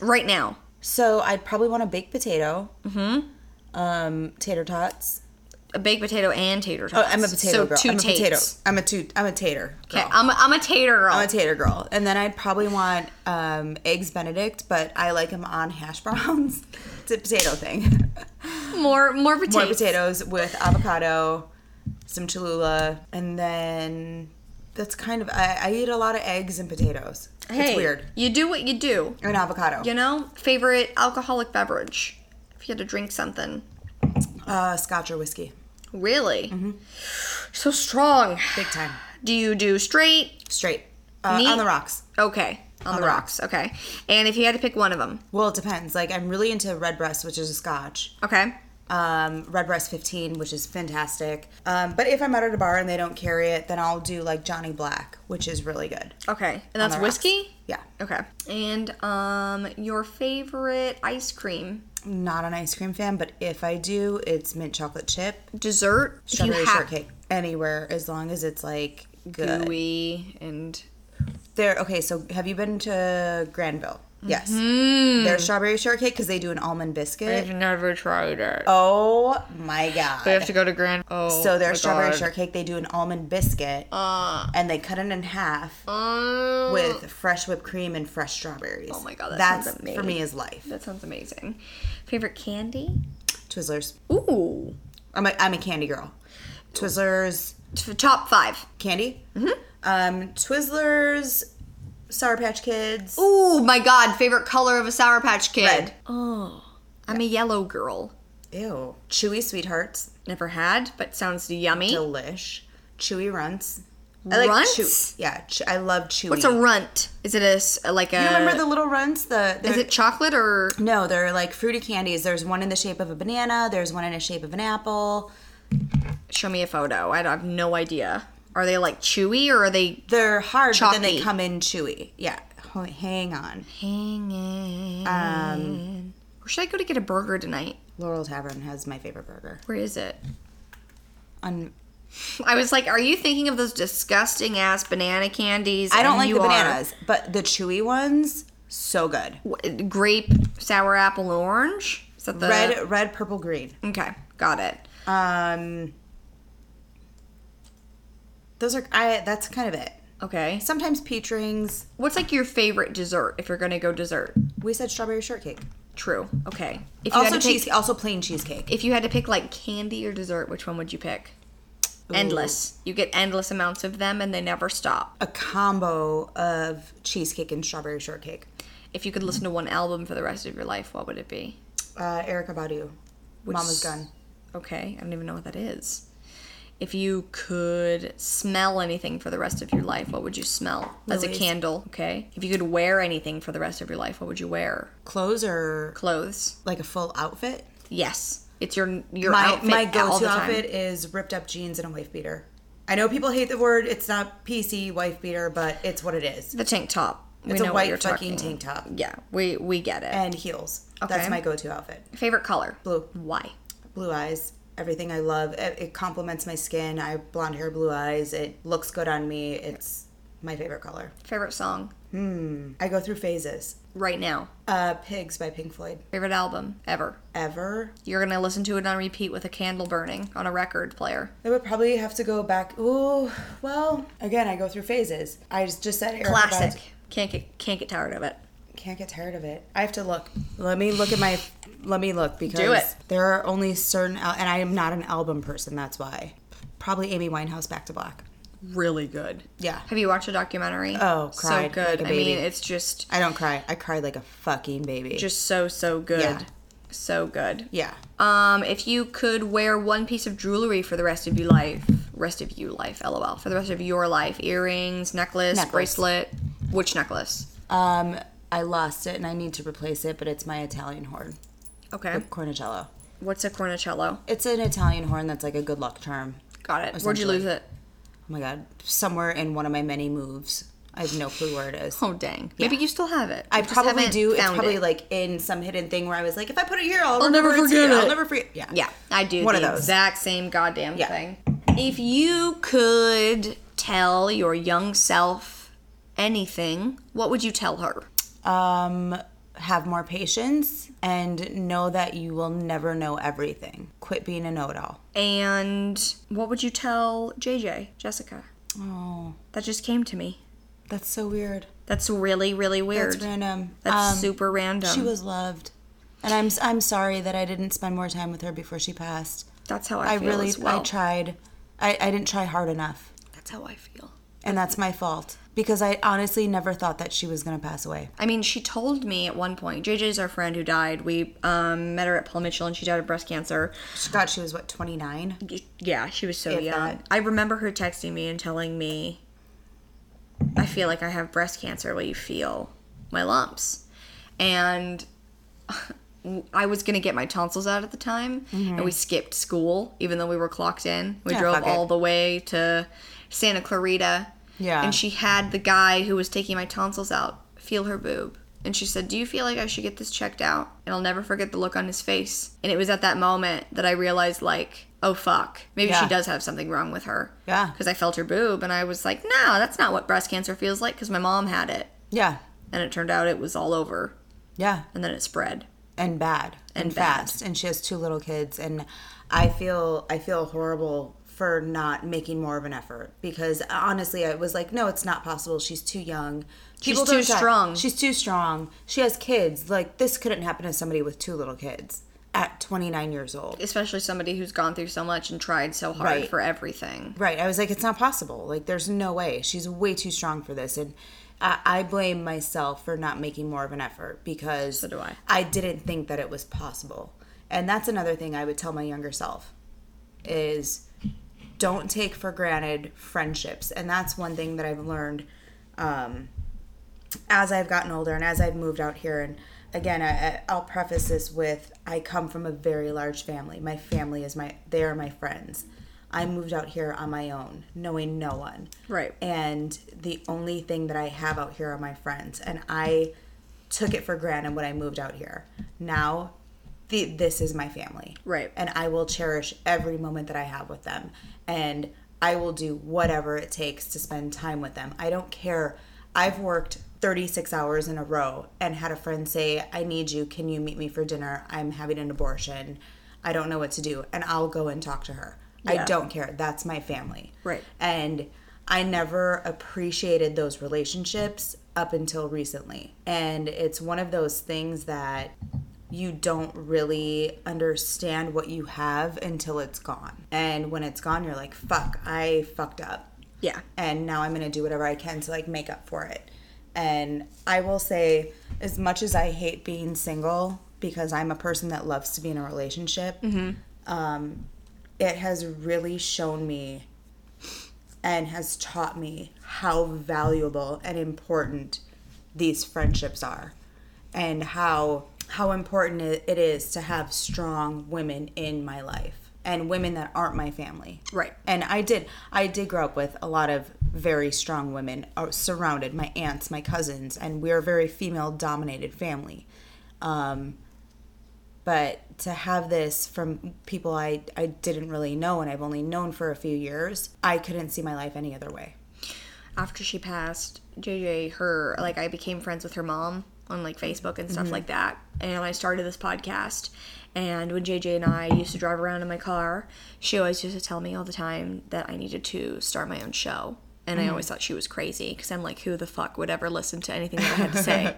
[SPEAKER 5] Right now.
[SPEAKER 2] So I'd probably want a baked potato. Mm-hmm. Um, tater tots.
[SPEAKER 5] A baked potato and tater tots.
[SPEAKER 2] Oh, I'm a potato
[SPEAKER 5] so
[SPEAKER 2] girl.
[SPEAKER 5] Two
[SPEAKER 2] I'm a
[SPEAKER 5] tates.
[SPEAKER 2] potato. I'm a two. I'm a tater. Girl.
[SPEAKER 5] Okay, I'm a, I'm a tater girl.
[SPEAKER 2] I'm a tater girl, and then I'd probably want um, eggs Benedict, but I like them on hash browns. It's a potato thing.
[SPEAKER 5] more more potatoes.
[SPEAKER 2] More potatoes with avocado, some Cholula, and then that's kind of I, I eat a lot of eggs and potatoes.
[SPEAKER 5] Hey,
[SPEAKER 2] it's weird.
[SPEAKER 5] You do what you do.
[SPEAKER 2] And avocado.
[SPEAKER 5] You know, favorite alcoholic beverage. If you had to drink something.
[SPEAKER 2] Uh, scotch or whiskey,
[SPEAKER 5] Really?
[SPEAKER 2] Mm-hmm.
[SPEAKER 5] So strong.
[SPEAKER 2] big time.
[SPEAKER 5] Do you do straight,
[SPEAKER 2] Straight uh,
[SPEAKER 5] Neat.
[SPEAKER 2] on the rocks.
[SPEAKER 5] Okay. On, the,
[SPEAKER 2] the
[SPEAKER 5] rocks. Okay. And if you had to pick one of them.
[SPEAKER 2] Well, it depends. Like I'm really into red breast, which is a scotch.
[SPEAKER 5] Okay.
[SPEAKER 2] um, Red Breast 15, which is fantastic. Um, but if I'm out at a bar and they don't carry it, then I'll do like Johnny Black, which is really good.
[SPEAKER 5] Okay. And that's
[SPEAKER 2] the rocks.
[SPEAKER 5] whiskey?
[SPEAKER 2] Yeah,
[SPEAKER 5] Okay. And um your favorite ice cream
[SPEAKER 2] I'm not an ice cream fan, but if I do, it's mint chocolate chip,
[SPEAKER 5] dessert if you
[SPEAKER 2] strawberry
[SPEAKER 5] have-
[SPEAKER 2] shortcake, anywhere as long as it's like good.
[SPEAKER 5] gooey and
[SPEAKER 2] There. Okay, so have you been to Granville?
[SPEAKER 5] Mm-hmm.
[SPEAKER 2] Yes. Their strawberry shortcake because they do an almond biscuit.
[SPEAKER 5] never tried it.
[SPEAKER 2] Oh my god.
[SPEAKER 5] to go to Grand Oh
[SPEAKER 2] so their strawberry shortcake, they do an almond biscuit,
[SPEAKER 5] Uh.
[SPEAKER 2] and they cut it in half, with fresh whipped cream and fresh strawberries. Oh
[SPEAKER 5] Oh. my God, that
[SPEAKER 2] that's
[SPEAKER 5] sounds amazing.
[SPEAKER 2] for me is life.
[SPEAKER 5] that sounds amazing. Favorite candy?
[SPEAKER 2] Twizzlers.
[SPEAKER 5] Ooh.
[SPEAKER 2] I'm a, I'm a candy girl. Twizzlers,
[SPEAKER 5] T- top five.
[SPEAKER 2] candy.
[SPEAKER 5] Mm-hmm.
[SPEAKER 2] Um, Twizzlers, Sour Patch Kids.
[SPEAKER 5] Ooh, my god, favorite color of a sour patch kid.
[SPEAKER 2] Red.
[SPEAKER 5] Oh. I'm a yellow girl.
[SPEAKER 2] Ew. Chewy Sweethearts,
[SPEAKER 5] Never had, but sounds yummy.
[SPEAKER 2] delish. Chewy Runts.
[SPEAKER 5] Runts?
[SPEAKER 2] chew- yeah, ch- I love chewy.
[SPEAKER 5] What's a runt? Is it a s- like a?
[SPEAKER 2] You remember the little runts? The
[SPEAKER 5] Is it chocolate or?
[SPEAKER 2] No, they're like fruity candies. There's one in the shape of a banana. There's one in the shape of an apple.
[SPEAKER 5] Show me a photo. I don't- I have no idea. Are they like chewy or are they
[SPEAKER 2] They're hard, but then they
[SPEAKER 5] Chalky.
[SPEAKER 2] come in chewy. Yeah, Ho- hang on.
[SPEAKER 5] hanging?
[SPEAKER 2] Um,
[SPEAKER 5] Where should I go to get a burger tonight?
[SPEAKER 2] Laurel Tavern has my favorite burger.
[SPEAKER 5] Where is it?
[SPEAKER 2] On,
[SPEAKER 5] I was like, are you thinking of those disgusting ass banana candies?
[SPEAKER 2] I don't
[SPEAKER 5] And
[SPEAKER 2] like
[SPEAKER 5] you
[SPEAKER 2] the
[SPEAKER 5] are.
[SPEAKER 2] bananas, but the chewy ones, so good.
[SPEAKER 5] What- grape, sour apple, and orange. Is that the
[SPEAKER 2] Red, red, purple, green.
[SPEAKER 5] Okay, got it.
[SPEAKER 2] Um, those are I. That's kind of it.
[SPEAKER 5] Okay.
[SPEAKER 2] Sometimes peach rings.
[SPEAKER 5] What's like your favorite dessert if you're gonna go dessert?
[SPEAKER 2] We said strawberry shortcake.
[SPEAKER 5] True. Okay. If you
[SPEAKER 2] Also
[SPEAKER 5] had to pick,
[SPEAKER 2] cheese. Also plain cheesecake.
[SPEAKER 5] if you had to pick like candy or dessert, which one would you pick? Endless. You get endless amounts of them and they never stop.
[SPEAKER 2] A combo of cheesecake and strawberry shortcake.
[SPEAKER 5] If you could listen to one album for the rest of your life, what would it be?
[SPEAKER 2] Uh, Erica Badu. Mama's gun.
[SPEAKER 5] Okay, I don't even know what that is. If you could smell anything for the rest of your life, what would you smell? As a
[SPEAKER 2] Lilies.
[SPEAKER 5] candle, okay? If you could wear anything for the rest of your life, what would you wear?
[SPEAKER 2] Clothes or
[SPEAKER 5] Clothes.
[SPEAKER 2] like a full outfit.
[SPEAKER 5] Yes. It's your your
[SPEAKER 2] my
[SPEAKER 5] outfit
[SPEAKER 2] my
[SPEAKER 5] all
[SPEAKER 2] go-to
[SPEAKER 5] the time.
[SPEAKER 2] outfit is ripped up jeans and a wife beater. I know people hate the word. It's not PC wife beater, but it's what it is.
[SPEAKER 5] The tank top. We
[SPEAKER 2] It's a
[SPEAKER 5] know what you're
[SPEAKER 2] white fucking
[SPEAKER 5] talking.
[SPEAKER 2] tank top
[SPEAKER 5] Yeah, we we get it.
[SPEAKER 2] and heels.
[SPEAKER 5] Okay.
[SPEAKER 2] That's my go-to outfit.
[SPEAKER 5] Favorite color?
[SPEAKER 2] Blue.
[SPEAKER 5] Why?
[SPEAKER 2] Blue eyes. Everything I love. It, it complements my skin. I have blonde hair, blue eyes. It looks good on me. It's my favorite color.
[SPEAKER 5] Favorite song?
[SPEAKER 2] I go through phases.
[SPEAKER 5] Right now.
[SPEAKER 2] Uh, Pigs by Pink Floyd.
[SPEAKER 5] Favorite album ever?
[SPEAKER 2] Ever.
[SPEAKER 5] You're gonna listen to it on repeat with a candle burning on a record player.
[SPEAKER 2] I would probably have to go back. Ooh, well, again, I go through phases. I just just said Erica
[SPEAKER 5] Classic.
[SPEAKER 2] Badu-
[SPEAKER 5] Can't get can't get tired of it.
[SPEAKER 2] Can't get tired of it. I have to look. Let me look at my. Let me look because
[SPEAKER 5] Do it.
[SPEAKER 2] there are only certain, al- and I am not an album person. That's why. Probably Amy Winehouse, Back to Black.
[SPEAKER 5] Really good.
[SPEAKER 2] Yeah,
[SPEAKER 5] Have you watched a documentary?
[SPEAKER 2] Oh, cried
[SPEAKER 5] so
[SPEAKER 2] like
[SPEAKER 5] good.
[SPEAKER 2] a
[SPEAKER 5] I mean,
[SPEAKER 2] baby.
[SPEAKER 5] it's just
[SPEAKER 2] I don't cry. I cried like a fucking baby.
[SPEAKER 5] just so so good.
[SPEAKER 2] Yeah.
[SPEAKER 5] So good.
[SPEAKER 2] yeah.
[SPEAKER 5] Um, if you could wear one piece of jewelry for the rest of your life, rest of you life, lol, for the rest of your life, earrings, necklace,
[SPEAKER 2] Necklace.
[SPEAKER 5] bracelet, which necklace?
[SPEAKER 2] Um, I lost it and I need to replace it, but it's my Italian horn,
[SPEAKER 5] Okay.
[SPEAKER 2] cornicello.
[SPEAKER 5] What's a cornicello?
[SPEAKER 2] It's an Italian horn that's like a good luck charm.
[SPEAKER 5] Got it. Where'd you
[SPEAKER 2] Essentially.
[SPEAKER 5] lose it?
[SPEAKER 2] Oh my god! Somewhere in one of my many moves, I have no clue where it is.
[SPEAKER 5] Oh dang. Maybe you still have it.
[SPEAKER 2] I
[SPEAKER 5] You just
[SPEAKER 2] probably
[SPEAKER 5] haven't
[SPEAKER 2] do. It's
[SPEAKER 5] found
[SPEAKER 2] probably
[SPEAKER 5] it.
[SPEAKER 2] like in some hidden thing where I was like, if I put it here, I'll,
[SPEAKER 5] never
[SPEAKER 2] remember it's
[SPEAKER 5] forget
[SPEAKER 2] here.
[SPEAKER 5] it.
[SPEAKER 2] I'll never forget. Yeah.
[SPEAKER 5] Yeah, I do
[SPEAKER 2] One
[SPEAKER 5] the
[SPEAKER 2] of those.
[SPEAKER 5] exact same goddamn
[SPEAKER 2] Yeah.
[SPEAKER 5] thing. If you could tell your young self anything, what would you tell her?
[SPEAKER 2] Um, have more patience and know that you will never know everything. Quit being a know-it-all.
[SPEAKER 5] And what would you tell JJ, Jessica?
[SPEAKER 2] Oh,
[SPEAKER 5] That just came to me.
[SPEAKER 2] that's so weird.
[SPEAKER 5] That's really, really weird.
[SPEAKER 2] That's random.
[SPEAKER 5] That's
[SPEAKER 2] Um,
[SPEAKER 5] super random.
[SPEAKER 2] She was loved, and I'm I'm sorry that I didn't spend more time with her before she passed.
[SPEAKER 5] That's how I,
[SPEAKER 2] I
[SPEAKER 5] feel
[SPEAKER 2] really
[SPEAKER 5] as well.
[SPEAKER 2] I tried. I, I didn't try hard enough,
[SPEAKER 5] That's how I feel.
[SPEAKER 2] and that's my fault because I honestly never thought that she was gonna pass away.
[SPEAKER 5] I mean, she told me at one point. JJ's our friend who died. We um, met her at Paul Mitchell, and she died of breast cancer.
[SPEAKER 2] God, she was what 29.
[SPEAKER 5] Yeah, she was so
[SPEAKER 2] If
[SPEAKER 5] young.
[SPEAKER 2] that.
[SPEAKER 5] I remember her texting me and telling me, I feel like I have breast cancer. Will you feel my lumps? And I was going to get my tonsils out at the time, and we skipped school, even though we were clocked in. We
[SPEAKER 2] Mm-hmm. Yeah,
[SPEAKER 5] drove
[SPEAKER 2] fuck it.
[SPEAKER 5] all the way to Santa Clarita.
[SPEAKER 2] Yeah.
[SPEAKER 5] And she had the guy who was taking my tonsils out feel her boob. And she said, Do you feel like I should get this checked out? And I'll never forget the look on his face. And it was at that moment that I realized, like, oh fuck, maybe she
[SPEAKER 2] Yeah.
[SPEAKER 5] does have something wrong with her.
[SPEAKER 2] Yeah.
[SPEAKER 5] Because I felt her boob and I was like, No, that's not what breast cancer feels like because my mom had it.
[SPEAKER 2] Yeah,
[SPEAKER 5] And it turned out it was all over.
[SPEAKER 2] yeah.
[SPEAKER 5] And then it spread.
[SPEAKER 2] and bad and,
[SPEAKER 5] And bad.
[SPEAKER 2] fast and she has two little kids and i feel i feel horrible for not making more of an effort because honestly i was like no it's not possible she's too young People
[SPEAKER 5] too
[SPEAKER 2] don't die.
[SPEAKER 5] strong.
[SPEAKER 2] she's too strong she has kids like this couldn't happen to somebody with two little kids at 29 years old
[SPEAKER 5] Especially somebody who's gone through so much and tried so hard
[SPEAKER 2] Right.
[SPEAKER 5] for everything.
[SPEAKER 2] right i was like it's not possible like there's no way she's way too strong for this and I I blame myself for not making more of an effort because
[SPEAKER 5] So do I.
[SPEAKER 2] I didn't think that it was possible. And that's another thing I would tell my younger self is don't take for granted friendships. And that's one thing that I've learned um, as I've gotten older and as I've moved out here. And again, I- I, I'll preface this with I come from a very large family. My family is my, they are my friends. I moved out here on my own, knowing no one.
[SPEAKER 5] Right.
[SPEAKER 2] And the only thing that I have out here are my friends. And I took it for granted when I moved out here. Now, the, this is my family.
[SPEAKER 5] Right.
[SPEAKER 2] And I will cherish every moment that I have with them. And I will do whatever it takes to spend time with them. I don't care. I've worked 36 hours in a row and had a friend say, I need you. Can you meet me for dinner? I'm having an abortion. I don't know what to do. And I'll go and talk to her.
[SPEAKER 5] Yeah.
[SPEAKER 2] I don't care. That's my family.
[SPEAKER 5] Right.
[SPEAKER 2] And I never appreciated those relationships up until recently. And it's one of those things that you don't really understand what you have until it's gone. And when it's gone, you're like, fuck, I fucked up.
[SPEAKER 5] Yeah.
[SPEAKER 2] And now I'm going to do whatever I can to like make up for it. And I will say, as much as I hate being single, because I'm a person that loves to be in a relationship, um, it has really shown me and has taught me how valuable and important these friendships are and how how important it it is to have strong women in my life and women that aren't my family
[SPEAKER 5] Right.
[SPEAKER 2] and i did i did grow up with a lot of very strong women uh, surrounded my aunts my cousins and we're a very female dominated family um, but to have this from people I, I didn't really know and I've only known for a few years, I couldn't see my life any other way.
[SPEAKER 5] after she passed, JJ, her like I became friends with her mom on like Facebook and stuff like that, and I started this podcast. And when JJ and I used to drive around in my car, she always used to tell me all the time that I needed to start my own show. And I always thought she was crazy because I'm like, who the fuck would ever listen to anything that I had to say?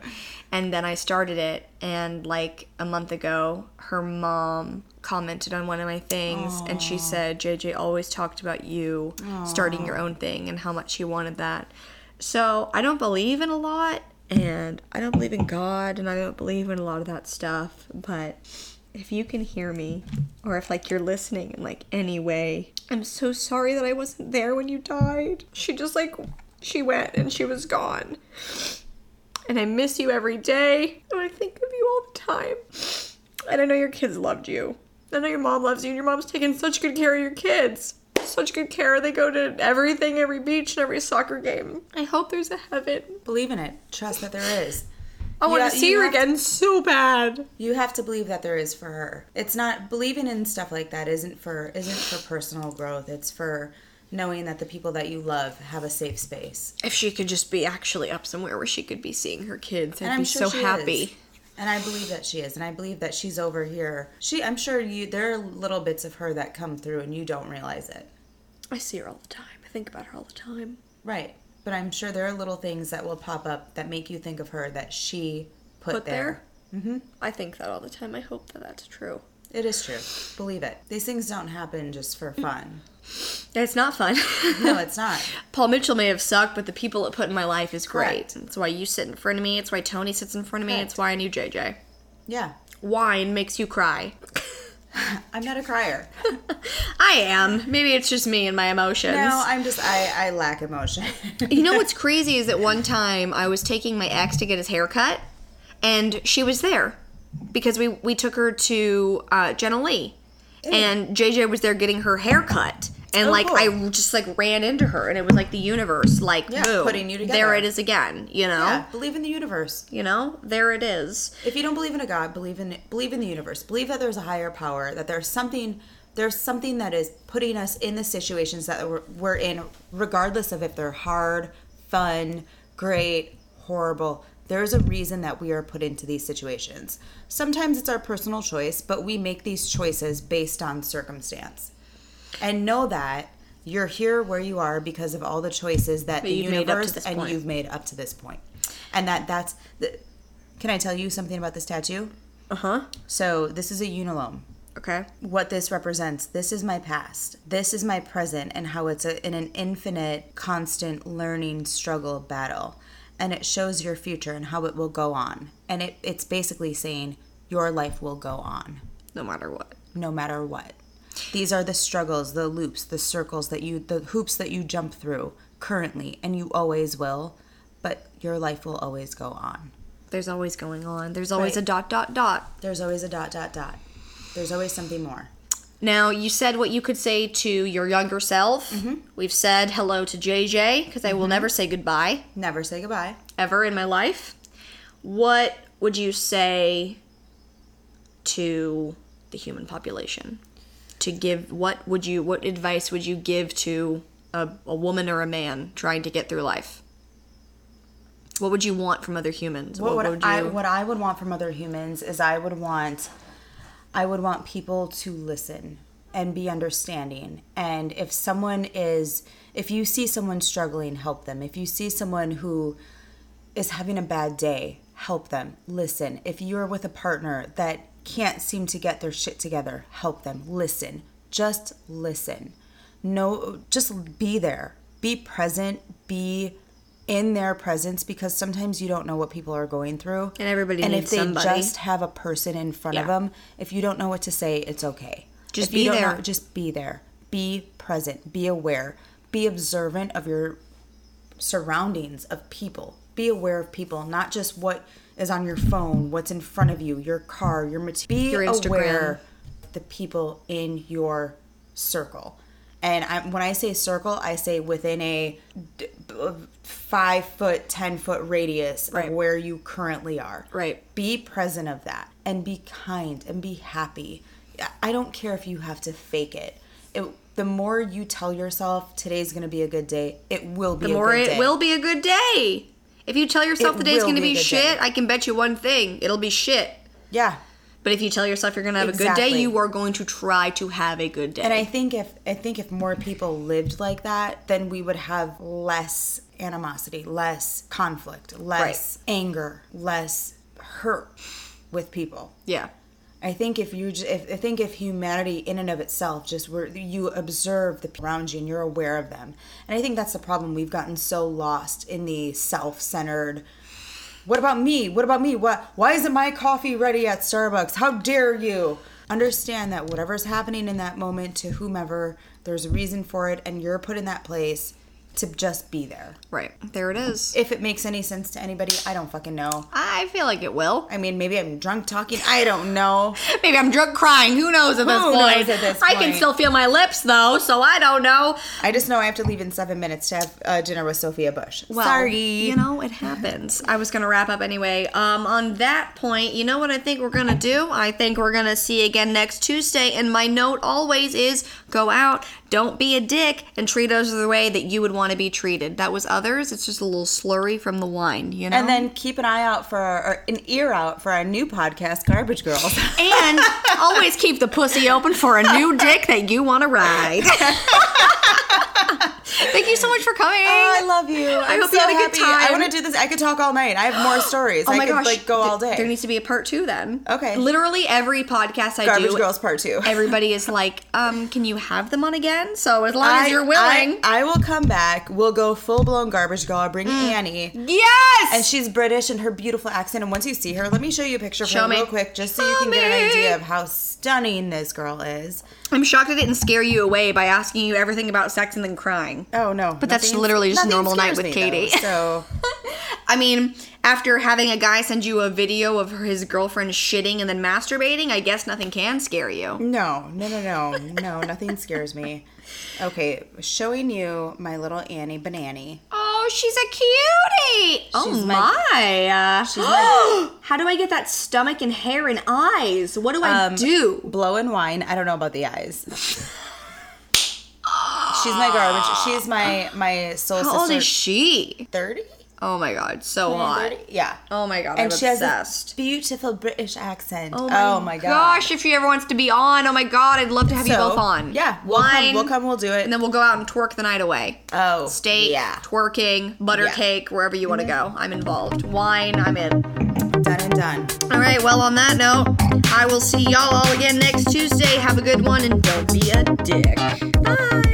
[SPEAKER 5] and then I started it, and like a month ago, her mom commented on one of my things and she said JJ always talked about you starting your own thing and how much she wanted that. So, I don't believe in a lot and I don't believe in God and I don't believe in a lot of that stuff, but if you can hear me or if like you're listening in like any way, I'm so sorry that I wasn't there when you died. She just like she went and she was gone. And I miss you every day. And I think of you all the time. And I know your kids loved you. I know your mom loves you, and your mom's taking such good care of your kids. Such good care. They go to everything, every beach, and every soccer game. I hope there's a heaven.
[SPEAKER 2] Believe in it. Trust that there is.
[SPEAKER 5] I want
[SPEAKER 2] Yeah,
[SPEAKER 5] to see
[SPEAKER 2] you
[SPEAKER 5] her
[SPEAKER 2] have to-
[SPEAKER 5] again so bad.
[SPEAKER 2] You have to believe that there is for her. It's not believing in stuff like that isn't for isn't for personal growth. It's for knowing that the people that you love have a safe space.
[SPEAKER 5] If she could just be actually up somewhere where she could be seeing her kids, I'd
[SPEAKER 2] And I'm
[SPEAKER 5] be
[SPEAKER 2] sure
[SPEAKER 5] so
[SPEAKER 2] she
[SPEAKER 5] happy.
[SPEAKER 2] is. And I believe that she is, and I believe that she's over here. She, I'm sure you. There are little bits of her that come through, and you don't realize it.
[SPEAKER 5] I see her all the time. I think about her all the time.
[SPEAKER 2] Right. But I'm sure there are little things that will pop up that make you think of her that she put,
[SPEAKER 5] Put
[SPEAKER 2] there.
[SPEAKER 5] there. I think that all the time. I hope that that's true.
[SPEAKER 2] It is true. Believe it. These things don't happen just for fun.
[SPEAKER 5] It's not fun.
[SPEAKER 2] No, it's not.
[SPEAKER 5] Paul Mitchell may have sucked, but the people it put in my life is great.
[SPEAKER 2] Correct.
[SPEAKER 5] That's why you sit in front of me. It's why Tony sits in front of me. It's
[SPEAKER 2] Correct.
[SPEAKER 5] why I knew JJ.
[SPEAKER 2] Yeah.
[SPEAKER 5] Wine makes you cry.
[SPEAKER 2] I'm not a crier.
[SPEAKER 5] I am. Maybe it's just me and my emotions.
[SPEAKER 2] No, I'm just, I, I lack emotion.
[SPEAKER 5] you know what's crazy is that one time I was taking my ex to get his hair cut, and she was there because we we took her to uh, Jenna Lee, and JJ was there getting her hair cut. And
[SPEAKER 2] Oh,
[SPEAKER 5] like
[SPEAKER 2] cool.
[SPEAKER 5] I just like ran into her, and it was like the universe, like
[SPEAKER 2] Yeah,
[SPEAKER 5] boom,
[SPEAKER 2] putting you together.
[SPEAKER 5] There it is again, you know.
[SPEAKER 2] yeah. Believe in the universe.
[SPEAKER 5] You know, there it is.
[SPEAKER 2] If you don't believe in a God, believe in believe in the universe. Believe that there's a higher power, that there's something there's something that is putting us in the situations that we're, we're in, regardless of if they're hard, fun, great, horrible. There's a reason that we are put into these situations. Sometimes it's our personal choice, but we make these choices based on circumstance. And know that you're here where you are because of all the choices that the
[SPEAKER 5] you've made up to
[SPEAKER 2] universe
[SPEAKER 5] this
[SPEAKER 2] and
[SPEAKER 5] point.
[SPEAKER 2] you've made up to this point. And that that's the, can I tell you something about this tattoo?
[SPEAKER 5] Uh huh.
[SPEAKER 2] So, this is a unilome.
[SPEAKER 5] Okay.
[SPEAKER 2] What this represents, this is my past, this is my present, and how it's a, in an infinite, constant learning struggle battle. And it shows your future and how it will go on. And it, it's basically saying your life will go on
[SPEAKER 5] No matter what.
[SPEAKER 2] no matter what. These are the struggles, the loops, the circles that you, the hoops that you jump through currently, and you always will, but your life will always go on.
[SPEAKER 5] There's always going on. There's always
[SPEAKER 2] Right.
[SPEAKER 5] a dot dot dot.
[SPEAKER 2] There's always a dot, dot, dot. There's always something more.
[SPEAKER 5] Now you said what you could say to your younger self.
[SPEAKER 2] Mm-hmm.
[SPEAKER 5] We've said hello to JJ because I will never say goodbye
[SPEAKER 2] Never say goodbye.
[SPEAKER 5] ever in my life. What would you say to the human population? To give what would you what advice would you give to a, a woman or a man trying to get through life? What would you want from other humans?
[SPEAKER 2] What, would
[SPEAKER 5] would
[SPEAKER 2] I, what I would want from other humans is I would want, I would want people to listen and be understanding. And if someone is, if you see someone struggling, help them. If you see someone who is having a bad day, help them. Listen. If you're with a partner that can't seem to get their shit together, help them. Listen. Just listen. No, just be there. Be present. Be in their presence because sometimes you don't know what people are going through.
[SPEAKER 5] And everybody
[SPEAKER 2] And
[SPEAKER 5] needs
[SPEAKER 2] if they
[SPEAKER 5] somebody.
[SPEAKER 2] just have a person in front of
[SPEAKER 5] Yeah.
[SPEAKER 2] them, if you don't know what to say, it's okay.
[SPEAKER 5] Just
[SPEAKER 2] If you
[SPEAKER 5] be
[SPEAKER 2] don't know-
[SPEAKER 5] there.
[SPEAKER 2] just be there. Be present. Be aware. Be observant of your surroundings of people. Be aware of people, not just what is on your phone, what's in front of you, your car, your material. Be
[SPEAKER 5] Your Instagram.
[SPEAKER 2] aware of the people in your circle. And I, when I say circle, I say within a d- b- five foot, 10 foot radius
[SPEAKER 5] Right.
[SPEAKER 2] of where you currently are.
[SPEAKER 5] Right.
[SPEAKER 2] Be present of that and be kind and be happy. I don't care if you have to fake it. it the more you tell yourself today's going to be a good day, it will be
[SPEAKER 5] The
[SPEAKER 2] a
[SPEAKER 5] more
[SPEAKER 2] good
[SPEAKER 5] it
[SPEAKER 2] day.
[SPEAKER 5] will be a good day. If you tell yourself
[SPEAKER 2] It
[SPEAKER 5] the day's
[SPEAKER 2] will
[SPEAKER 5] going to
[SPEAKER 2] be a
[SPEAKER 5] be,
[SPEAKER 2] good
[SPEAKER 5] shit,
[SPEAKER 2] day.
[SPEAKER 5] I can bet you one thing: it'll be shit.
[SPEAKER 2] Yeah.
[SPEAKER 5] But if you tell yourself you're going to have a good day,
[SPEAKER 2] Exactly.
[SPEAKER 5] you are going to try to have a good day.
[SPEAKER 2] And I think if I think if more people lived like that, then we would have less animosity, less conflict, less anger, less hurt with people.
[SPEAKER 5] yeah.
[SPEAKER 2] I think if you, ju- if, I think if humanity in and of itself, just where you observe the people around you and you're aware of them, and I think that's the problem. We've gotten so lost in the self-centered. What about me? What about me? What? Why isn't my coffee ready at Starbucks? How dare you! Understand that whatever's happening in that moment to whomever, there's a reason for it, and you're put in that place to just be there.
[SPEAKER 5] Right. There it is.
[SPEAKER 2] If it makes any sense to anybody, I don't fucking know.
[SPEAKER 5] I feel like it will.
[SPEAKER 2] I mean, maybe I'm drunk talking. I don't know.
[SPEAKER 5] Maybe I'm drunk crying. Who knows at this
[SPEAKER 2] Who
[SPEAKER 5] point?
[SPEAKER 2] knows at this
[SPEAKER 5] I can
[SPEAKER 2] point?
[SPEAKER 5] still feel my lips though, so I don't know.
[SPEAKER 2] I just know I have to leave in seven minutes to have uh, dinner with Sophia Bush.
[SPEAKER 5] Well,
[SPEAKER 2] Sorry.
[SPEAKER 5] You know, it happens. I was going to wrap up anyway. Um, on that point, you know what I think we're going to do? I think we're going to see you again next Tuesday. And my note always is go out, don't be a dick, and treat others the way that you would want to be treated. That was others. It's just a little slurry from the wine, you know?
[SPEAKER 2] and then keep an eye out for, or an ear out for our new podcast, Garbage Girls.
[SPEAKER 5] And always keep the pussy open for a new dick that you want to ride. Thank you so much for coming.
[SPEAKER 2] Oh, I love you. i
[SPEAKER 5] hope you had a good
[SPEAKER 2] I
[SPEAKER 5] time.
[SPEAKER 2] want to do this. I could talk all night. I have more stories.
[SPEAKER 5] Oh
[SPEAKER 2] I
[SPEAKER 5] my
[SPEAKER 2] could
[SPEAKER 5] gosh!
[SPEAKER 2] like go all
[SPEAKER 5] Th-
[SPEAKER 2] day.
[SPEAKER 5] There needs to be a part two then.
[SPEAKER 2] Okay.
[SPEAKER 5] Literally every podcast I
[SPEAKER 2] Garbage
[SPEAKER 5] do,
[SPEAKER 2] Girls Part Two.
[SPEAKER 5] everybody is like, um, "Can you have them on again?" So as long
[SPEAKER 2] I-
[SPEAKER 5] as you're willing,
[SPEAKER 2] I, I will come back. We'll go full blown Garbage Girl. I'll bring
[SPEAKER 5] Mm.
[SPEAKER 2] Annie.
[SPEAKER 5] yes.
[SPEAKER 2] And she's British and her beautiful accent. And once you see her, let me show you a picture of
[SPEAKER 5] Show
[SPEAKER 2] her
[SPEAKER 5] me.
[SPEAKER 2] real quick, just so you
[SPEAKER 5] Show
[SPEAKER 2] can get an
[SPEAKER 5] me.
[SPEAKER 2] idea of how stunning this girl is.
[SPEAKER 5] I'm shocked I didn't scare you away by asking you everything about sex and then crying.
[SPEAKER 2] Oh no!
[SPEAKER 5] But that's
[SPEAKER 2] nothing-
[SPEAKER 5] literally just a
[SPEAKER 2] nothing
[SPEAKER 5] normal night
[SPEAKER 2] scares
[SPEAKER 5] with
[SPEAKER 2] me,
[SPEAKER 5] Katie.
[SPEAKER 2] though, so
[SPEAKER 5] I mean, after having a guy send you a video of his girlfriend shitting and then masturbating, I guess nothing can scare you.
[SPEAKER 2] no, no, no, no, no, nothing scares me. Okay, showing you my little Annie Banani.
[SPEAKER 5] Oh, she's a cutie! oh
[SPEAKER 2] She's
[SPEAKER 5] my!
[SPEAKER 2] my-
[SPEAKER 5] uh,
[SPEAKER 2] my-
[SPEAKER 5] How do I get that stomach and hair and eyes? What do
[SPEAKER 2] Um,
[SPEAKER 5] I do?
[SPEAKER 2] Blow and wine. I don't know about the eyes. She's my garbage. She's my my soul
[SPEAKER 5] How old
[SPEAKER 2] sister.
[SPEAKER 5] is she?
[SPEAKER 2] Thirty.
[SPEAKER 5] Oh my god, so hot.
[SPEAKER 2] Yeah.
[SPEAKER 5] Oh my god,
[SPEAKER 2] and
[SPEAKER 5] I'm
[SPEAKER 2] she
[SPEAKER 5] obsessed.
[SPEAKER 2] has a beautiful British accent. Oh
[SPEAKER 5] my,
[SPEAKER 2] my,
[SPEAKER 5] gosh, if she ever wants to be on, oh my god, I'd love to have you
[SPEAKER 2] So,
[SPEAKER 5] both on.
[SPEAKER 2] yeah, we'll come-
[SPEAKER 5] Wine,
[SPEAKER 2] we'll come, we'll do it.
[SPEAKER 5] And then we'll go out and twerk the night away.
[SPEAKER 2] Oh,
[SPEAKER 5] Steak,
[SPEAKER 2] Yeah.
[SPEAKER 5] twerking, butter
[SPEAKER 2] Yeah.
[SPEAKER 5] cake, wherever you want to go. I'm involved. Wine, I'm in.
[SPEAKER 2] Done and done.
[SPEAKER 5] All right, well, on that note, I will see y'all all again next Tuesday. Have a good one and don't be a dick. Bye.